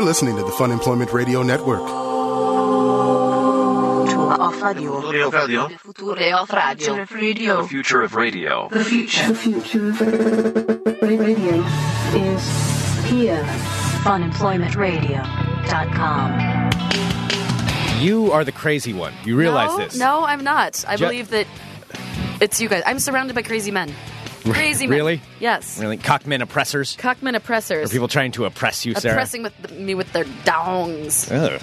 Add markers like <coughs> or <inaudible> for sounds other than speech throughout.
listening to the Fun Employment Radio Network. Future of Radio. Future of Radio. Future of Radio. The future of radio. The future. The future of radio is here. Funemploymentradio.com. You are the crazy one. You realize no, this. No, I'm not. I Ju- believe that it's you guys. I'm surrounded by crazy men. <laughs> Crazy men. Really? Yes. Really? Cockman oppressors? Cockman Are oppressors. people trying to oppress you, Sarah? oppressing with me with their dongs. Ugh.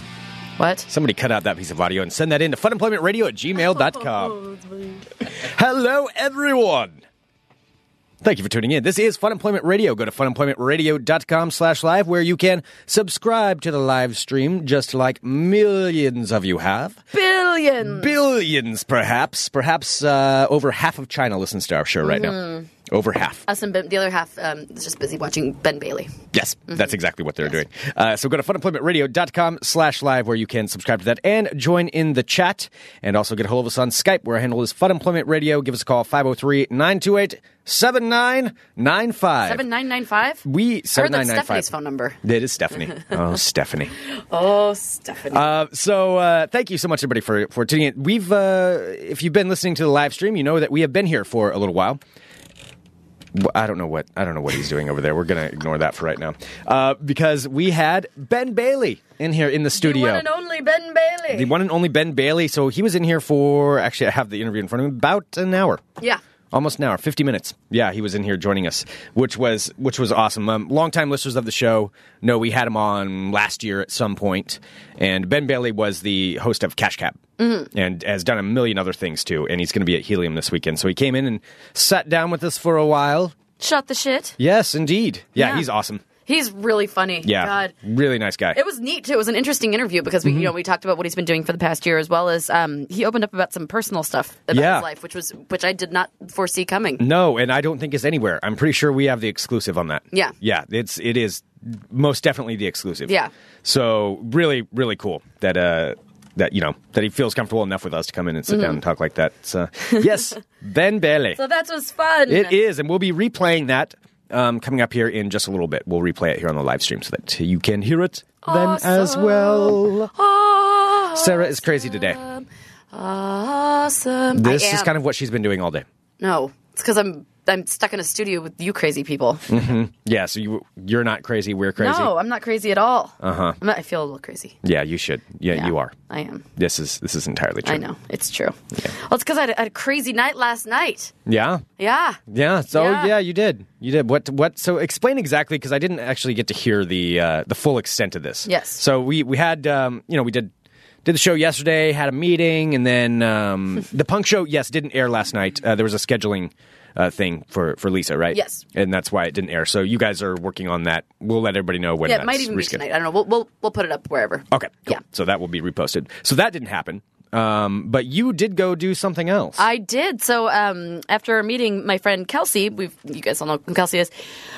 What? Somebody cut out that piece of audio and send that in to funemploymentradio at <laughs> Oh, gmail.com. Hello, everyone. Thank you for tuning in. This is Fun Employment Radio. Go to funemploymentradio.com slash live where you can subscribe to the live stream just like millions of you have. Billion. Billions, perhaps. Perhaps uh, over half of China listens to our show right now. Mm-hmm. Over half. Us and ben, the other half um, is just busy watching Ben Bailey. Yes, Mm-hmm. that's exactly what they're doing. Uh, so go to funemploymentradio.com slash live where you can subscribe to that and join in the chat and also get a hold of us on Skype where our handle is Fun Employment Radio. Give us a call 503-928-7995. 7995? We I heard that's 7995. Stephanie's phone number. It <laughs> is Stephanie. oh, Stephanie. Oh, Stephanie. Uh, so uh, thank you so much, everybody, for for tuning in. We've, uh, if you've been listening to the live stream, you know that we have been here for a little while. W- I don't know what I don't know what he's doing over there. We're gonna ignore that for right now uh, because we had Ben Bailey in here in the studio. The one and only Ben Bailey. The one and only Ben Bailey. So he was in here for actually, I have the interview in front of me about an hour. yeah. Almost an hour, fifty minutes. Yeah, he was in here joining us, which was which was awesome. Um, longtime listeners of the show know we had him on last year at some point, and Ben Bailey was the host of Cash Cab, Mm-hmm. and has done a million other things too. And he's going to be at Helium this weekend, so he came in and sat down with us for a while. Shut the shit. Yes, indeed. Yeah, Yeah. he's awesome. He's really funny. Yeah, God. really nice guy. It was neat too. It was an interesting interview because Mm-hmm. we, you know, we talked about what he's been doing for the past year, as well as um, he opened up about some personal stuff about Yeah. Mm. his life, which was which I did not foresee coming. No, and I don't think it's anywhere. I'm pretty sure we have the exclusive on that. Yeah. Yeah, it's it is most definitely the exclusive. Yeah. So really, really cool that uh that you know that he feels comfortable enough with us to come in and sit down and Mm-hmm. talk like that. So <laughs> yes, Ben Bailey. So that was fun. It is, and we'll be replaying that um, coming up here in just a little bit. We'll replay it here on the live stream so that you can hear it then as Awesome. well. awesome. Sarah is crazy today. Awesome. This I am. is kind of what she's been doing all day. no. It's because I'm I'm stuck in a studio with you crazy people. Yeah, so you you're not crazy, we're Mm. crazy. No, I'm not crazy at all. Uh huh. I feel a little crazy. Yeah, you should. Yeah, Yeah, you are. I am. This is this is entirely true. I know it's true. Well, it's because I, had a- I had a crazy night last night. Yeah. Yeah. Yeah. So yeah. Yeah. you did. You did. What what so explain exactly because I didn't actually get to hear the uh the full extent of this. Yes. So we we had um you know, we did did the show yesterday, had a meeting and <laughs> then um the punk show yes didn't air last night. Uh, there was a scheduling uh, thing for for Lisa, right? Yes. And that's why it didn't air. So you guys are working on that. We'll let everybody know when Yeah, that's it might even be rescheduled. tonight. I don't know. We'll, we'll we'll put it up wherever. Okay. Cool. Yeah. So that will be reposted. So that didn't happen. Um, but you did go do something else. I did. So um, after our meeting, my friend Kelsey, we've, you guys all know who Kelsey is,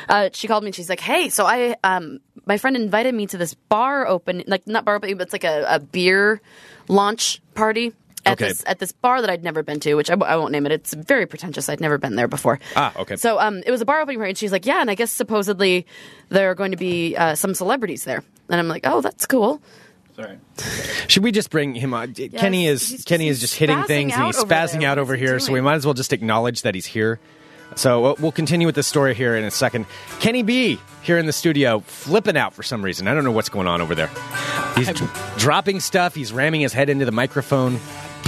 uh, she called me and she's like, hey, so I, um, my friend invited me to this bar open, like not bar opening, but it's like a, a beer launch party. At, Okay. this, at this bar that I'd never been to, which I, w- I won't name it. It's very pretentious. I'd never been there before. Ah, okay. So um, it was a bar opening party, and she's like, "Yeah," and I guess supposedly there are going to be uh, some celebrities there, and I'm like, "Oh, that's cool." Should we just bring him on? Kenny is he's- Kenny is he's just hitting spazzing things and out he's over there. spazzing out What over is he here, so we doing? might as well just acknowledge that he's here. So uh, we'll continue with the story here in a second. Kenny B here in the studio, flipping out for some reason. I don't know what's going on over there. He's dr- dropping stuff. He's ramming his head into the microphone.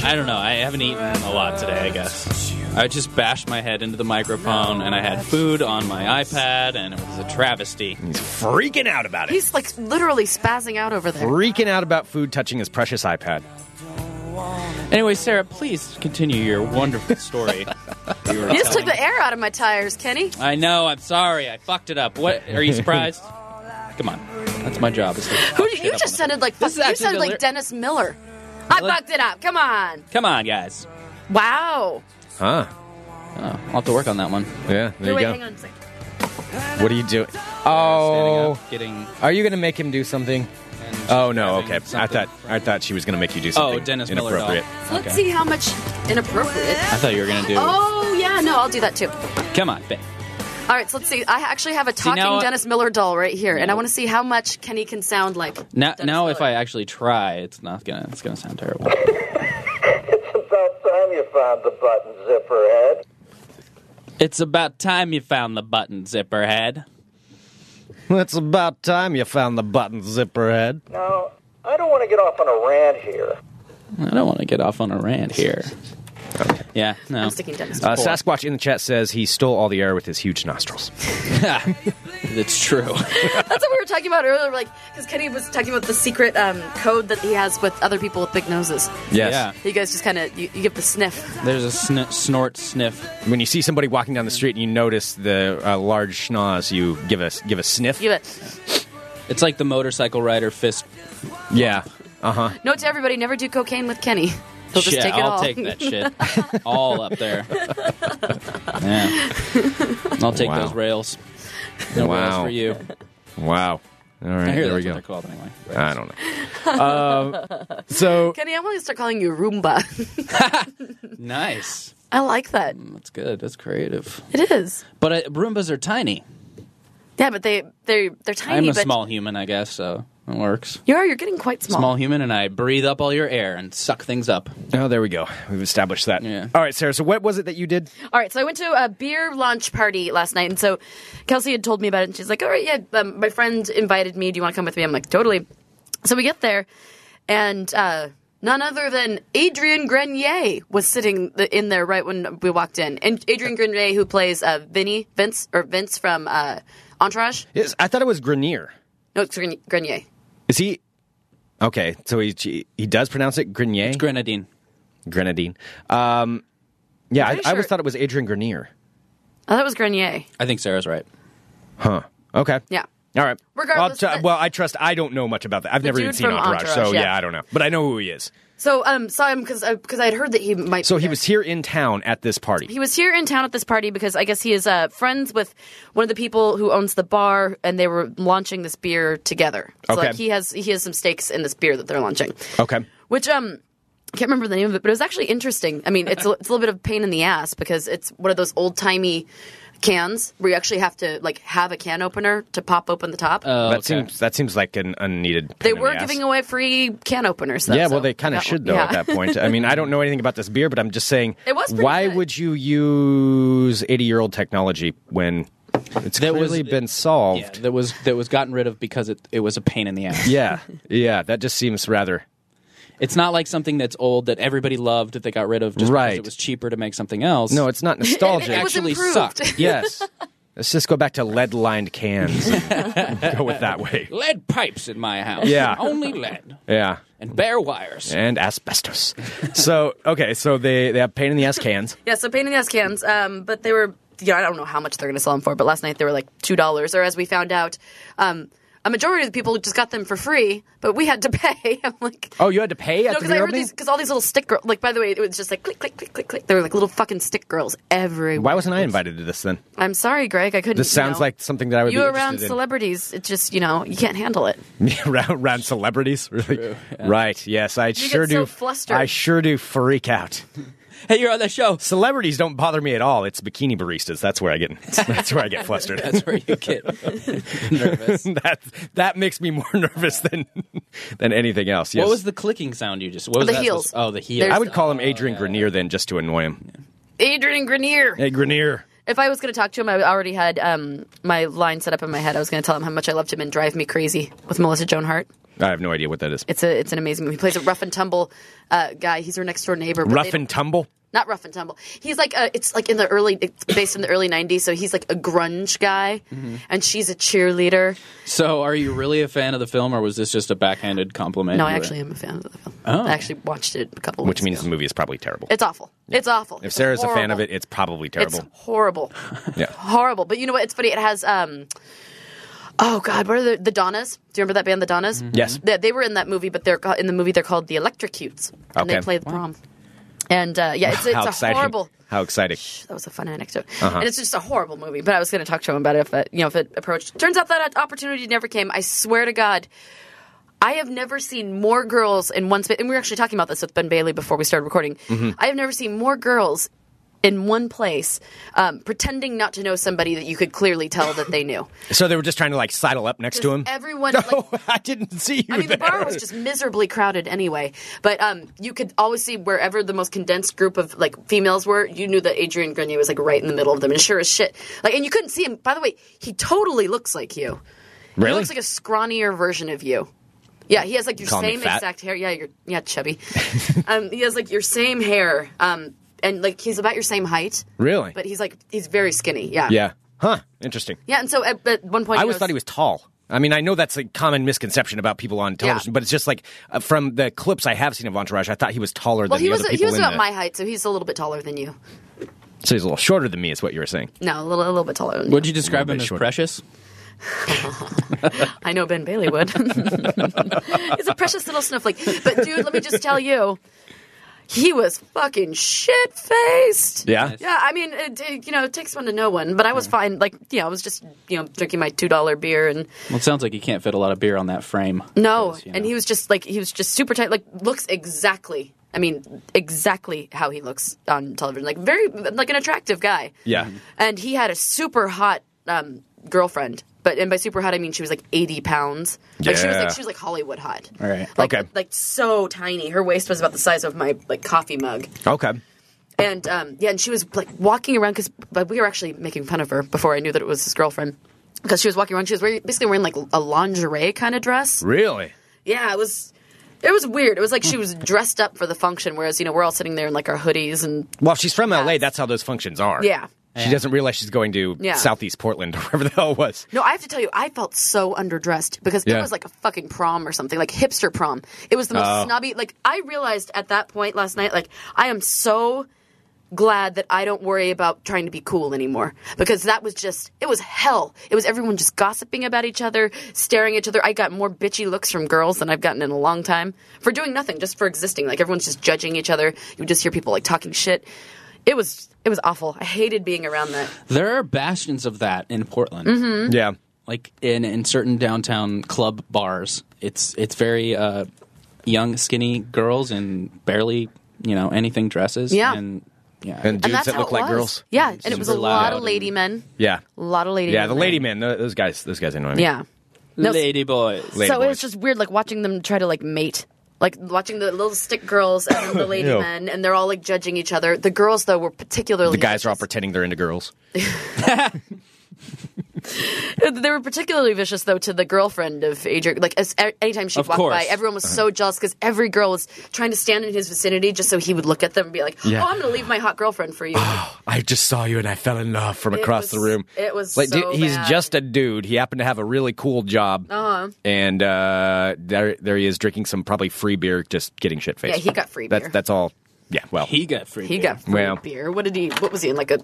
I don't know. I haven't eaten a lot today, I guess. I just bashed my head into the microphone, and I had food on my iPad, and it was a travesty. He's freaking out about it. He's like literally spazzing out over there. freaking out about food touching his precious iPad. Anyway, Sarah, please continue your <laughs> wonderful story. you were You just took telling. the air out of my tires, Kenny. I know. I'm sorry. I fucked it up. What? Are you surprised? Come on. That's my job. is to Who fuck Oh, shit you up on just the- sounded like fuck, This is you actually sounded the like lyri- Dennis Miller. I Really? fucked it up. Come on. Come on, guys. Wow. Huh? Oh, I'll have to work on that one. Yeah. There Wait, you hang go. on a second. What are you doing? Standing Oh. up, getting. Are you going to make him do something? Oh no, okay. Something I thought I thought she was going to make you do Oh, something Dennis Miller doll. inappropriate. So Let's see how much inappropriate. I thought you were gonna do. Oh yeah, no, I'll do that too. Come on, babe. All right, so let's see. I actually have a talking now- Dennis Miller doll right here, and I want to see how much Kenny can sound like. Now, Dennis now if Miller. I actually try, it's not gonna. It's gonna sound terrible. It's about time you found the button, Zipperhead. It's about time you found the button, Zipperhead. It's about time you found the button, Zipperhead. Now, I don't want to get off on a rant here. I don't want to get off on a rant here. Yeah, no. I'm sticking Dennis. Uh, Miller. <laughs> Sasquatch in the chat says he stole all the air with his huge nostrils. That's true. That's what we were talking about earlier, like because Kenny was talking about the secret um, code that he has with other people with big noses. Yes. You guys just kind of you, you give the sniff. Yeah. There's a sn- snort sniff. When you see somebody walking down the street and you notice the uh, large schnoz, you give a give a sniff. Give it. It's like the motorcycle rider fist. Yeah. Note to everybody: never do cocaine with Kenny. He'll just shit. take it I'll all. take that shit. all up there. Yeah. I'll take Wow. those rails. No Wow. rails for you. Wow. All right. I hear there we that's go. what they're called anyway. I don't know. um, so <laughs> Kenny, I want to start calling you Roomba. <laughs> Nice. I like that. That's good. That's creative. It is. But uh, Roombas are tiny. Yeah, but they they they're tiny. I'm a but small human, I guess, so it works. You are. You're getting quite small. Small human, and I breathe up all your air and suck things up. oh, there we go. We've established that. Yeah. All right, Sarah. So what was it that you did? All right, so I went to a beer launch party last night, and so Kelsey had told me about it, and she's like, "All right, yeah, um, my friend invited me. Do you want to come with me?" I'm like, "Totally." So we get there, and uh, none other than Adrian Grenier was sitting the, in there right when we walked in, and Adrian Grenier, who plays uh, Vinny Vince or Vince from uh, Entourage, Yes, I thought it was Grenier. no, it's Gren- Grenier. Is he? Okay, so he he does pronounce it Grenier. Grenadine. Grenadine. Um, yeah, I, pretty I always sure- thought it was Adrian Grenier. Oh, that was Grenier. I think Sarah's right. Huh. Okay. Yeah. All right. Regardless I'll of the- well, I trust. I don't know much about that. I've never even dude seen from Entourage, Entourage, so yeah. yeah. I don't know. But I know who he is. So um, saw him because because I had heard that he might. So be he there. was here in town at this party. he was here in town at this party because I guess he is uh, friends with one of the people who owns the bar, and they were launching this beer together. So Okay. like he has he has some stakes in this beer that they're launching, Okay. which um. I can't remember the name of it, but it was actually interesting. I mean, it's a, it's a little bit of a pain in the ass because it's one of those old timey cans where you actually have to like have a can opener to pop open the top. that seems that seems like an unneeded. Oh. pain Oh, they in the were ass. giving away free can openers. Though, Yeah, so well, they kind that of one- should though. yeah. <laughs> At that point, I mean, I don't know anything about this beer, but I'm just saying. It was pretty why good. would you use 80 year old technology when it's That was- clearly been Yeah, solved? that was that was gotten rid of because it, it was a pain in the ass. Yeah, yeah, that just seems rather. It's not like something that's old that everybody loved that they got rid of just Right. because it was cheaper to make something else. No, it's not <laughs> nostalgic. It was actually improved. sucked. yes. <laughs> Let's just go back to lead lined cans. and <laughs> go with that way. lead pipes in my house. Yeah. <laughs> Only lead Yeah. and bare wires. And asbestos. So okay, so they they have pain in the ass cans. Yeah, so pain in the ass cans. Um, but they were, you know, I don't know how much they're going to sell them for, but last night they were like two dollars, or as we found out, um, a majority of the people just got them for free, but we had to <laughs> pay. I'm like. Oh, you had to pay No, at the because I beer heard opening? these, because all these little stick girls, like, by the way, it was just like click, click, click, click, click. There were like little fucking stick girls everywhere. Why wasn't I invited to this then? <laughs> I'm sorry, Greg, I couldn't. This you sounds know. like something that I would You be around interested in. celebrities, it just, you know, you can't handle it. around, around celebrities, <laughs> really? Right? Yes, I sure get do. so flustered. I sure do freak out. Hey, you're on the show. Celebrities don't bother me at all. It's bikini baristas. That's where <laughs> I get. That's where I get flustered. That's where <laughs> you get nervous. that that makes me more <laughs> nervous than than anything else. Yes. What was the clicking sound you just? What was The that heels. supposed- Oh, the heels. I would call him Adrian Grenier then, just to annoy him. Adrian Grenier. Hey, Grenier. if I was going to talk to him, I already had um, my line set up in my head. I was going to tell him how much I loved him and Drive Me Crazy with Melissa Joan Hart. I have no idea what that is. It's a it's an amazing movie. He plays a rough and tumble uh, guy. He's her next door neighbor. but they Rough don't- and tumble. not rough and tumble. He's like a, it's like in the early it's based in the early '90s. So he's like a grunge guy, Mm-hmm. and she's a cheerleader. So, are you really a fan of the film, or was this just a backhanded compliment? No, I You were- actually am a fan of the film. Oh. I actually watched it a couple. Which weeks means ago. the movie is probably terrible. it's awful. It's awful. if It's Sarah's a fan of horrible. it, it's probably It's terrible. horrible. <laughs> yeah. horrible. But you know what? It's funny. It has um. Oh God, what are the the Donnas? Do you remember that band, the Donnas? Mm-hmm. Yes. They, they were in that movie, but they're ca- in the movie they're called the Electrocutes, and they Okay. play the prom. And uh, yeah, it's, How it's a exciting! horrible. How exciting! That was a fun anecdote, Uh-huh. and it's just a horrible movie. But I was going to talk to him about it if it, you know if it approached. Turns out that opportunity never came. I swear to God, I have never seen more Mm-hmm. girls in one space. And we were actually talking about this with Ben Bailey before we started recording. I have never seen more girls in one place, um, pretending not to know somebody that you could clearly tell that they knew. So they were just trying to like sidle up next to him. <laughs> Everyone, No, like, I didn't see you. I mean, the bar there. was just miserably crowded anyway. But um, you could always see wherever the most condensed group of like females were. You knew that Adrian Grenier was like right in the middle of them, and sure as shit, like, and you couldn't see him. By the way, he totally looks like you. really. He looks like a scrawnier version of you. Yeah, he has like your Calling me same fat? exact hair. Yeah, you're yeah chubby. <laughs> um, he has like your same hair. Um, and like he's about your same height, really. but he's like he's very skinny. Yeah, yeah. Huh. Interesting. yeah. And so at, at one point, you I always know, thought he was tall. I mean, I know that's a common misconception about people on television, but it's just like uh, from the clips I have seen of Entourage, I thought he was taller Well, than he the was other he people was in about the- my height, so he's a little bit taller than you. So he's a little shorter than me, is what you were saying. No, a little, a little bit taller. Than you. Would you describe him as precious? I know Ben Bailey would. <laughs> He's a precious little snowflake. But dude, let me just tell you, he was fucking shit faced. Yeah. Yeah, I mean, it, it, you know, it takes one to know one, but I was fine. Like, you know, I was just, you know, drinking my $2 beer and Well, it sounds like you can't fit a lot of beer on that frame. no. Because, you And know. he was just like, he was just super tight, like, looks exactly, I mean, exactly how he looks on television. Like, very, like an attractive guy. Yeah. And he had a super hot um, girlfriend. But and by super hot I mean she was like eighty pounds. Like she was Yeah. like she was like Hollywood hot. All right. Like, Okay. Like so tiny. Her waist was about the size of my like coffee mug. Okay. And um, yeah, and she was like walking around because but we were actually making fun of her before I knew that it was his girlfriend. Because she was walking around, she was wearing, basically wearing like a lingerie kind of dress. Really? Yeah, it was. It was weird. It was like she was dressed up for the function, whereas you know we're all sitting there in like our hoodies and Well, if she's from LA, that's how those functions are. Yeah. She doesn't realize she's going to Yeah. Southeast Portland or wherever the hell it was. No, I have to tell you, I felt so underdressed because Yeah. it was like a fucking prom or something, like hipster prom. It was the most snobby. Like I realized at that point last night, like I am so glad that I don't worry about trying to be cool anymore because that was just it was hell. It was everyone just gossiping about each other, staring at each other. I got more bitchy looks from girls than I've gotten in a long time for doing nothing, just for existing. Like everyone's just judging each other. You just hear people like talking shit. It was it was awful. I hated being around that. there are bastions of that in Portland. Mm-hmm. Hmm? Yeah. like in in certain downtown club bars. It's it's very uh, young, skinny girls in barely you know anything dresses. Yeah. and yeah, And dudes and that's that how look it like was. girls. Yeah, and it was a Super lot loud of lady and- men. Yeah. A lot of lady. Yeah, the men. lady men, tho- those guys, those guys annoy me. Yeah. No, s- lady boys. Lady so it boys. was just weird, like watching them try to like mate, like watching the little stick girls and <laughs> then the lady Ew. men, and they're all like judging each other. The girls though were particularly The guys are all vicious. pretending they're into girls. <laughs> they were particularly vicious though to the girlfriend of Adrian. Like as, a- anytime she Of walked course. by, everyone Uh-huh. was so jealous because every girl was trying to stand in his vicinity just so he would look at them and be like, Yeah. "Oh, I'm going to leave my hot girlfriend <sighs> for you." I just saw you and I fell in love from It across the was- room. it was like so dude, he's bad. just a dude. He happened to have a really cool job, uh-huh. and uh, there there he is drinking some probably free beer, just getting shit faced. Yeah, he got free That's beer. that's all. Yeah, well, He got free. He beer. got free Well. beer. What did he? What was he in like a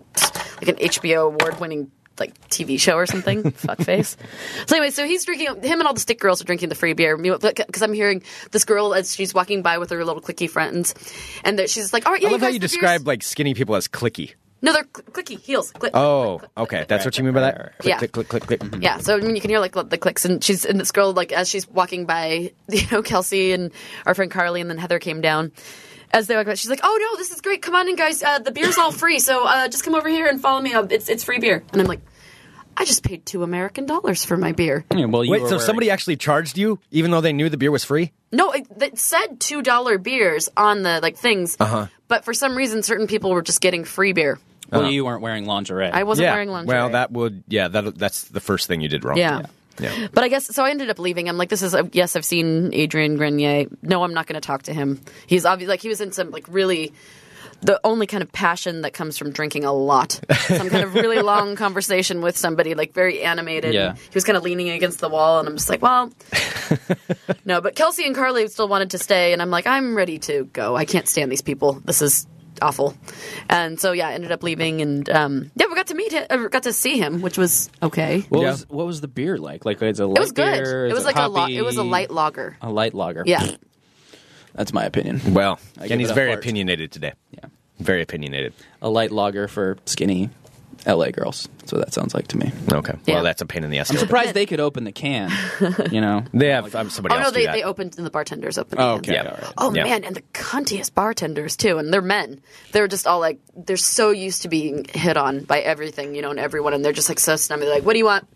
like an HBO award winning like TV show or <laughs> something? Fuckface. So anyway, so he's drinking. Him and all the stick girls are drinking the free beer because I'm hearing this girl as she's walking by with her little clicky friends, and that she's like, "All right, yeah, I love you how guys, you the beer's-" describe like skinny people as clicky. No, they're cl- clicky heels. Click, click, Oh, click, click, okay, click, that's what you mean by that. Click, Yeah. click, click, click, Mm-hmm. click. yeah, so I mean, you can hear like the clicks, and she's and this girl like as she's walking by, <laughs> you know, Kelsey and our friend Carly, and then Heather came down. As they walk by, she's like, "Oh no, this is great! Come on in, guys. Uh, the beer's all free, so uh, just come over here and follow me. Up. It's it's free beer." And I'm like, "I just paid two American dollars for my beer. Yeah, well, you Wait, were so wearing- somebody actually charged you, even though they knew the beer was free? No, it, it said two dollar beers on the like things, but for some reason, certain people were just getting free beer. Oh. Well, you weren't wearing lingerie. I wasn't yeah. wearing lingerie. Well, that would yeah, that that's the first thing you did wrong. Yeah. yeah. yeah. But I guess so. I ended up leaving. I'm like, this is a, yes. I've seen Adrian Grenier. No, I'm not going to talk to him. He's obviously like he was in some like really the only kind of passion that comes from drinking a lot. Some kind of <laughs> really long conversation with somebody, like very animated. Yeah. He was kind of leaning against the wall, and I'm just like, <laughs> well, no. But Kelsey and Carly still wanted to stay, and I'm like, I'm ready to go. I can't stand these people. This is awful. And so yeah, I ended up leaving, and um, yeah, we got to meet him, uh, got to see him, which was okay. What, Yeah. was, what was the beer like? Like it's a Oh, light It was good. beer. it is was like a lo- hoppy? it was a light lager. a light lager. Yeah. that's my opinion. <laughs> Well, I give and he's it a very fart. opinionated today. Yeah. Very opinionated. A light lager for skinny L.A. girls. So that sounds like to me. Okay. Yeah. Well, that's a pain in the <laughs> ass. I'm surprised they could open the can. <laughs> You know. They have um, somebody Oh else no, do they, that. they opened and the bartenders opened. Oh, again. okay. Yeah. All right. Oh Yeah. man, and the cuntiest bartenders too, and they're men. They're just all like they're so used to being hit on by everything, you know, and everyone, and they're just like so snobby. Like, what do you want?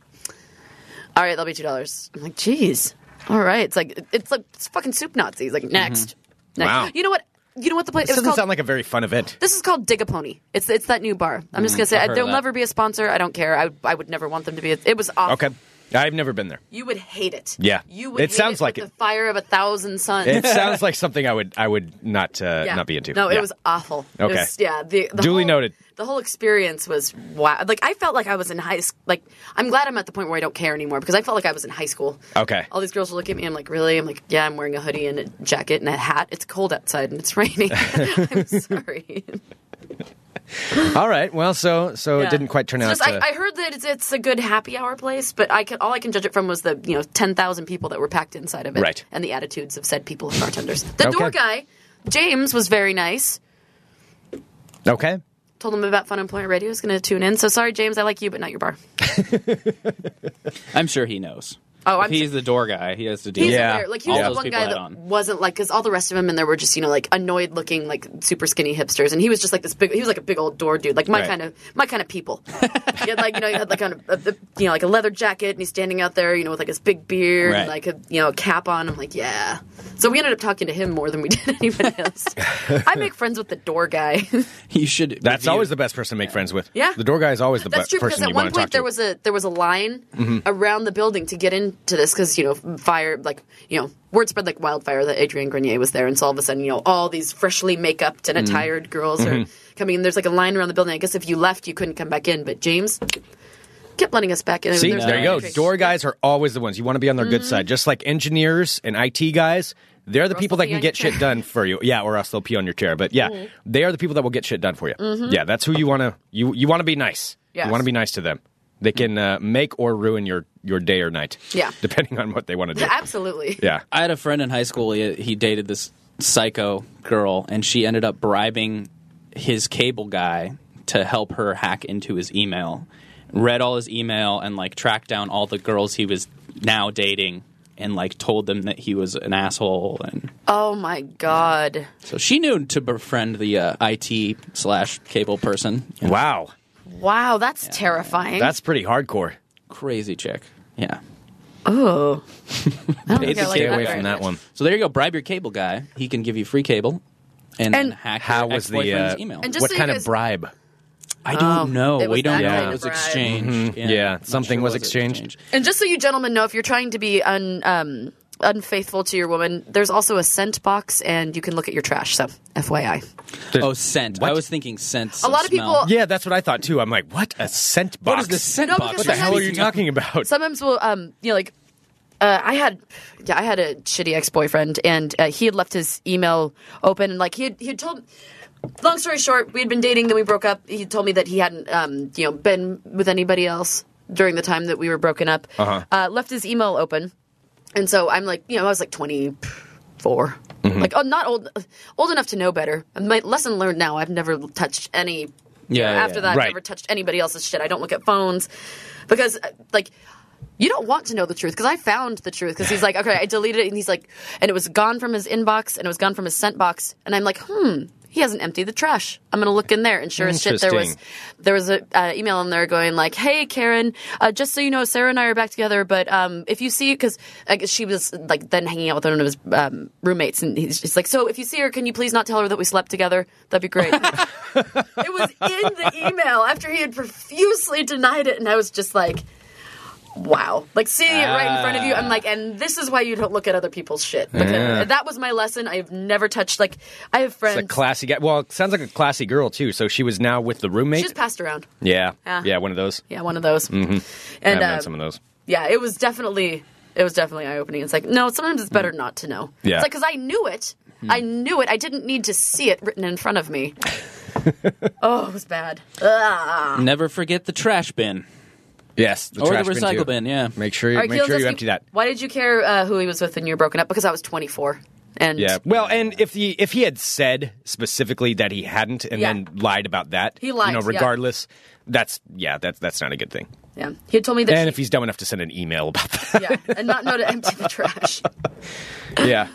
All right, that'll be two dollars. I'm like, jeez. All right, it's like it's like it's fucking soup Nazis. Like next, next. Wow. You know what? You know what the place? it this was doesn't called, sound like a very fun event. this is called Dig a Pony. It's it's that new bar. I'm just gonna say I, I've heard of they'll that. never be a sponsor. I don't care. I I would never want them to be. A, it was awful. Okay. I've never been there. You would hate it. Yeah. You would It hate sounds with like it. the fire of a thousand suns. <laughs> It sounds like something I would I would not uh, Yeah. <laughs> not be into. No, it Yeah. was awful. It Okay. was- yeah. The, the Duly whole- noted. The whole experience was wow. Like I felt like I was in high school. Like I'm glad I'm at the point where I don't care anymore because I felt like I was in high school. Okay. All these girls were looking at me. I'm like, really? I'm like, yeah. I'm wearing a hoodie and a jacket and a hat. It's cold outside and it's <laughs> raining. I'm sorry. All right. Well, so so Yeah. it didn't quite turn It's out. just- to- I, I heard that it's, it's a good happy hour place, but I could all I can judge it from was the you know ten thousand people that were packed inside of it, Right. And the attitudes of said people and bartenders. The Okay. door guy, James, was very nice. okay. Told him about Fun Employment Radio. Is going to tune in. So sorry, James, I like you, but not your bar. I'm sure he knows. Oh, If I'm he's the door guy. He has to deal. He's with Yeah. aware. Like he was All the those one people guy had that on. wasn't like because all the rest of them in there were just you know like annoyed looking like super skinny hipsters, and he was just like this big. He was like a big old door dude, like my Right. kind of my kind of people. he had like you know he had like on a, a- you know like a leather jacket, and he's standing out there you know with like his big beard and Right. like a you know a cap on. I'm like yeah. So we ended up talking to him more than we <laughs> did anybody <laughs> else. I make friends with the door guy. <laughs> He should. That's review- always the best person to make friends with. Yeah. The door guy is always the That's best true because person at you one want to point talk to. Mm-hmm. there was a there was a line around the building to get into this because you know fire like you know word spread like wildfire that Adrian Grenier was there and so all of a sudden you know all these freshly makeup and Mm-hmm. attired girls are coming in. There's like a line around the building. I guess if you left you couldn't come back in, but James kept letting us back in. See, There's there no you go. entry. Door guys are always the ones you want to be on their good side, just like engineers and IT guys. They're Mm-hmm. the Or else people they'll that pee can on get your Mm-hmm. shit done for you. Yeah, or else they'll pee on your chair. But yeah, they are the people that will get shit done for you. Yeah, that's who you want to. You you want to be nice. Yes. You want to be nice to them. They can uh, make or ruin your your day or night. Yeah. depending on what they want to do. <laughs> Absolutely. Yeah. I had a friend in high school. He, he dated this psycho girl, and she ended up bribing his cable guy to help her hack into his email. Read all his email and like tracked down all the girls he was now dating, and like told them that he was an asshole. And Oh my god. so she knew to befriend the uh, IT slash cable person. Wow, Wow, that's terrifying. that's pretty hardcore. Crazy chick. Yeah. <laughs> oh. I don't think Need I to like stay away very from that much. one. So there you go. Bribe your cable guy. He can give you free cable. And, then And- hack How your was the ex-boyfriend's uh, email. And just what so you kind guys- of bribe? I don't Oh, know. it was We don't that know. Mm-hmm. kind It of was bribe. exchanged. Yeah, Not something was it exchanged. And just so you gentlemen know, if you're trying to be un, um, unfaithful to your woman, there's also a scent box, and you can look at your trash. So, FYI, There's- Oh, scent. I was thinking scent. a lot of people. Yeah, that's what I thought too. I'm like, what a scent box? What is the scent No, box? because What <laughs> the sometimes- hell are you talking about? Sometimes we'll, um, you know, like uh, I had, yeah, I had a shitty ex boyfriend, and uh, he had left his email open, and like he had, he had told. Long story short, we had been dating, then we broke up. He told me that he hadn't, um, you know, been with anybody else during the time that we were broken up. Uh-huh. Uh, left his email open, and so I'm like, you know, I was like 24. Like, oh, not old, old enough to know better. And My lesson learned now: I've never touched any. Yeah, yeah, after yeah. that, I've Right. never touched anybody else's shit. I don't look at phones because, uh, like, you don't want to know the truth because I found the truth because he's like, okay, I deleted it, and he's like, and it was gone from his inbox and it was gone from his sent box, and I'm like, hmm, he hasn't emptied the trash. I'm gonna look in there, and sure as shit, there was there was a uh, email in there going like, hey, Karen, uh, just so you know, Sarah and I are back together, but um, if you see, because I guess she was like then hanging out with one of his um, roommates, and he's just like, so if you see her, can you please not tell her that we slept together? That'd be <laughs> great. it was in the email after he had profusely denied it, and I was just like, wow. Like seeing it right in front of you, I'm like, and this is why you don't look at other people's shit. Because That was my lesson. I've never touched, like, I have It's a friends. classy guy. Well, it sounds like a classy girl too. So she was now with the roommate. She's passed around. yeah. Yeah. yeah, one of those. Yeah, one of those. I've And known uh, some of those. yeah, it was definitely it was definitely eye opening. It's like no, sometimes it's better not to know. Yeah. it's like because I knew it, I knew it. I didn't need to see it written in front of <laughs> me. oh, it was bad. Ugh. Never forget the trash bin Yes, the or trash the recycle too. bin. Yeah. Make sure you All right, make Keelan, sure you let's empty keep- that. Why did you care uh, who he was with when you were broken up? Because I was 24. And Yeah. Well, and if he if he had said specifically that he hadn't and Yeah. then lied about that, He lied, You know, yeah. regardless, that's yeah, that's that's not a good thing. yeah, he had told me that. And he- if he's dumb enough to send an email about <laughs> <laughs> that, yeah, and not know to empty the trash. <laughs> yeah,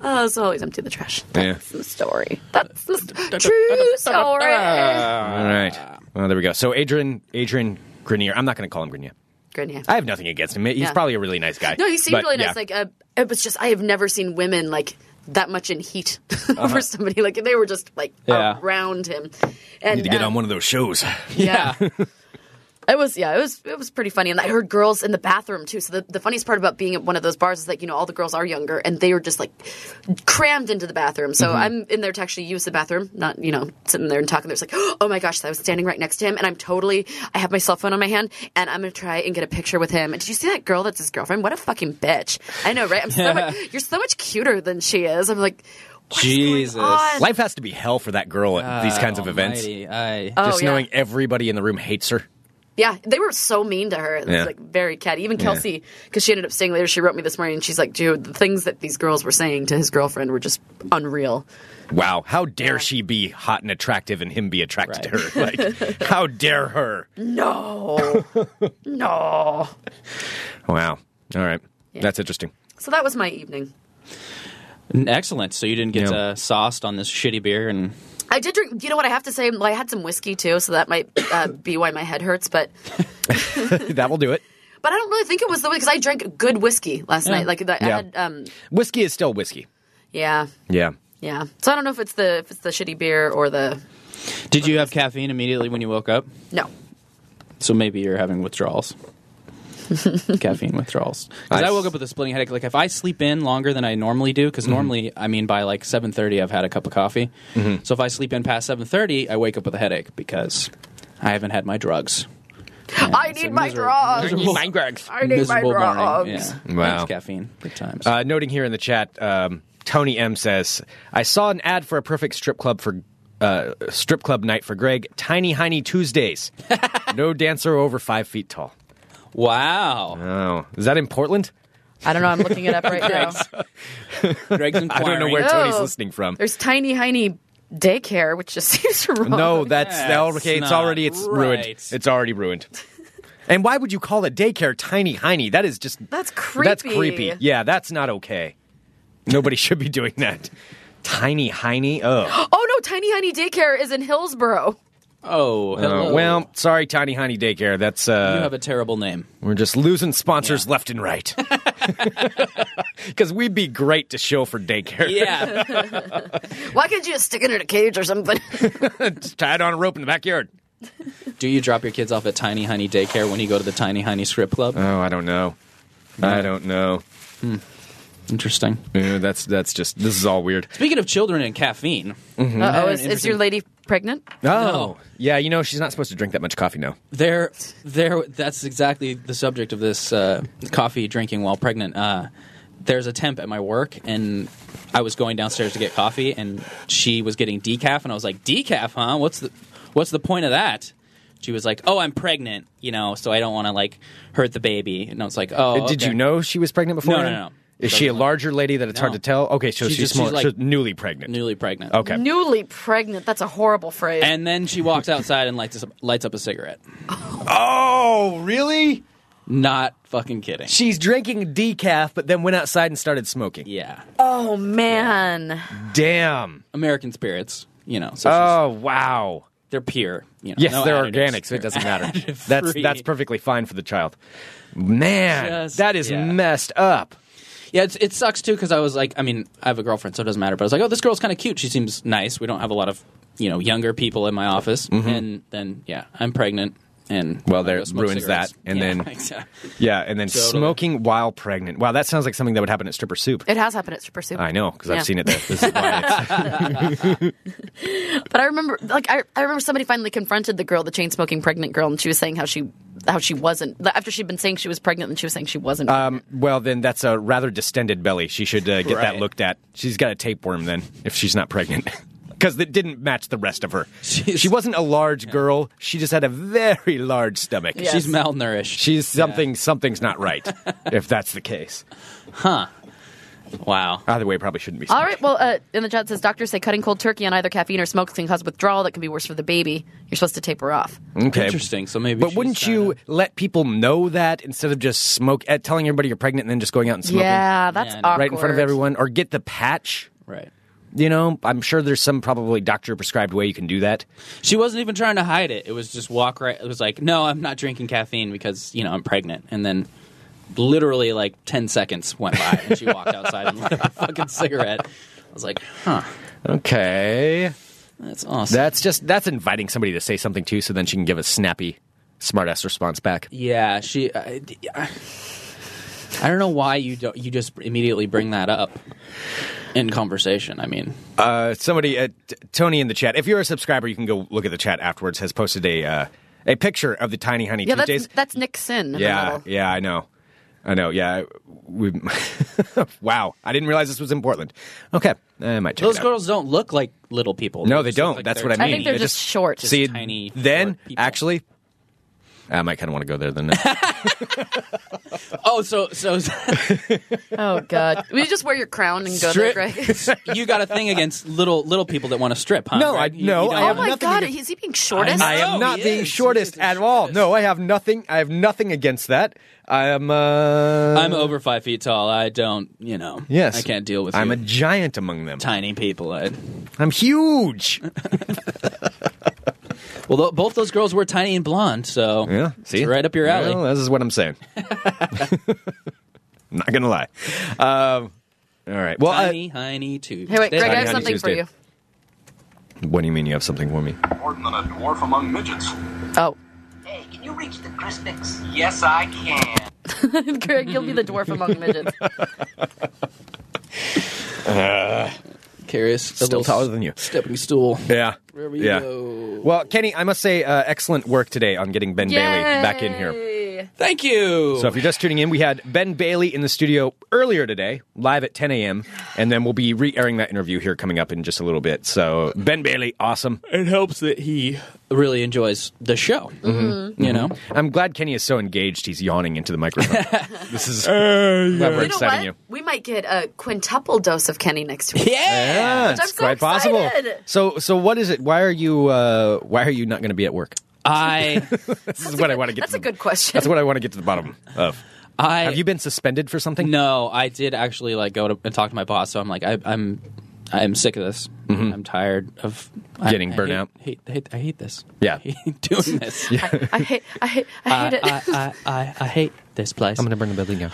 Oh, so always empty the trash. Yeah. That's the story. That's the st- true <laughs> story. all right. Well, there we go. So Adrian Adrian Grenier, I'm not going to call him Grenier. Good, yeah. I have nothing against him. He's Yeah. probably a really nice guy. No, he seemed But, really nice. yeah. Like, uh, it was just I have never seen women like that much in heat <laughs> over somebody. Like they were just like Yeah. around him. And Uh-huh. need to get uh, on one of those <laughs> shows. Yeah. It was yeah, it was it was pretty funny, and I heard girls in the bathroom too. So the, the funniest part about being at one of those bars is that you know all the girls are younger, and they were just like crammed into the bathroom. So I'm in there to actually use the bathroom, not you know sitting there and talking. There's like, <gasps> oh my gosh, I was standing right next to him, and I'm totally I have my cell phone on my hand, and I'm gonna try and get a picture with him. And did you see that girl that's his girlfriend? What a fucking bitch! I know, right? I'm so much, you're so much cuter than she is. I'm like, what is going Jesus. on? Life has to be hell for that girl at these kinds of events. Almighty, I- Just Oh, yeah. knowing everybody in the room hates her. Yeah, they were so mean to her. It was Yeah. like very catty. Even Kelsey, because she ended up staying later, she wrote me this morning and she's like, dude, the things that these girls were saying to his girlfriend were just unreal. Wow, how dare she be hot and attractive and him be attracted Right. to her? Like, how dare her? No. no. Wow. All right. That's interesting. <laughs> <laughs> So that was my evening. Excellent. So you didn't get Yeah. uh, sauced on this shitty beer, and I did drink, you know what I have to say? I had some whiskey too, so that might <coughs> uh, be why my head hurts, but. that will do it. But I don't really think it was the way because I drank good whiskey last night. Like that, I Yeah. had, um, Whiskey is still whiskey. yeah, Yeah. yeah. So I don't know if it's the if it's the shitty beer or the did you have caffeine immediately when you woke up? no. So maybe you're having withdrawals. <laughs> caffeine withdrawals. Because I woke up with a splitting headache. Like if I sleep in longer than I normally do, Mm-hmm. because normally, I mean, by like 7:30, I've had a cup of coffee. Mm-hmm. So if I sleep in past 7:30, I wake up with a headache because I haven't had my drugs. I need my drugs. <laughs> Mind drugs. I need my Miserable drugs. morning. Yeah. Wow. Thanks, caffeine. Good times. Uh, noting here in the chat, um, Tony M says, "I saw an ad for a perfect strip club for uh, strip club night for Greg. Tiny Heiny Tuesdays. no dancer over five feet tall. <laughs> wow. Oh, is that in Portland? I don't know. I'm looking it up <laughs> right now. Greg's I inquiring. don't know where No. Tony's listening from. There's tiny, heiny daycare, which just <laughs> seems wrong. <laughs> No, that's That's okay. It's not already it's ruined. right. It's already ruined. and why would you call a daycare tiny heiny? That is just that's creepy. that's creepy. Yeah, that's not okay. Nobody <laughs> should be doing that. Tiny heiny. Oh, Oh no, tiny, heiny daycare is in Hillsboro. Oh, hello. Oh, well, sorry, tiny heiny daycare. That's you uh, have a <laughs> terrible name. we're just losing sponsors left and right. <laughs> Because we'd be great to show for daycare. Yeah. Why can't you just stick it in a cage or something? <laughs> just tie it on a rope in the backyard. Do you drop your kids off at Tiny Honey Daycare when you go to the Tiny Honey Script Club? Oh, I don't know. I don't know. Interesting. Yeah, that's that's just this is all weird. Speaking of children and caffeine, Mm-hmm. Oh, an is, is your interesting- lady pregnant? Oh, yeah. You know, she's not supposed to drink that much coffee now. there, there. That's exactly the subject of this uh, coffee drinking while pregnant. Uh, there's a temp at my work, and I was going downstairs to get coffee, and she was getting decaf, and I was like, "Decaf, huh? What's the, what's the point of that?" She was like, "Oh, I'm pregnant, you know, so I don't want to like hurt the baby." And I was like, "Oh, Did okay." you know she was pregnant before? No, no, no. Is she a larger lady that it's hard No. to tell? Okay, so she's, She's just- small, she's like- she's newly pregnant. Newly pregnant. okay. Newly pregnant. That's a horrible phrase. And then she walks outside and lights us up, lights up a cigarette. oh, really? Not fucking kidding. She's drinking decaf, but then went outside and started smoking. Yeah. oh man, Damn. American spirits, you know. So she's- Oh, wow. they're pure. You know, Yes, no they're additives. organic, so it They're doesn't <laughs> matter. additive That's free. that's perfectly fine for the child. Man, Just- that is yeah. messed up. Yeah, it's, it sucks too because I was like, I mean, I have a girlfriend, so it doesn't matter. But I was like, oh, this girl's kind of cute. She seems nice. We don't have a lot of you know younger people in my office, and then yeah, I'm pregnant. And Mm-hmm. Well, I there- go smoke ruins cigarettes. that, and Yeah, <laughs> then- exactly. Yeah, and then Totally. smoking while pregnant. Wow, that sounds like something that would happen at stripper soup. it has happened at Stripper Soup. I know because Yeah. I've seen it there. This is why it's- <laughs> But I remember, like, I, I remember somebody finally confronted the girl, the chain smoking pregnant girl, and she was saying how she how she wasn't after she'd been saying she was pregnant, and she was saying she wasn't. Um, well, then that's a rather distended belly. She should uh, get that Right. looked at. She's got a tapeworm then, if she's not pregnant. <laughs> Because it didn't match the rest of her. She's- she wasn't a large girl. She just had a very large stomach. Yeah. she's Yes. malnourished. She's something. Something's not right. if that's the case, Wow. Either way, it probably shouldn't be. All right. Well, uh, in the chat it says doctors say cutting cold turkey on either caffeine or smokes can cause withdrawal that can be worse for the baby. You're supposed to taper off. okay. Interesting. So maybe. But she's wouldn't trying you to- let people know that instead of just smoke, uh, telling everybody you're pregnant and then just going out and smoking Yeah, that's Yeah, I know. awkward. right in front of everyone, or get the patch? Right. You know, I'm sure there's some probably doctor prescribed way you can do that. She wasn't even trying to hide it. It was just walk right. It was like, no, I'm not drinking caffeine because you know I'm pregnant. And then, literally, like ten seconds went by, and she walked outside and lit a <laughs> fucking cigarette. I was like, huh, Okay, that's awesome. that's just that's inviting somebody to say something to, so then she can give a snappy, smartass response back. yeah, she. I, I, I don't know why you don't. You just immediately bring that up in conversation. I mean, Uh, somebody, uh, T- Tony in the chat. If you're a subscriber, you can go look at the chat afterwards. Has posted a uh, a picture of the Tiny Honey Yeah, that's Tuesdays. that's Nixon. in the yeah, middle. yeah, I know, I know. Yeah, we, <laughs> wow, I didn't realize this was in Portland. Okay, I might check those it out. girls don't look like little people. No, they just look don't. like That's they're what I mean. I think they're It just, short. just- see tiny, Then short people. actually, I might kind of want to go there. <laughs> Then Oh, so so. oh God, will <laughs> you just wear your crown and go Strip- <laughs> there, Greg? <laughs> you got a thing against little little people that want to strip, huh? No, Greg? I- You- no, you don't- I oh have my nothing God, to- is he being shortest? I am No, not he the is. He is shortest the at all. shortest. No, I have nothing. I have nothing against that. I am. Uh, I'm over five feet tall. I don't, you know. Yes, I can't deal with. I'm you a giant among them. tiny people. I, I'm huge. well, tho- both those girls were tiny and blonde, so Yeah, it's see, right up your alley. Well, this is what I'm <laughs> saying. not gonna lie. Um, all right. Well, uh, tiny, tiny too. Hey, wait, Greg, I have Tiny Honey something for Tuesday. you. what do you mean you have something for me? Important than a dwarf among midgets. Oh, Hey, can you reach the Crispix? Yes, I can. <laughs> Greg, you'll be the dwarf among midgets. curious. Still taller than you. Stepping stool. Yeah. There we yeah. go. Well, Kenny, I must say, uh, excellent work today on getting Ben Bailey back in here. Yay. Thank you. So if you're just tuning in, we had Ben Bailey in the studio earlier today, live at 10 a.m., and then we'll be re-airing that interview here coming up in just a little bit. So Ben Bailey, <laughs> awesome. it helps that he really enjoys the show. Mm-hmm. You know, I'm glad Kenny is so engaged. He's yawning into the <laughs> microphone. this is glad we're You know exciting what? you. We might get a quintuple dose of Kenny next <laughs> week. yeah. Yeah, I'm it's so quite possible. excited. So, so what is it? Why are you? Uh, why are you not going to be at work? <laughs> I, This is what I want to get. That's to a the- good question. That's what I want to get to the bottom of. I Have you been suspended for something? No, I did actually like go to and talk to my boss. So I'm like, I, I'm, I'm sick of this. I'm tired of I- Mm-hmm. Getting I burnt hate- out. Hate, hate, I hate this. Yeah. <laughs> I hate <laughs> doing this. I hate, I hate, I I, Uh, hate I, it. I, I, I hate this place. to burn the building down.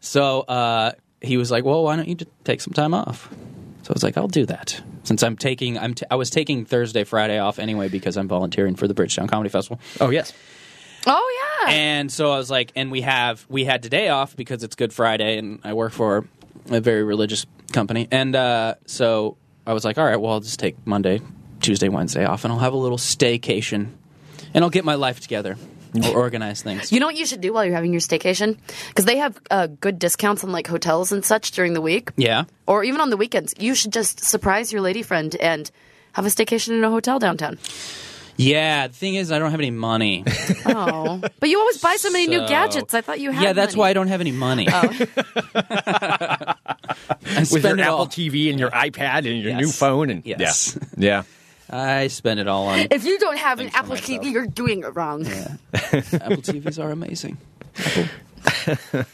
So uh, he was like, "Well, why don't you just take some time off?" So I was like, "I'll do that." Since I'm taking, I'm t- I was taking Thursday, Friday off anyway because I'm volunteering for the Bridgetown Comedy Festival. Oh yes. <laughs> oh yeah. And so I was like, and we have we had today off because it's Good Friday, and I work for a very religious company, and uh, so I was like, all right, well, I'll just take Monday, Tuesday, Wednesday off, and I'll have a little staycation, and I'll get my life together, I'll organize things. <laughs> You know what you should do while you're having your staycation? Because they have uh, good discounts on like hotels and such during the week, yeah, or even on the weekends. You should just surprise your lady friend and have a staycation in a hotel downtown. yeah. The thing is, I don't have any <laughs> money. Oh, <laughs> but you always buy so many new So- gadgets. I thought you had. yeah, <laughs> that's why I don't have any money. Oh, I With your spend it Apple all. TV and your iPad and your Yes. new phone and Yes. yeah, I spend it all on If you don't have an Thanks for Apple myself. TV, you're doing it wrong. Apple TVs are amazing.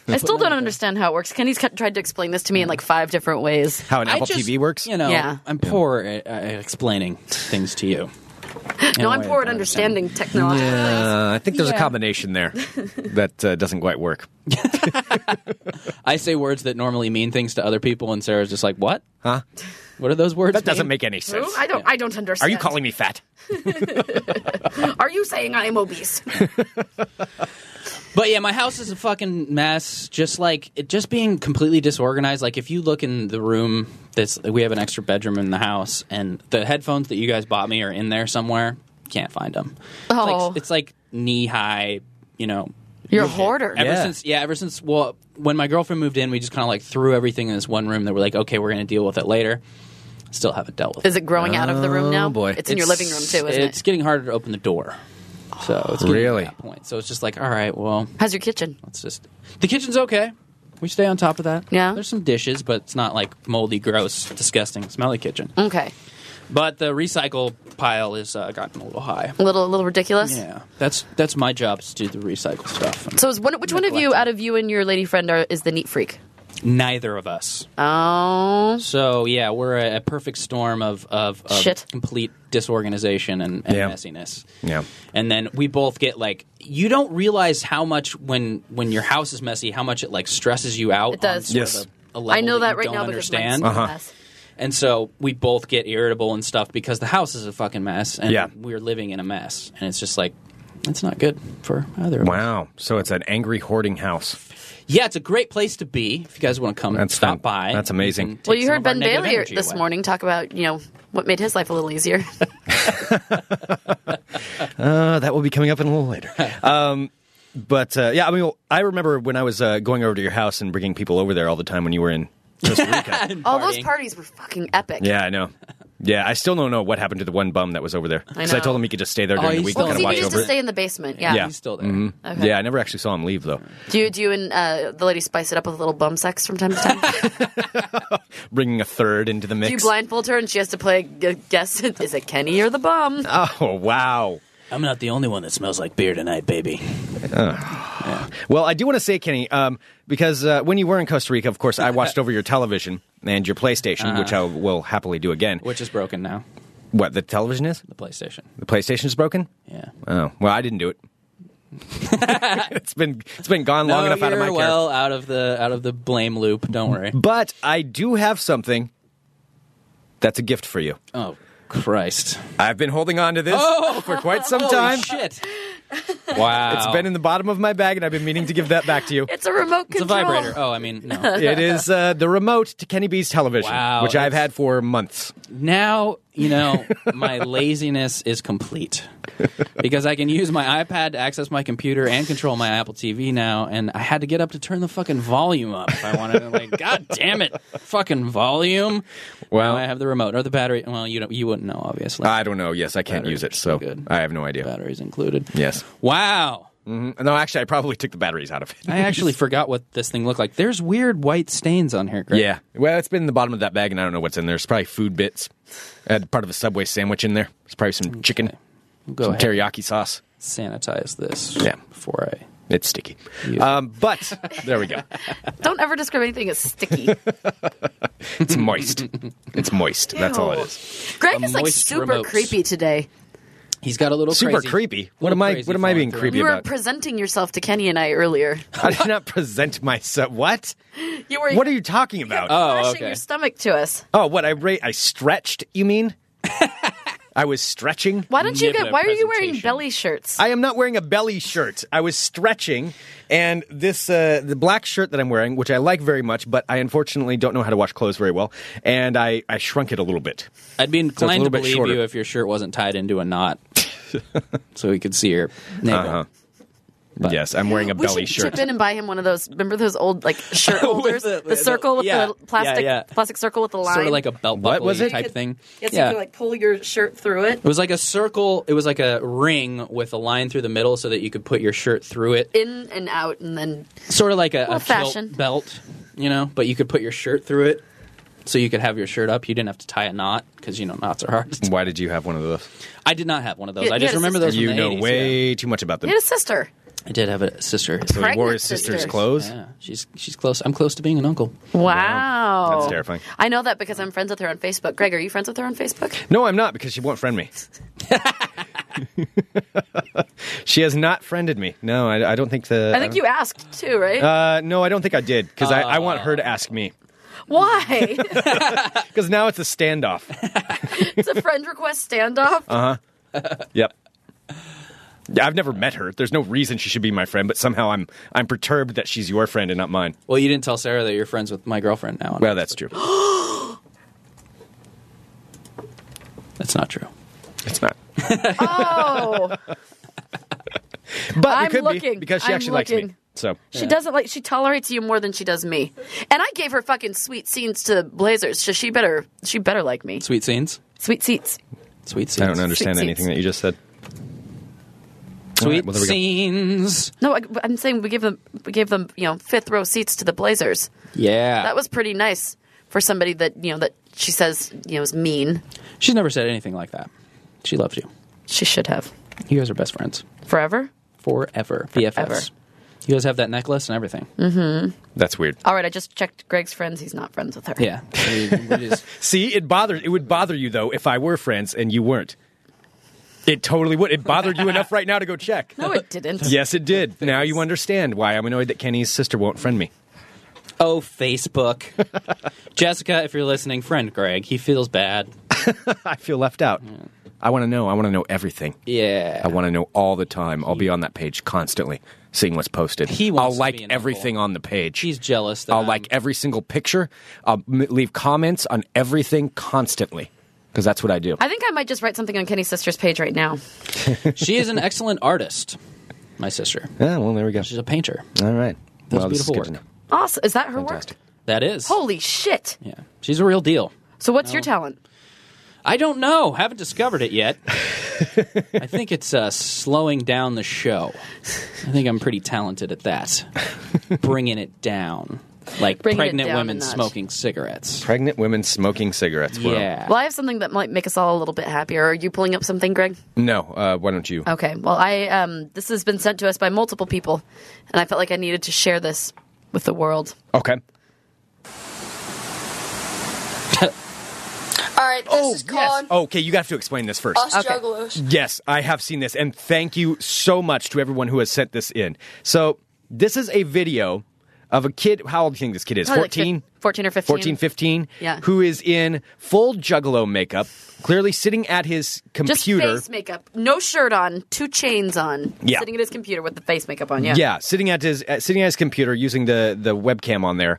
I still don't understand how it works. Kenny's cut- tried to explain this to me in like five different ways. how an I Apple just- TV works. You know, Yeah. I'm poor at, at explaining things to you. <laughs> No, I'm way, poor at I understand. understanding technology. Uh, I think there's a Yeah. <laughs> combination there that uh, doesn't quite work. I say words that normally mean things to other people, and Sarah's just like, "What? Huh? What are those words?" That doesn't mean?" make any Ooh, sense. I don't. I don't Are understand. you calling me fat? Are you saying I am <laughs> obese? But yeah, my house is a fucking mess. Just like it, just being completely disorganized. Like if you look in the room, that's we have an extra bedroom in the house, and the headphones that you guys bought me are in there somewhere. Can't find them. Oh. it's like, it's like knee high. You know, You're a hoarder. Ever Yeah. since, yeah, ever since, well, when my girlfriend moved in, we just kind of like threw everything in this one room that we're like, okay, we're going to deal with it later. Still haven't dealt with it. Is it growing out of the room now? boy. It's in your living room too, isn't Oh, It's it? getting harder to open the door. So it's getting Really? to that point. So it's just like, all right, well, How's your kitchen? let's just. The kitchen's okay. We stay on top of that. Yeah. There's some dishes, but it's not like moldy, gross, disgusting, smelly kitchen. Okay. But the recycle pile is uh, gotten a little high. A little, a little ridiculous. Yeah, that's that's my job is to do the recycle stuff. And So, is one, which one of you, Neglected. out of you and your lady friend, are is the neat freak? neither of us. Oh, So yeah, we're a, a perfect storm of of, of Shit. complete disorganization and, and Yeah. messiness. Yeah. and then we both get like you don't realize how much when when your house is messy, how much it like stresses you out. It does. Um, on sort Yes. Uh-huh. of a, a level I know that you right don't now because mine's understand. a mess. And so we both get irritable and stuff because the house is a fucking mess, and Yeah. we're living in a mess, and it's just like. It's not good for either. of us. Wow. So it's an angry hoarding house. Yeah, it's a great place to be if you guys want to come That's fun. stop by. That's amazing. can take Well, you some heard of our Ben negative Bailey energy this away. morning talk about you know what made his life a little <laughs> easier. Uh, that will be coming up in a little <laughs> later. um, but uh, yeah, I mean, I remember when I was uh, going over to your house and bringing people over there all the time when you were in Costa <laughs> Rica. All those parties were fucking epic. yeah, I know. Yeah, I still don't know what happened to the one bum that was over there because I, know. told him he could just stay there during the he's week still and Well, kind of he watch there. used over to it. stay in the basement. Yeah. Yeah. He's still there. Mm-hmm. Okay. Yeah, I never actually saw him leave though. Do you do you and uh, the lady spice it up with a little bum sex from time to <laughs> time? Bringing a third into the mix. do you blindfold her and she has to play gu- guess <laughs> is it Kenny or the bum? <laughs> Oh wow. I'm not the only one that smells like beer tonight, baby. Well, I do want to say, Kenny, um, because uh, when you were in Costa Rica, of course, <laughs> I watched over your television and your PlayStation, which Uh-huh. I will happily do again. Which is broken now. What the television is? The PlayStation. The PlayStation is broken. Yeah. Oh well, I didn't <laughs> do it. it's been it's been gone long enough out of my care. Oh, well out of the out of the blame loop. Don't worry. But I do have something. That's a gift for you. Oh Christ! I've been holding on to this for quite some time. Oh! Holy shit! wow. It's been in the bottom of my bag, and I've been meaning to give that back to you. It's a remote <laughs> It's a control. vibrator. Oh, I mean, <laughs> no. It is uh, the remote to Kenny B's television, Wow, which I've that's- had for months. now <laughs> you know my laziness is complete because I can use my iPad to access my computer and control my Apple TV now. And I had to get up to turn the fucking volume up if I wanted. to, like, <laughs> god damn it, fucking volume. Well- Now I have the remote or the battery. Well, you don't, you wouldn't know, obviously. I don't know. Yes, I can't use it, so Good. I have no idea. Batteries included. Yes. Mm, Wow. No, actually, I probably took the batteries out of it. <laughs> I actually forgot what this thing looked like. There's weird white stains on here, Greg. Yeah. Well, it's been in the bottom of that bag, and I don't know what's in there. It's probably food bits. I had part of a Subway sandwich in there. It's probably some chicken, Go some ahead. teriyaki sauce. Sanitize this. Yeah. Before I. It's sticky. Yeah. Um, but there we go. Don't ever describe anything as sticky. <laughs> It's moist. It's moist. That's all it Ew. is. Greg A is like moist super remote. creepy today. He's got a little Super crazy- creepy. What am little I- crazy what am I flowing being through creepy him. You were about- presenting yourself to Kenny and I earlier. I did not present myself. What? You were What are you talking about? Oh, Oh, flashing okay. your stomach to us. what I ra- I stretched. You mean? I was stretching. Why don't you Niblet get? Why are you wearing presentation. belly shirts? I am not wearing a belly shirt. I was stretching, and this uh, the black shirt that I'm wearing, which I like very much, but I unfortunately don't know how to wash clothes very well, and I, I shrunk it a little bit. I'd be a inclined little to bit believe shorter. you if your shirt wasn't tied into <laughs> a knot, so we could see your navel. Uh-huh. But- yes, I'm wearing a we belly should shirt. chip in and buy him one of those. Remember those old <laughs> like shirt holders, the- the, the- circle with yeah, the plastic yeah, yeah. plastic circle with the line. Sort of like a belt What buckle was it? type thing. Yes, yeah. you can like pull your shirt through it it was like a circle. It was like a ring with a line through the middle, so that you could put your shirt through it. in and out, and then Sort of like a, a Well, kilt fashion. belt, you know. But you could put your shirt through it, so you could have your shirt up. You didn't have to tie a knot because you know knots <laughs> are hard. Why did you have one of those? I did not have one of those. You- I you just had a remember sister. those. from You the know 80s, way too much about them. he had a sister. yeah. I did have a sister. So he wore pregnant his sister's sister. clothes. Yeah, she's she's close. I'm close to being an uncle. Wow, That's terrifying. I know that because I'm friends with her on Facebook. Greg, are you friends with her on Facebook? No, I'm not because she <laughs> won't friend me. <laughs> she has not friended me. No, I, I don't think the. I Uh, think you asked too, right? Uh, no, I don't think I did because I, I want her to ask me Why? <laughs> because now it's a standoff. it's a friend request <laughs> Oh, standoff. Yep. Yeah, I've never met her. There's no reason she should be my friend, but somehow I'm I'm perturbed that she's your friend and not mine. Well, you didn't tell Sarah that you're friends with my girlfriend now. Well, <gasps> that's true. that's not true. It's not. oh, But I'm it could be looking. because she I'm actually likes me. looking. So she doesn't like. She tolerates you more than she does me. And I gave her fucking sweet scenes to Blazers, so she better. She better like me. Sweet scenes. Sweet seats. Sweet scenes. I don't understand Sweet anything seats. that you just said. Sweet well, there we go. scenes. No, I, I'm saying we gave them we gave them you know fifth row seats to the Blazers. Yeah, That was pretty nice for somebody that you know that she says you know is mean. She's never said anything like that. She loves you. She should have You guys are best friends forever. forever. BFFs. Forever. Mm. You guys have that necklace and everything. That's weird. All right, I just checked Greg's friends. He's not friends with her. Yeah. We- <laughs> we just- See, it bothers. It would bother you though if I were friends and you weren't. It totally would. It bothered you enough right now to go check. <laughs> No, it didn't. <laughs> Yes, it did. Now you understand why I'm annoyed that Kenny's sister won't friend me. <laughs> oh, Facebook. Jessica, if you're listening, friend Greg. He feels bad. I feel left out. I want to know. I want to know everything. Yeah. I want to know all the time. I'll be on that page constantly, seeing what's posted. He wants I'll to like be an everything on the page. She's jealous. That Oh, I'll I'm- like every single picture. I'll m- leave comments on everything constantly because that's what I do. I think I might just write something on Kenny's sister's page right now. she is an excellent artist. My sister. yeah, well, there we go. She's a painter. All right. That's well, this is beautiful good to work. know. Awesome. Is that her Fantastic. work? That is. Holy shit. Yeah. She's a real deal. So what's your talent? I don't know. Haven't discovered it yet. I think it's uh, slowing down the show. I think I'm pretty talented at that. Bringing it down. Like Bringing it pregnant down a women notch. smoking cigarettes. Pregnant women smoking cigarettes. Well, Yeah. Well, I have something that might make us all a little bit happier. Are you pulling up something, Greg? No, uh, why don't you? Okay. Well, I um, this has been sent to us by multiple people, and I felt like I needed to share this with the world. Oh. Okay. All right, this Oh, is called Okay, you have to explain this first. Us Juggalos. Yes, I have seen this, and thank you so much to everyone who has sent this in. So, this is a video of a kid. How old do you think this kid is? Probably like fif- 14? 14 or 15. 14, 15? Yeah. Who is in full juggalo makeup, clearly sitting at his Just computer. face makeup, no shirt on, two chains on, Yeah. sitting at his computer with the face makeup on. Yeah. yeah, sitting at his uh, sitting at his computer using the the webcam on there,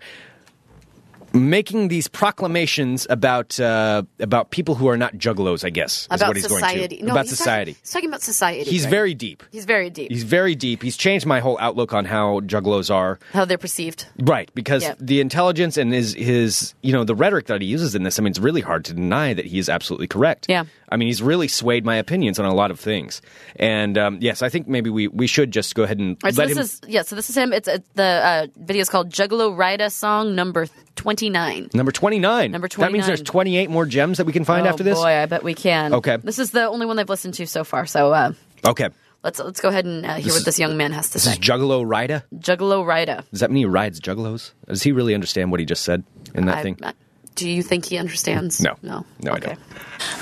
making these proclamations about uh, about people who are not juggalos. I guess is About what he's society. going to No, about he's society. Talking, he's talking about society. he's Greg. very deep. He's very deep. He's very deep. He's changed my whole outlook on how juggalos are. how they're perceived. Right, because Yep. the intelligence and his his you know the rhetoric that he uses in this, I mean, it's really hard to deny that he is absolutely correct. Yeah. I mean, he's really swayed my opinions on a lot of things, and um, yes, I think maybe we we should just go ahead and All right, so let this him. is yeah. So this is him. It's uh, the uh, video is called Juggalo Rida song number twenty nine. Number 29. Number That means there's 29. 28 more gems that we can find oh, after this? boy, I bet we can. Okay. this is the only one I've listened to so far. So uh, Okay. let's let's go ahead and uh, hear what this young man has to This say. is Juggalo Rida. Juggalo Rida. Does that mean he rides juggalos? Does he really understand what he just said in that I- thing? I- do you think he understands? No. no, No, I okay. don't.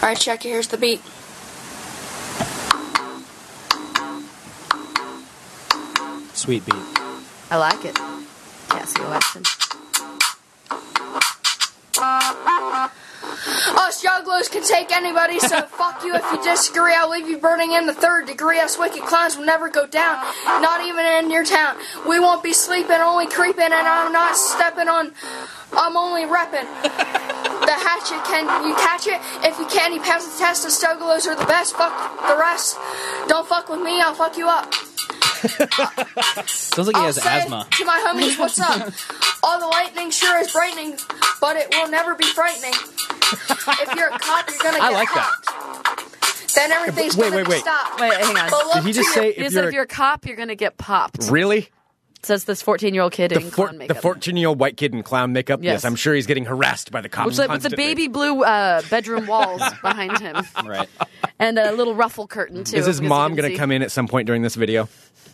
All right, check it. Here's the beat. Sweet beat. I like it. Cassie Weston. Us jugglers can take anybody, so fuck you if you disagree. I'll leave you burning in the third degree. Us wicked clowns will never go down, not even in your town. We won't be sleeping, only creeping, and I'm not stepping on. I'm only repping. The hatchet, can you catch it? If you can, you pass the test. The jugglers are the best. Fuck the rest. Don't fuck with me, I'll fuck you up. Sounds like he I'll has say asthma. To my homies, <laughs> what's up? All the lightning sure is brightening, but it will never be frightening. If you're a cop, you're gonna get I like that. popped. Then everything's Wait, gonna wait, be wait. stopped. Wait, hang on. But look Did he just to your- say He if just said you're, if you're a cop, you're gonna get popped. really? Says this fourteen-year-old kid The in four- clown the makeup. 14 year old white kid in clown makeup? Yes. I'm sure he's getting harassed by the cops. Which, like, with the constantly. baby blue uh, bedroom <laughs> walls behind him, Right. and a little ruffle curtain too. Is his because you mom can going see. to come in at some point during this video?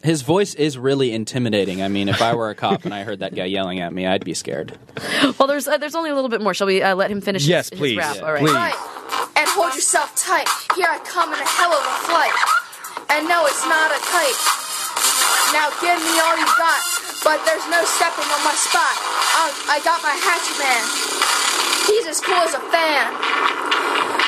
His voice is really intimidating. I mean, if I were a cop and I heard that guy yelling at me, I'd be scared. Well, there's uh, there's only a little bit more. Shall we uh, let him finish? Yes, his, please. His rap? Yeah. All right. Please. Right. And hold yourself tight. Here I come in a hell of a flight. And no, it's not a kite. Now give me all you got, but there's no stepping on my spot. Um, i I got my hatchet man. He's as cool as a fan.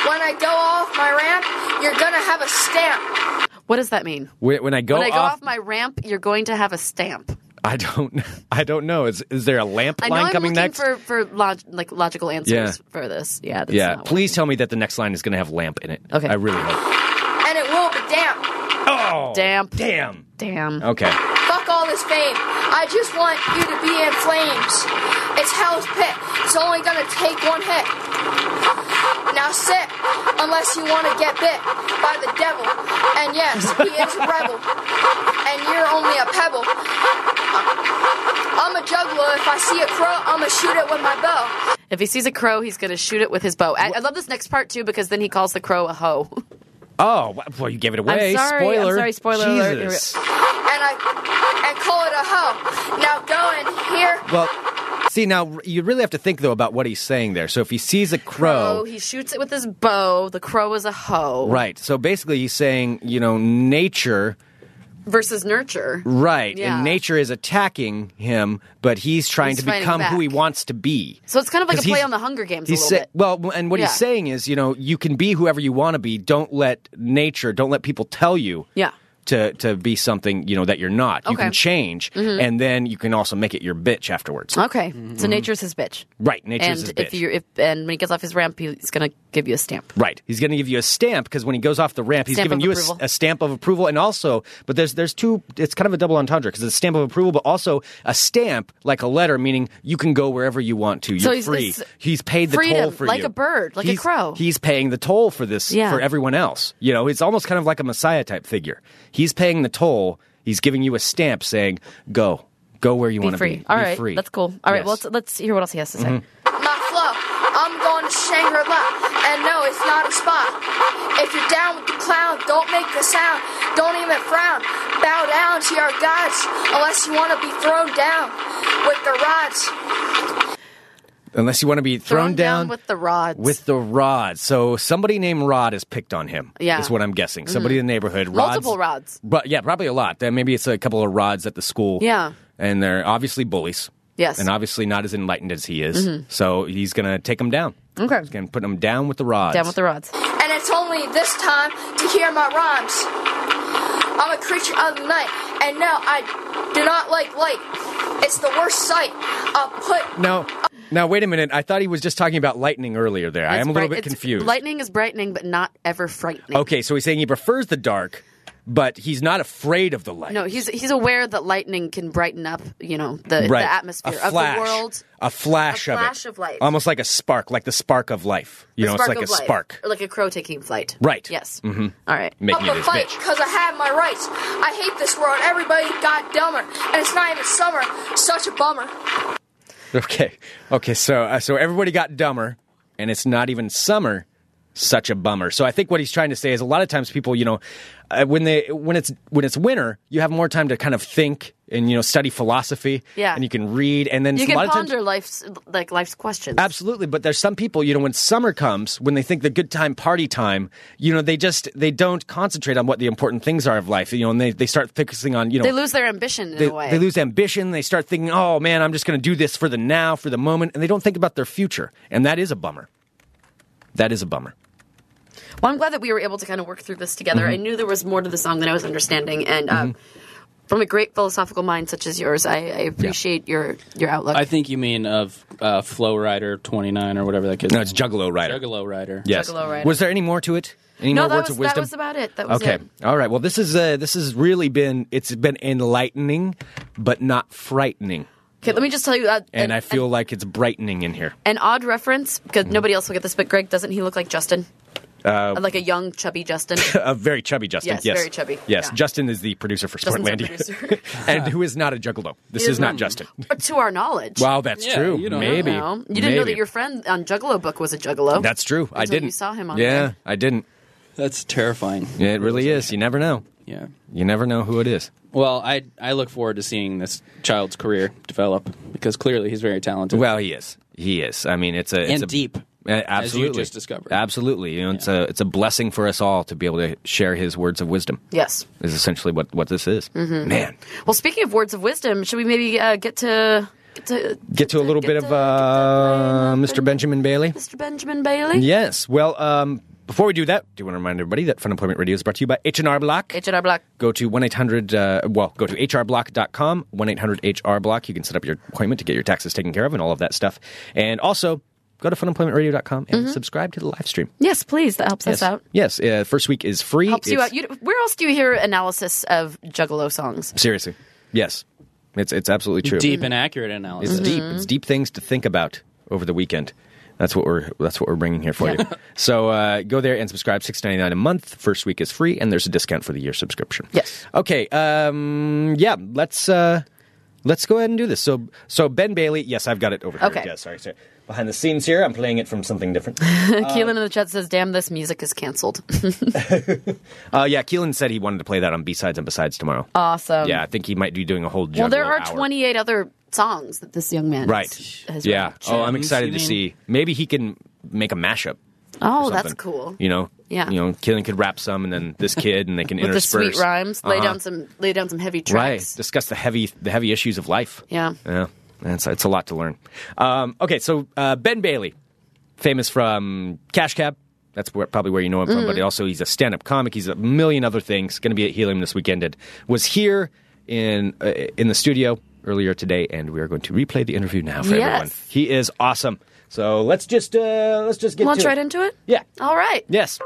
When I go off my ramp, you're gonna have a stamp. What does that mean? When, when I go when I go off, off, my ramp, you're going to have a stamp. I don't, <laughs> I don't know. Is is there a lamp I know line I'm coming looking next? for for log- like logical answers Yeah. for this. Yeah. That's yeah, not what- please tell me that the next line is going to have lamp in it. Okay. I really hope. And it will be damp. Oh, Damp. damn. Damn. Okay. Fuck all this fame. I just want you to be in flames. It's hell's pit. It's only gonna take one hit. Now sit. unless you want to get bit by the devil. And yes, he is a rebel. And you're only a pebble. I'm a juggler. If I see a crow, I'm gonna shoot it with my bow. If he sees a crow, he's going to shoot it with his bow. I, I love this next part too because then he calls the crow a hoe. Oh, wha- well, you gave it away. sorry, I'm spoiler. sorry, spoiler alert. Jesus. And I and call it a hoe. Now go in here. Well, see, now r- you really have to think, though, about what he's saying there. So if he sees a Crow, <laughs> crow. he shoots it with his bow. The crow is a hoe Oh. Right. So basically, he's saying, you know, nature, versus nurture. right. Yeah. And nature is attacking him, but he's trying He's to fighting become who he back. wants to be. So it's kind of like a 'Cause play he's- on the Hunger Games a He's little say- bit. well, and what Yeah. he's saying is, you know, you can be whoever you want to be. Don't let nature, don't let people tell you. Yeah. To, to be something you know that you're not. You Okay. Mm-hmm. can change, and then you can also make it your bitch afterwards. Okay, so nature's his bitch. Right, Mm-hmm. nature's his and if bitch. you if and when he gets off his ramp, he's gonna give you a stamp. Right. He's going to give you a stamp because when he goes off the ramp, he's Stamp giving of you a, s- approval. a stamp of approval. And also, but there's there's two. It's kind of a double entendre because it's a stamp of approval, but also a stamp like a letter, meaning you can go wherever you want to. You're So he's- free. it's He's paid the toll freedom, for like you. a bird, like a He's- crow. He's paying the toll for this Yeah. for everyone else. You know, it's almost kind of like a messiah type figure. He's paying the toll. He's giving you a stamp saying, "Go, go where you Be want to free. be. All Be right, free." that's cool. All right, Yes. Mm-hmm. well let's, let's hear what else he has to say. my flow. I'm going to Shangri La, and no, it's not a spa. If you're down with the clown, don't make a sound. Don't even frown. Bow down to your gods, unless you want to be thrown down with the rods. Unless you want to be thrown, down with the rods. With the rod. So somebody named Rod has picked on him. Yeah. Mm-hmm. Is what I'm guessing. Somebody in the neighborhood. Multiple rods. But yeah, probably a lot. Then maybe it's a couple of rods at the school. Yeah. And they're obviously bullies. Yes. Mm-hmm. And obviously not as enlightened as he is. So he's going to take them down. Okay. He's going to put them down with the rods. down with the rods. and it's only this time to hear my rhymes. I'm a creature of the night, and no, I do not like light. It's the worst sight. I'll put Now, now, wait a minute. I thought he was just talking about lightning earlier there. I It's am a little bright- bit it's- confused. Oh. Lightning is brightening, but not ever frightening. okay, so he's saying he prefers the dark, but he's not afraid of the light. No, he's he's aware that lightning can brighten up, you know, the, right. the atmosphere a flash, of the world. A flash A of flash it. of light. Almost like a spark, like the spark of life. You The know, spark it's like of a light, spark. or like a crow taking flight. Right. Yes. Mm-hmm. right. Making up it a his fight bitch. because I have my rights. I hate this world. Everybody got dumber, and it's not even summer. Such a bummer. Okay. Okay, so uh, so everybody got dumber and it's not even summer. Such a bummer. So I think what he's trying to say is a lot of times people, you know, uh, when they when it's when it's winter, you have more time to kind of think and you know study philosophy Yeah. and you can read and then You a lot can of times ponder life's like life's questions. Absolutely, but there's some people, you know, when summer comes, when they think the good time party time, you know, they just they don't concentrate on what the important things are of life, you know, and they, they start focusing on, you know, They lose their ambition in they, a way. they lose ambition. They start thinking, oh man, I'm just going to do this for the now, for the moment. And they don't think about their future. And that is a bummer. That is a bummer. Well, I'm glad that we were able to kind of work through this together. Mm-hmm. I knew there was more to the song than I was understanding, and um, from a great philosophical mind such as yours, I, I appreciate your your outlook. I think you mean of uh, Flow Rider 29 or whatever that kid's No, it's name Juggalo is. Rider. Juggalo Rider. Yes. Juggalo Rider. Was there any more to it? Any no, more that words was, of wisdom? that was about it. That was okay. it. All right. Well, this is uh, this has really been it's been enlightening, but not frightening. Okay, let me just tell you. Uh, And an, I feel like it's brightening in here. an odd reference because nobody else will get this, but Greg doesn't he look like Justin? Uh, like a young chubby <laughs> Justin. A Uh, very chubby Justin. Yes, very chubby. Yes, Yeah. Justin is the producer for Justin's our Sportlandia, <laughs> producer. <laughs> and who is not a juggalo. This He is is not not. Justin. to our knowledge. Wow, that's Yeah, true. you don't know. Maybe No, you didn't know Maybe. that your friend on Juggalo book was a Juggalo. That's true. I until you didn't. saw him on Yeah, there. I didn't. That's terrifying. Yeah, it really is. You never know. Yeah. You never know who it is. Well, I I look forward to seeing this child's career develop because clearly he's very talented. Well, he is. He is. I mean, it's a it's And a, deep, Uh, absolutely, just discovered. Absolutely, you know, it's a it's a blessing for us all to be able to share his words of wisdom. Yes. Is essentially what what this is. Mm-hmm. Man, Well, speaking of words of wisdom, should we maybe uh, get to get to get to a little Get to- bit get of to uh, Brian Mr. Upton. Benjamin Bailey. Mr. Benjamin Bailey? Yes. Well, um, before we do that, do want to remind everybody that Fun Employment Radio is brought to you by H and R Block. H&R Block. go to 1-800 uh, well go to hrblock.com 1-800-hr-block you can set up your appointment to get your taxes taken care of and all of that stuff and also go to funemploymentradio.com and subscribe to the live stream Yes, please. That helps us yes Mm-hmm. out. yes uh, first week is free Helps you It's- out. You, where else do you hear analysis of Juggalo songs? seriously yes it's it's absolutely true deep and accurate it's analysis. Mm-hmm. deep it's deep things to think about over the weekend That's what we're that's what we're bringing here for you. <laughs> So uh, go there and subscribe. Six ninety nine a month. First week is free, and there's a discount for the year subscription. Yes. Okay. Um, yeah. Let's uh, let's go ahead and do this. So so Ben Bailey. Yes, I've got it over here. Okay. Yeah, sorry, sorry. Behind the scenes here, I'm playing it from something <laughs> different. Keelan in the chat says, "Damn, this music is canceled." <laughs> uh, yeah, Keelan said he wanted to play that on B sides and besides tomorrow. awesome. yeah, I think he might be doing a whole. Um, Well, there Juggalo are hour. 28 other songs that this young man Right. Has, has yeah. written. Oh, I'm Gems, excited to you mean? see. Maybe he can make a mashup. Oh, or that's something. cool. You know, Yeah. You know, Killing could rap some, and then <laughs> this kid, and they can With the intersperse sweet rhymes, lay Uh-huh. down some lay down some heavy Right, tracks. discuss the heavy the heavy issues of life. Yeah. yeah. It's it's a lot to learn. Um, okay, so uh, Ben Bailey, famous from Cash Cab. That's where, probably where you know him from. But Mm-hmm. he also, he's a stand up comic. He's a million other things. Going to be at Helium this weekend. And was here in uh, in the studio earlier today, and we are going to replay the interview now for Yes. everyone. He is awesome. So let's just uh, let's just get Launch to right it. into it. Yeah. All right. Yes.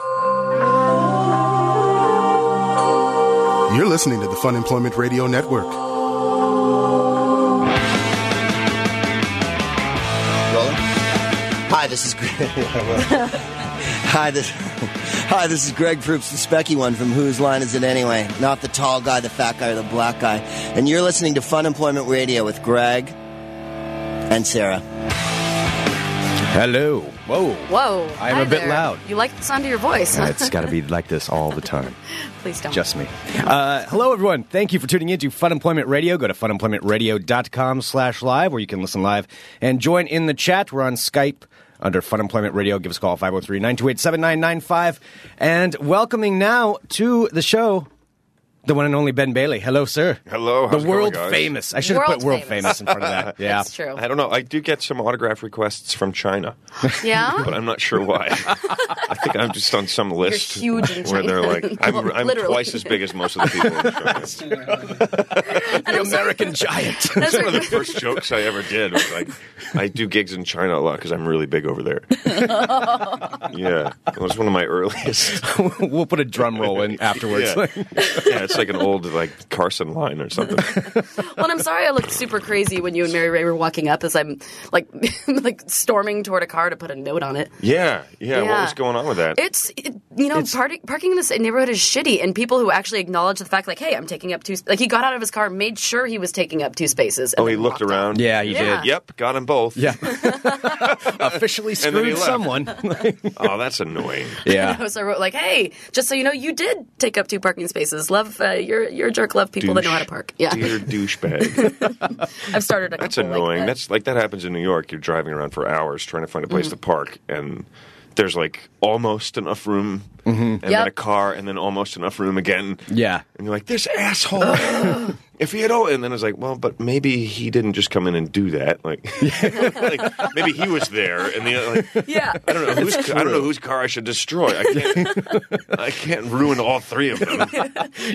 You're listening to the Fun Employment Radio Network. Rolling. Hi, this is Greg. <laughs> Hi, this. Hi, this is Greg Proops, the specky one from Whose Line Is It Anyway? Not the tall guy, the fat guy, or the black guy. And you're listening to Fun Employment Radio with Greg and Sarah. Hello. Whoa. Whoa. I'm hi a bit there. loud. You like the sound of your voice? Uh, it's got to be like this all the time. Please <laughs> don't. Just me. Uh, hello, everyone. Thank you for tuning in to Fun Employment Radio. Go to funemploymentradio.com slash live where you can listen live and join in the chat. We're on Skype under Fun Employment Radio. Give us a call, 503-928-7995. And welcoming now to the show, the one and only Ben Bailey. Hello, sir. Hello, how's it the going, world guys? famous. I should have World put world famous. famous. in front of that. <laughs> Yeah. That's true. I don't know. I do get some autograph requests from China, <laughs> Yeah. but I'm not sure why. I think I'm just on some list huge in <laughs> where they're China. like, <laughs> I'm, I'm Literally. twice as big as most of the people. In China. The <laughs> American giant. <laughs> That's One of the right. first jokes I ever did was like, I do gigs in China a lot because I'm really big over <laughs> there. yeah, it was one of my earliest. we'll put a drum roll in afterwards. <laughs> Yeah. yeah, it's like an old like Carson line or something. Well, and I'm sorry I looked super crazy when you and Mary Ray were walking up as I'm like <laughs> like storming toward a car to put a note on it. Yeah, yeah. What Yeah. was going on with that? It's it, you know party, parking in this neighborhood is shitty, and people who actually acknowledge the fact like, hey, I'm taking up two sp-" like he got out of his car, made sure he was taking up two spaces. and oh, he then looked walked off. around. <laughs> Yeah, you Yeah. did. Yep, got them both. <laughs> Yeah. Officially And then he screwed left. someone. Oh, that's annoying. <laughs> yeah. So I wrote like, "Hey, just so you know, you did take up two parking spaces. Love, uh, you're you're a jerk. Love people that know how to Douche. park. Yeah, <laughs> Dear douchebag. I've started. A That's couple annoying. Like that. That's like that happens in New York. You're driving around for hours trying to find a Mm. place to park, and there's like almost enough room, Mm-hmm. and Yep. then a car, and then almost enough room again. Yeah. And you're like, this asshole. <laughs> if he had all, and then it's like, well, but maybe he didn't just come in and do that. Like, <laughs> like, maybe he was there, and the other- like, yeah. I don't know whose I don't know whose car I should destroy. I <laughs> can't, I can't ruin all three of them Just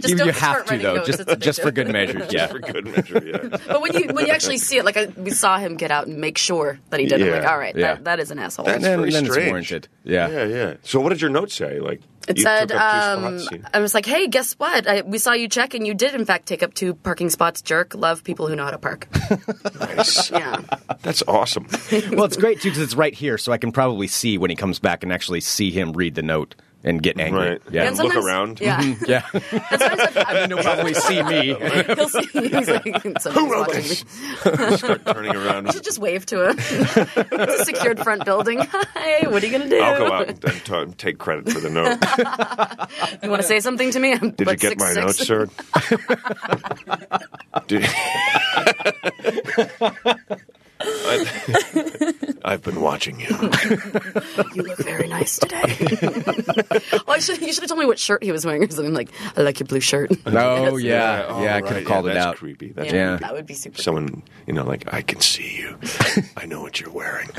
you don't you start have to writing though, notes. It's a just big just for deal. good measure. Yeah. just for good measure. Yeah. But when you when you actually see it, like I, we saw him get out and make sure that he did. it. I'm like, Yeah. all right, Yeah. that, that is an asshole. That's then- very then it's strange. warranted. Yeah. yeah, yeah. So what did your note say? Like It you said, took up two um, <laughs> spots, you- I was like, hey, guess what? I, we saw you check, and you did, in fact, take up two parking spots. Jerk. Love people who know how <laughs> to park. Nice. Yeah. That's awesome. <laughs> Well, it's great too because it's right here, so I can probably see when he comes back and actually see him read the note and get angry. Right. Yeah. And look sometimes- around. Yeah. Mm-hmm. yeah. <laughs> And sometimes and he'll probably see me. I- <laughs> he'll see. He's like, <laughs> somebody's watching me. Start turning around. You should just wave <laughs> to him. it's a secured front building. <laughs> Hi, what are you going to do? I'll go out and, and ta- take credit for the <laughs> note. You want to say something to me? <laughs> I'm Did you like get six, my six. note, <laughs> sir? Did- I've, I've been watching you. You look very nice today. <laughs> well, I should, you should have told me what shirt he was wearing or something. Like, I like your <laughs> blue shirt. Oh yeah, all yeah. I could right. have called Yeah, it that's out. creepy. That's Yeah. creepy. That would be super. Someone, you know, like I can see you. I know what you're wearing.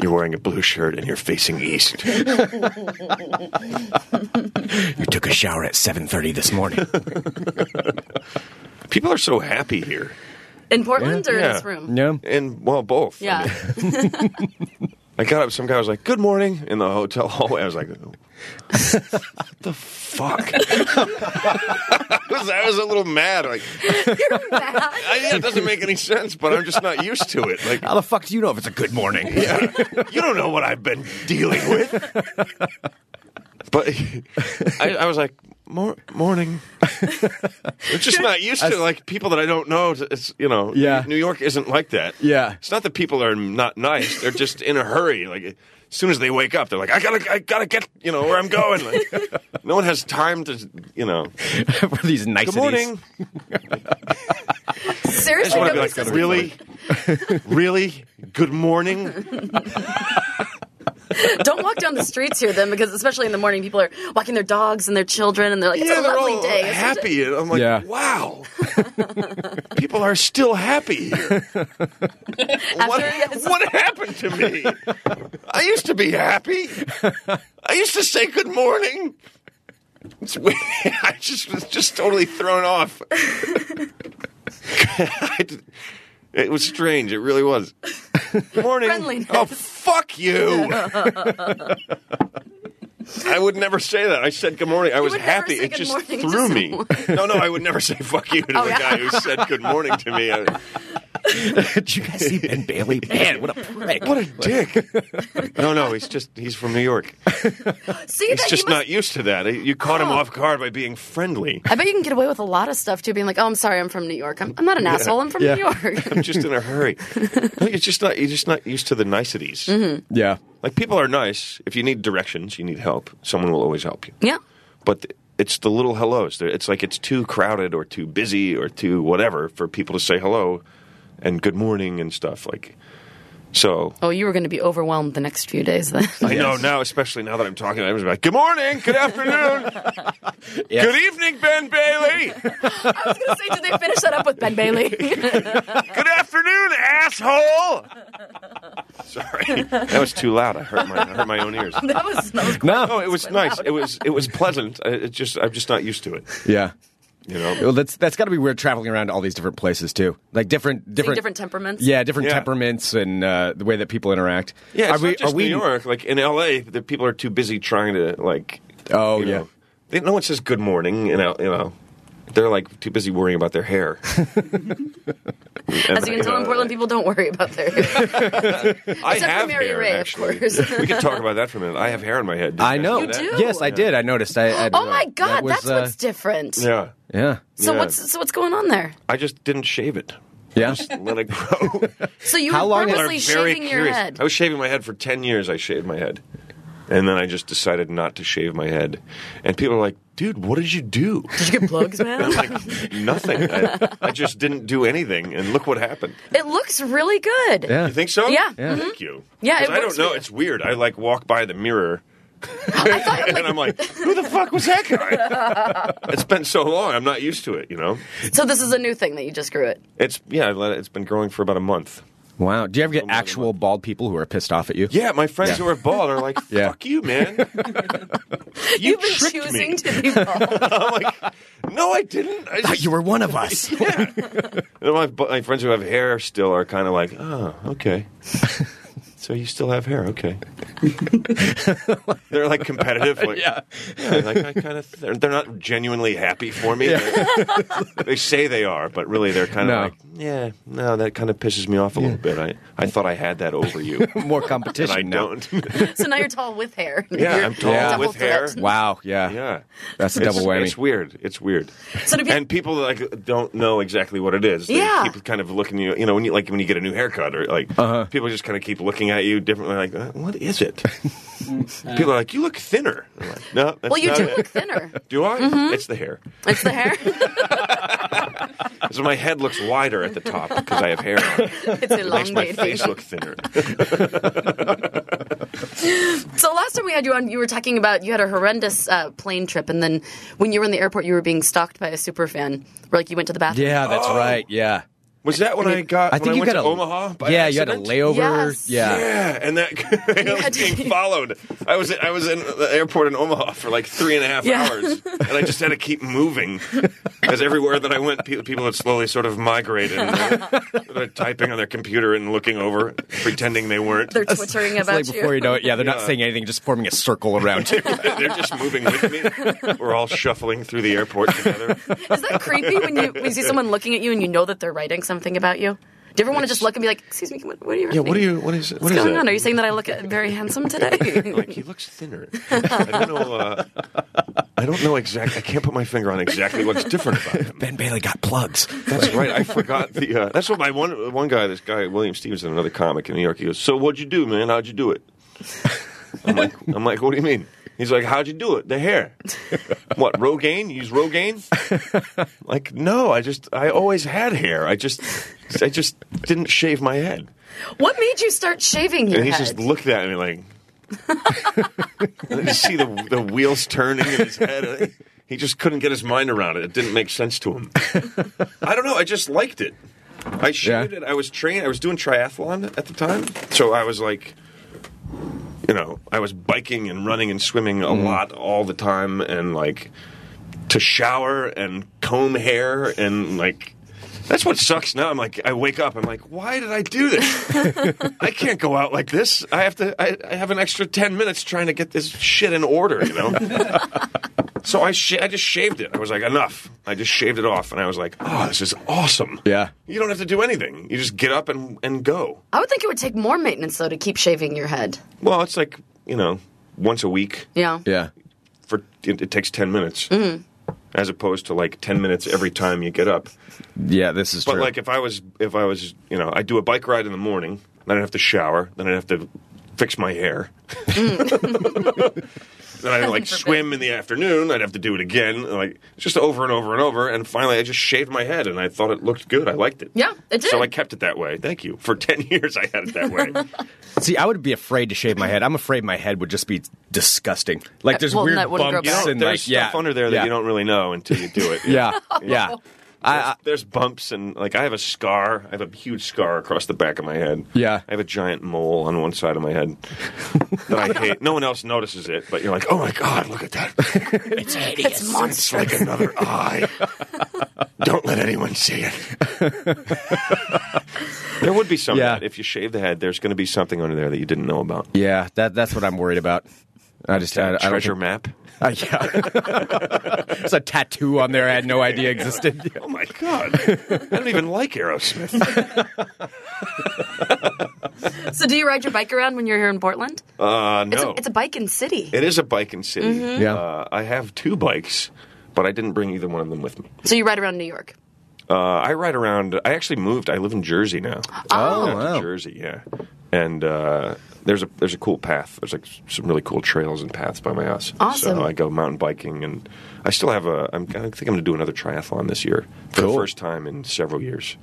You're wearing a blue shirt and you're facing east. You took a shower at seven thirty this morning. People are so happy here. In Portland or in Yeah. this room? no. And well, both. I Yeah. I got up. Some guy was like, "Good morning" in the hotel hallway. <laughs> I was like, "Oh." "What the <laughs> fuck?" I, was, I was a little mad. Like, I- yeah, it doesn't make any sense, but I'm just not used to it. Like, How the fuck do you know if it's a good morning? yeah, you don't know what I've been dealing with. <laughs> But I, I was like, Mor- "Morning." I'm just not used to like people that I don't know. It's you know, Yeah. New York isn't like that. Yeah. It's <laughs> not that people are not nice; they're just in a hurry. Like as soon as they wake up, they're like, "I gotta, I gotta get, you know, where I'm going." Like, <laughs> no one has time to, you know. For these niceties. Good morning. I just <laughs> Seriously, want to be nobody like, says really, <laughs> really, good morning. Don't walk down the streets here then, because especially in the morning, people are walking their dogs and their children, and they're like, "It's yeah, a they're lovely all day." It's such a- happy. And I'm like, Yeah. wow, people are still happy here. what, <laughs> yes. what happened to me? I used to be happy. I used to say good morning. It's weird. I just was just totally thrown off. I d- it was strange. It really was. Good morning. Friendliness. Oh, fuck you. I would never say that. I said good morning. "Oh, I was would never happy. say It good just morning to threw me. someone. No, no, I would never say fuck you to Oh, the yeah. guy who said good morning to me. I- <laughs> Did you guys see Ben Bailey? Man, what a prick. what a dick. No, no, he's just, he's from New York. See He's that just you must- not used to that. You caught him off guard by being friendly. I bet you can get away with a lot of stuff too, being like, "Oh, I'm sorry, I'm from New York. I'm, I'm not an asshole. I'm from Yeah. New York." <laughs> I'm just in a hurry. No, you're just not, you're just not used to the niceties. Yeah. Like, people are nice. If you need directions, you need help, someone will always help you. yeah, but th- it's the little hellos. They're- It's like it's too crowded or too busy or too whatever for people to say hello and good morning and stuff. Like, so Oh, you were going to be overwhelmed the next few days <laughs> then. I know now, especially now that I'm talking, I was like, good morning, good afternoon, good evening, Ben Bailey, I was going to say, did they finish that up with Ben <laughs> Bailey? good afternoon, asshole. <laughs> Sorry, that was too loud. I hurt my I hurt my own ears. that was that was No, Oh, it was nice. It was it was pleasant. I- It just I'm just not used to it. Yeah. You know. Well, that's that's got to be weird traveling around to all these different places too, like different different different temperaments. Yeah, different Yeah. temperaments and uh, the way that people interact. Yeah, it's are we, not just are we, New York. Like in L.A., the people are too busy trying to like. Oh, you yeah. know, they, no one says good morning. You know, you know, they're like too busy worrying about their hair. As you can tell in Portland, people don't worry about <laughs> their <laughs> except I for have Mary hair, Ray, actually. of course. we could talk about that for a minute. I have hair in my head. Did I guys know. You do? Yes, I did. I noticed. I, I oh my that God, was, that's uh, what's different. Yeah, yeah, So yeah. what's so what's going on there? I just didn't shave it. yeah. <laughs> Let it grow. So you How were long is- purposely I'm very shaving your curious. head. I was shaving my head for 10 years. I shaved my head. And then I just decided not to shave my head. And people are like, dude, what did you do? Did you get plugs, man? <laughs> Nothing. I, I just didn't do anything. And look what happened. it looks really good. Yeah. You think so? Yeah. Yeah. Thank you. Yeah, 'Cause it I works don't know. for you. It's weird. I like walk by the mirror. <laughs> and I'm like, who the fuck was that guy? <laughs> it's been so long. I'm not used to it, you know? So this is a new thing that you just grew it. It's, yeah, I let it- it's been growing for about a month. Wow. Do you ever get Oh my God. actual bald people who are pissed off at you? Yeah, my friends who are bald are <laughs> like, Yeah. fuck you, man. <laughs> you You've been tricked choosing me. to be <laughs> bald. I'm like, <laughs> no, I didn't. I Thought just, you were one of us. yeah. And my, bu- my friends who have hair still are kind of like, oh, okay. <laughs> So you still have hair, okay? <laughs> they're like competitive, like, <laughs> yeah. like I kind of. They're, they're not genuinely happy for me. They- <laughs> they say they are, but really they're kind of No. like, yeah, no, that kind of pisses me off a little bit. I I thought I had that over you, <laughs> More and competition. I now. don't. so now you're tall with hair. yeah, You're I'm tall Yeah. double with hair. threat. Wow. Yeah. Yeah. That's a It's- double whammy. It's weird. It's weird. So do people- and people like don't know exactly what it is. They Yeah. keep kind of looking you. You know, when you like when you get a new haircut or like people just kind of keep looking at you differently. Like, uh, what is it? people are like, you look thinner. I'm like, no, that's Well, you not do Mm-hmm. it." look thinner. Do I? It's the hair. It's the <laughs> hair. So my head looks wider at the top because I have <laughs> hair. On it. it's It makes my elongating. face look thinner. <laughs> So last time we had you on, you were talking about you had a horrendous uh, plane trip, and then when you were in the airport, you were being stalked by a super fan. Where like you went to the bathroom. Yeah. That's right. Yeah. Oh. Was that when I, got? I think when you went got to a- Omaha. by yeah, you had a accident? layover. Yes. Yeah. yeah, and that I was <laughs> being followed. I was I was in the airport in Omaha for like three and a half Yeah. hours, and I just had to keep moving because everywhere that I went, <laughs> pe- people had slowly sort of migrated. And they're, they're typing on their computer and looking over, pretending they weren't. They're twittering It's about like before you know it, yeah, they're not Yeah. saying anything, just forming a circle around <laughs> you. They're just moving with me. We're all shuffling through the airport together. Is that creepy when you, when you see someone looking at you and you know that they're writing something about you? Do you ever want to just look and be like, excuse me, what, what are you Yeah, writing? what are you? What is? What What's is going that? on? Are you saying that I look uh, very <laughs> handsome today? like he looks thinner. I don't know. Uh, I don't know exactly. I can't put my finger on exactly what's different about him. ben Bailey got plugs. That's right. I forgot the. Uh, that's what my one one guy, this guy William Stevenson, another comic in New York. He goes, "So what'd you do, man? How'd you do it?" I'm like, I'm like, what do you mean? He's like, how'd you do it? The hair. What Rogaine? You use Rogaine? like, no. I just, I always had hair. I just, I just didn't shave my head. what made you start shaving your and he's head? just looking at me like, and I just see the the wheels turning in his head. He just couldn't get his mind around it. It didn't make sense to him. I don't know. I just liked it. I shaved it. I was trained. I was doing triathlon at the time, so I was like, you know, I was biking and running and swimming a lot all the time, and like to shower and comb hair and like. That's what sucks now. I'm like, I wake up. I'm like, why did I do this? I can't go out like this. I have to. I, I have an extra ten minutes trying to get this shit in order. You know. so I sh- I just shaved it. I was like, enough. I just shaved it off, and I was like, oh, this is awesome. Yeah. You don't have to do anything. You just get up and and go. I would think it would take more maintenance though to keep shaving your head. Well, it's like you know, once a week. You know? Yeah. For it, it takes ten minutes. Mm-hmm. As opposed to like ten minutes every time you get up. Yeah, this is But true. like if I was if I was you know I do a bike ride in the morning, then I'd have to shower, then I'd have to fix my hair. Mm. <laughs> then I'd like swim in the afternoon. I'd have to do it again, and, like just over and over and over. And finally, I just shaved my head, and I thought it looked good. I liked it. Yeah, it did. So I kept it that way. Thank you. For <laughs> ten years, I had it that <laughs> way. See, I would be afraid to shave my head. I'm afraid my head would just be disgusting. Like there's Well, weird that wouldn't grow bumps back. You and know, there's like stuff yeah, under there that yeah, you don't really know until you do it. <laughs> <laughs> <laughs> Yeah, yeah. I, I There's, there's bumps and like I have a scar. I have a huge scar across the back of my head. Yeah. I have a giant mole on one side of my head <laughs> that I hate. No one else notices it, but you're like, oh my god, look at <laughs> that! It's hideous. It's, like another eye. Don't let anyone see it. <laughs> there would be some of Yeah. that if you shave the head. There's going to be something under there that you didn't know about. yeah. That that's what I'm worried about. I just I, I don't Treasure think- <laughs> map. Uh, yeah. <laughs> it's a tattoo on there I had no idea existed. Oh my god! I don't even like Aerosmith. <laughs> So do you ride your bike around when you're here in Portland? Uh, no, It's, a, it's a bike in city. It is a bike in city. Yeah. Uh, I have two bikes, but I didn't bring either one of them with me. so you ride around New York. Uh, I ride around. I actually moved. I live in Jersey now. Oh, Moved out to wow. Jersey, yeah. And uh, there's a there's a cool path. There's like some really cool trails and paths by my house. Awesome. So I go mountain biking, and I still have a. I'm, I think I'm going to do another triathlon this year for Cool. the first time in several years.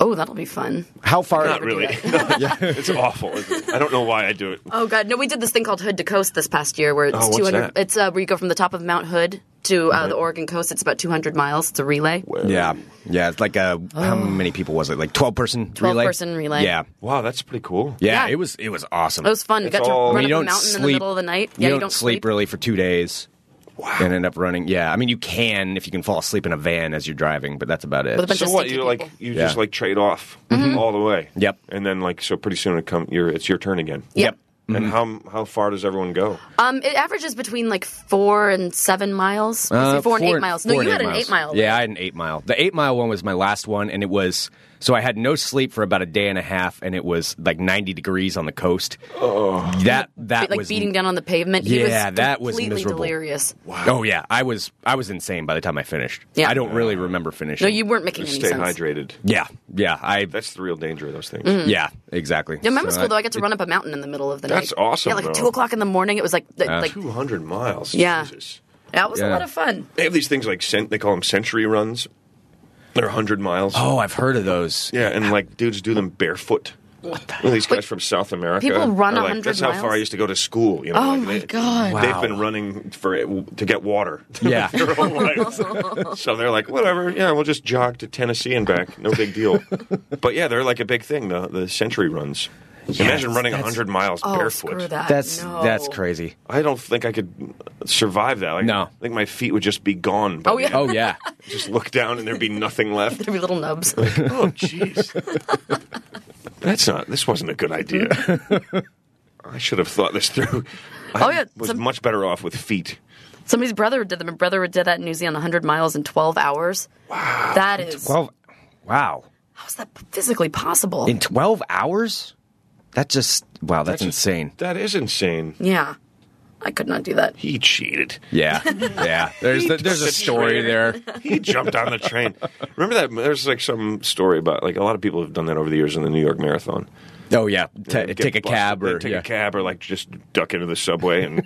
Oh, that'll be fun. How far? Not really. <laughs> it's awful. I don't know why I do it. Oh god, no, we did this thing called Hood to Coast this past year where it's Oh, what's 200 that? Mm-hmm. it's uh, where you go from the top of Mount Hood to uh, the Oregon coast. It's about 200 miles. It's a relay. Yeah, yeah. It's like a how many people was it? Like twelve person 12 relay. person relay. Yeah. Wow, that's pretty cool. yeah, Yeah. It was it was awesome. It was fun. You It's got to all- run You up a mountain in the middle of the night. yeah, you, don't you don't sleep, really for two days. Wow. And end up running. Yeah, I mean, you can if you can fall asleep in a van as you're driving, but that's about it. With a bunch so of what stinky you like people. Mm-hmm. you Yeah. just like trade off all the way Yep. and then like so pretty soon it come your it's your turn again Yep. and how how far does everyone go Um, it averages between like four and seven miles. Uh, four, and eight miles. No, four you and had an eight mile. Yeah, I had an eight mile. The eight mile one was my last one, and it was so I had no sleep for about a day and a half, and it was like ninety degrees on the coast. Oh, that that like was beating down on the pavement. he was Yeah, that was completely miserable. delirious. Oh yeah, I was I was insane by the time I finished. Yeah. I don't really remember finishing. No, you weren't making Just any stay sense. hydrated Yeah, yeah, I. that's the real danger of those things Mm-hmm. Yeah, exactly. Yeah, mine was So cool though. I got to run up a mountain in the middle of the night. That's awesome, Yeah, like though. two o'clock in the morning. It was like the, like 200 miles Yeah. Jesus. that was a Yeah. lot of fun. they have these things like cent- they call them century runs they're 100 miles Oh, I've heard of those. <laughs> yeah and like dudes do them barefoot Well, these guys from South America. people run are like, 100 That's how far miles? I used to go to school. You know, Oh like, my God. They've Wow. been running for it- to get water. Yeah. <laughs> their whole life. so they're like, whatever. Yeah, we'll just jog to Tennessee and back. No big deal. but yeah, they're like a big thing. The the century runs. Imagine running that's- hundred miles Oh, barefoot. screw that. That's No. that's crazy. I don't think I could survive that. Like, No. I think my feet would just be gone. by Oh, the yeah. end. Oh yeah. Just look down and there'd be nothing <laughs> left. There'd be little nubs. Oh, jeez. <laughs> That's not. This wasn't a good idea. I should have thought this through. I Oh, yeah, was some- much better off with feet. Somebody's brother did that. My brother did that in New Zealand, 100 miles in 12 hours. Wow. That is. <laughs> Twelve. Wow. How's that physically possible? In twelve hours. That just wow. That's, insane. That is insane. yeah. I could not do that. He cheated. Yeah. <laughs> Yeah. There's the, there's a That's story weird. there. <laughs> He <laughs> jumped on the train. Remember that? There's like some story about like a lot of people have done that over the years in the New York Marathon. Oh yeah. Ta- Get take a busted, cab they or take yeah. a cab or like just duck into the subway <laughs> and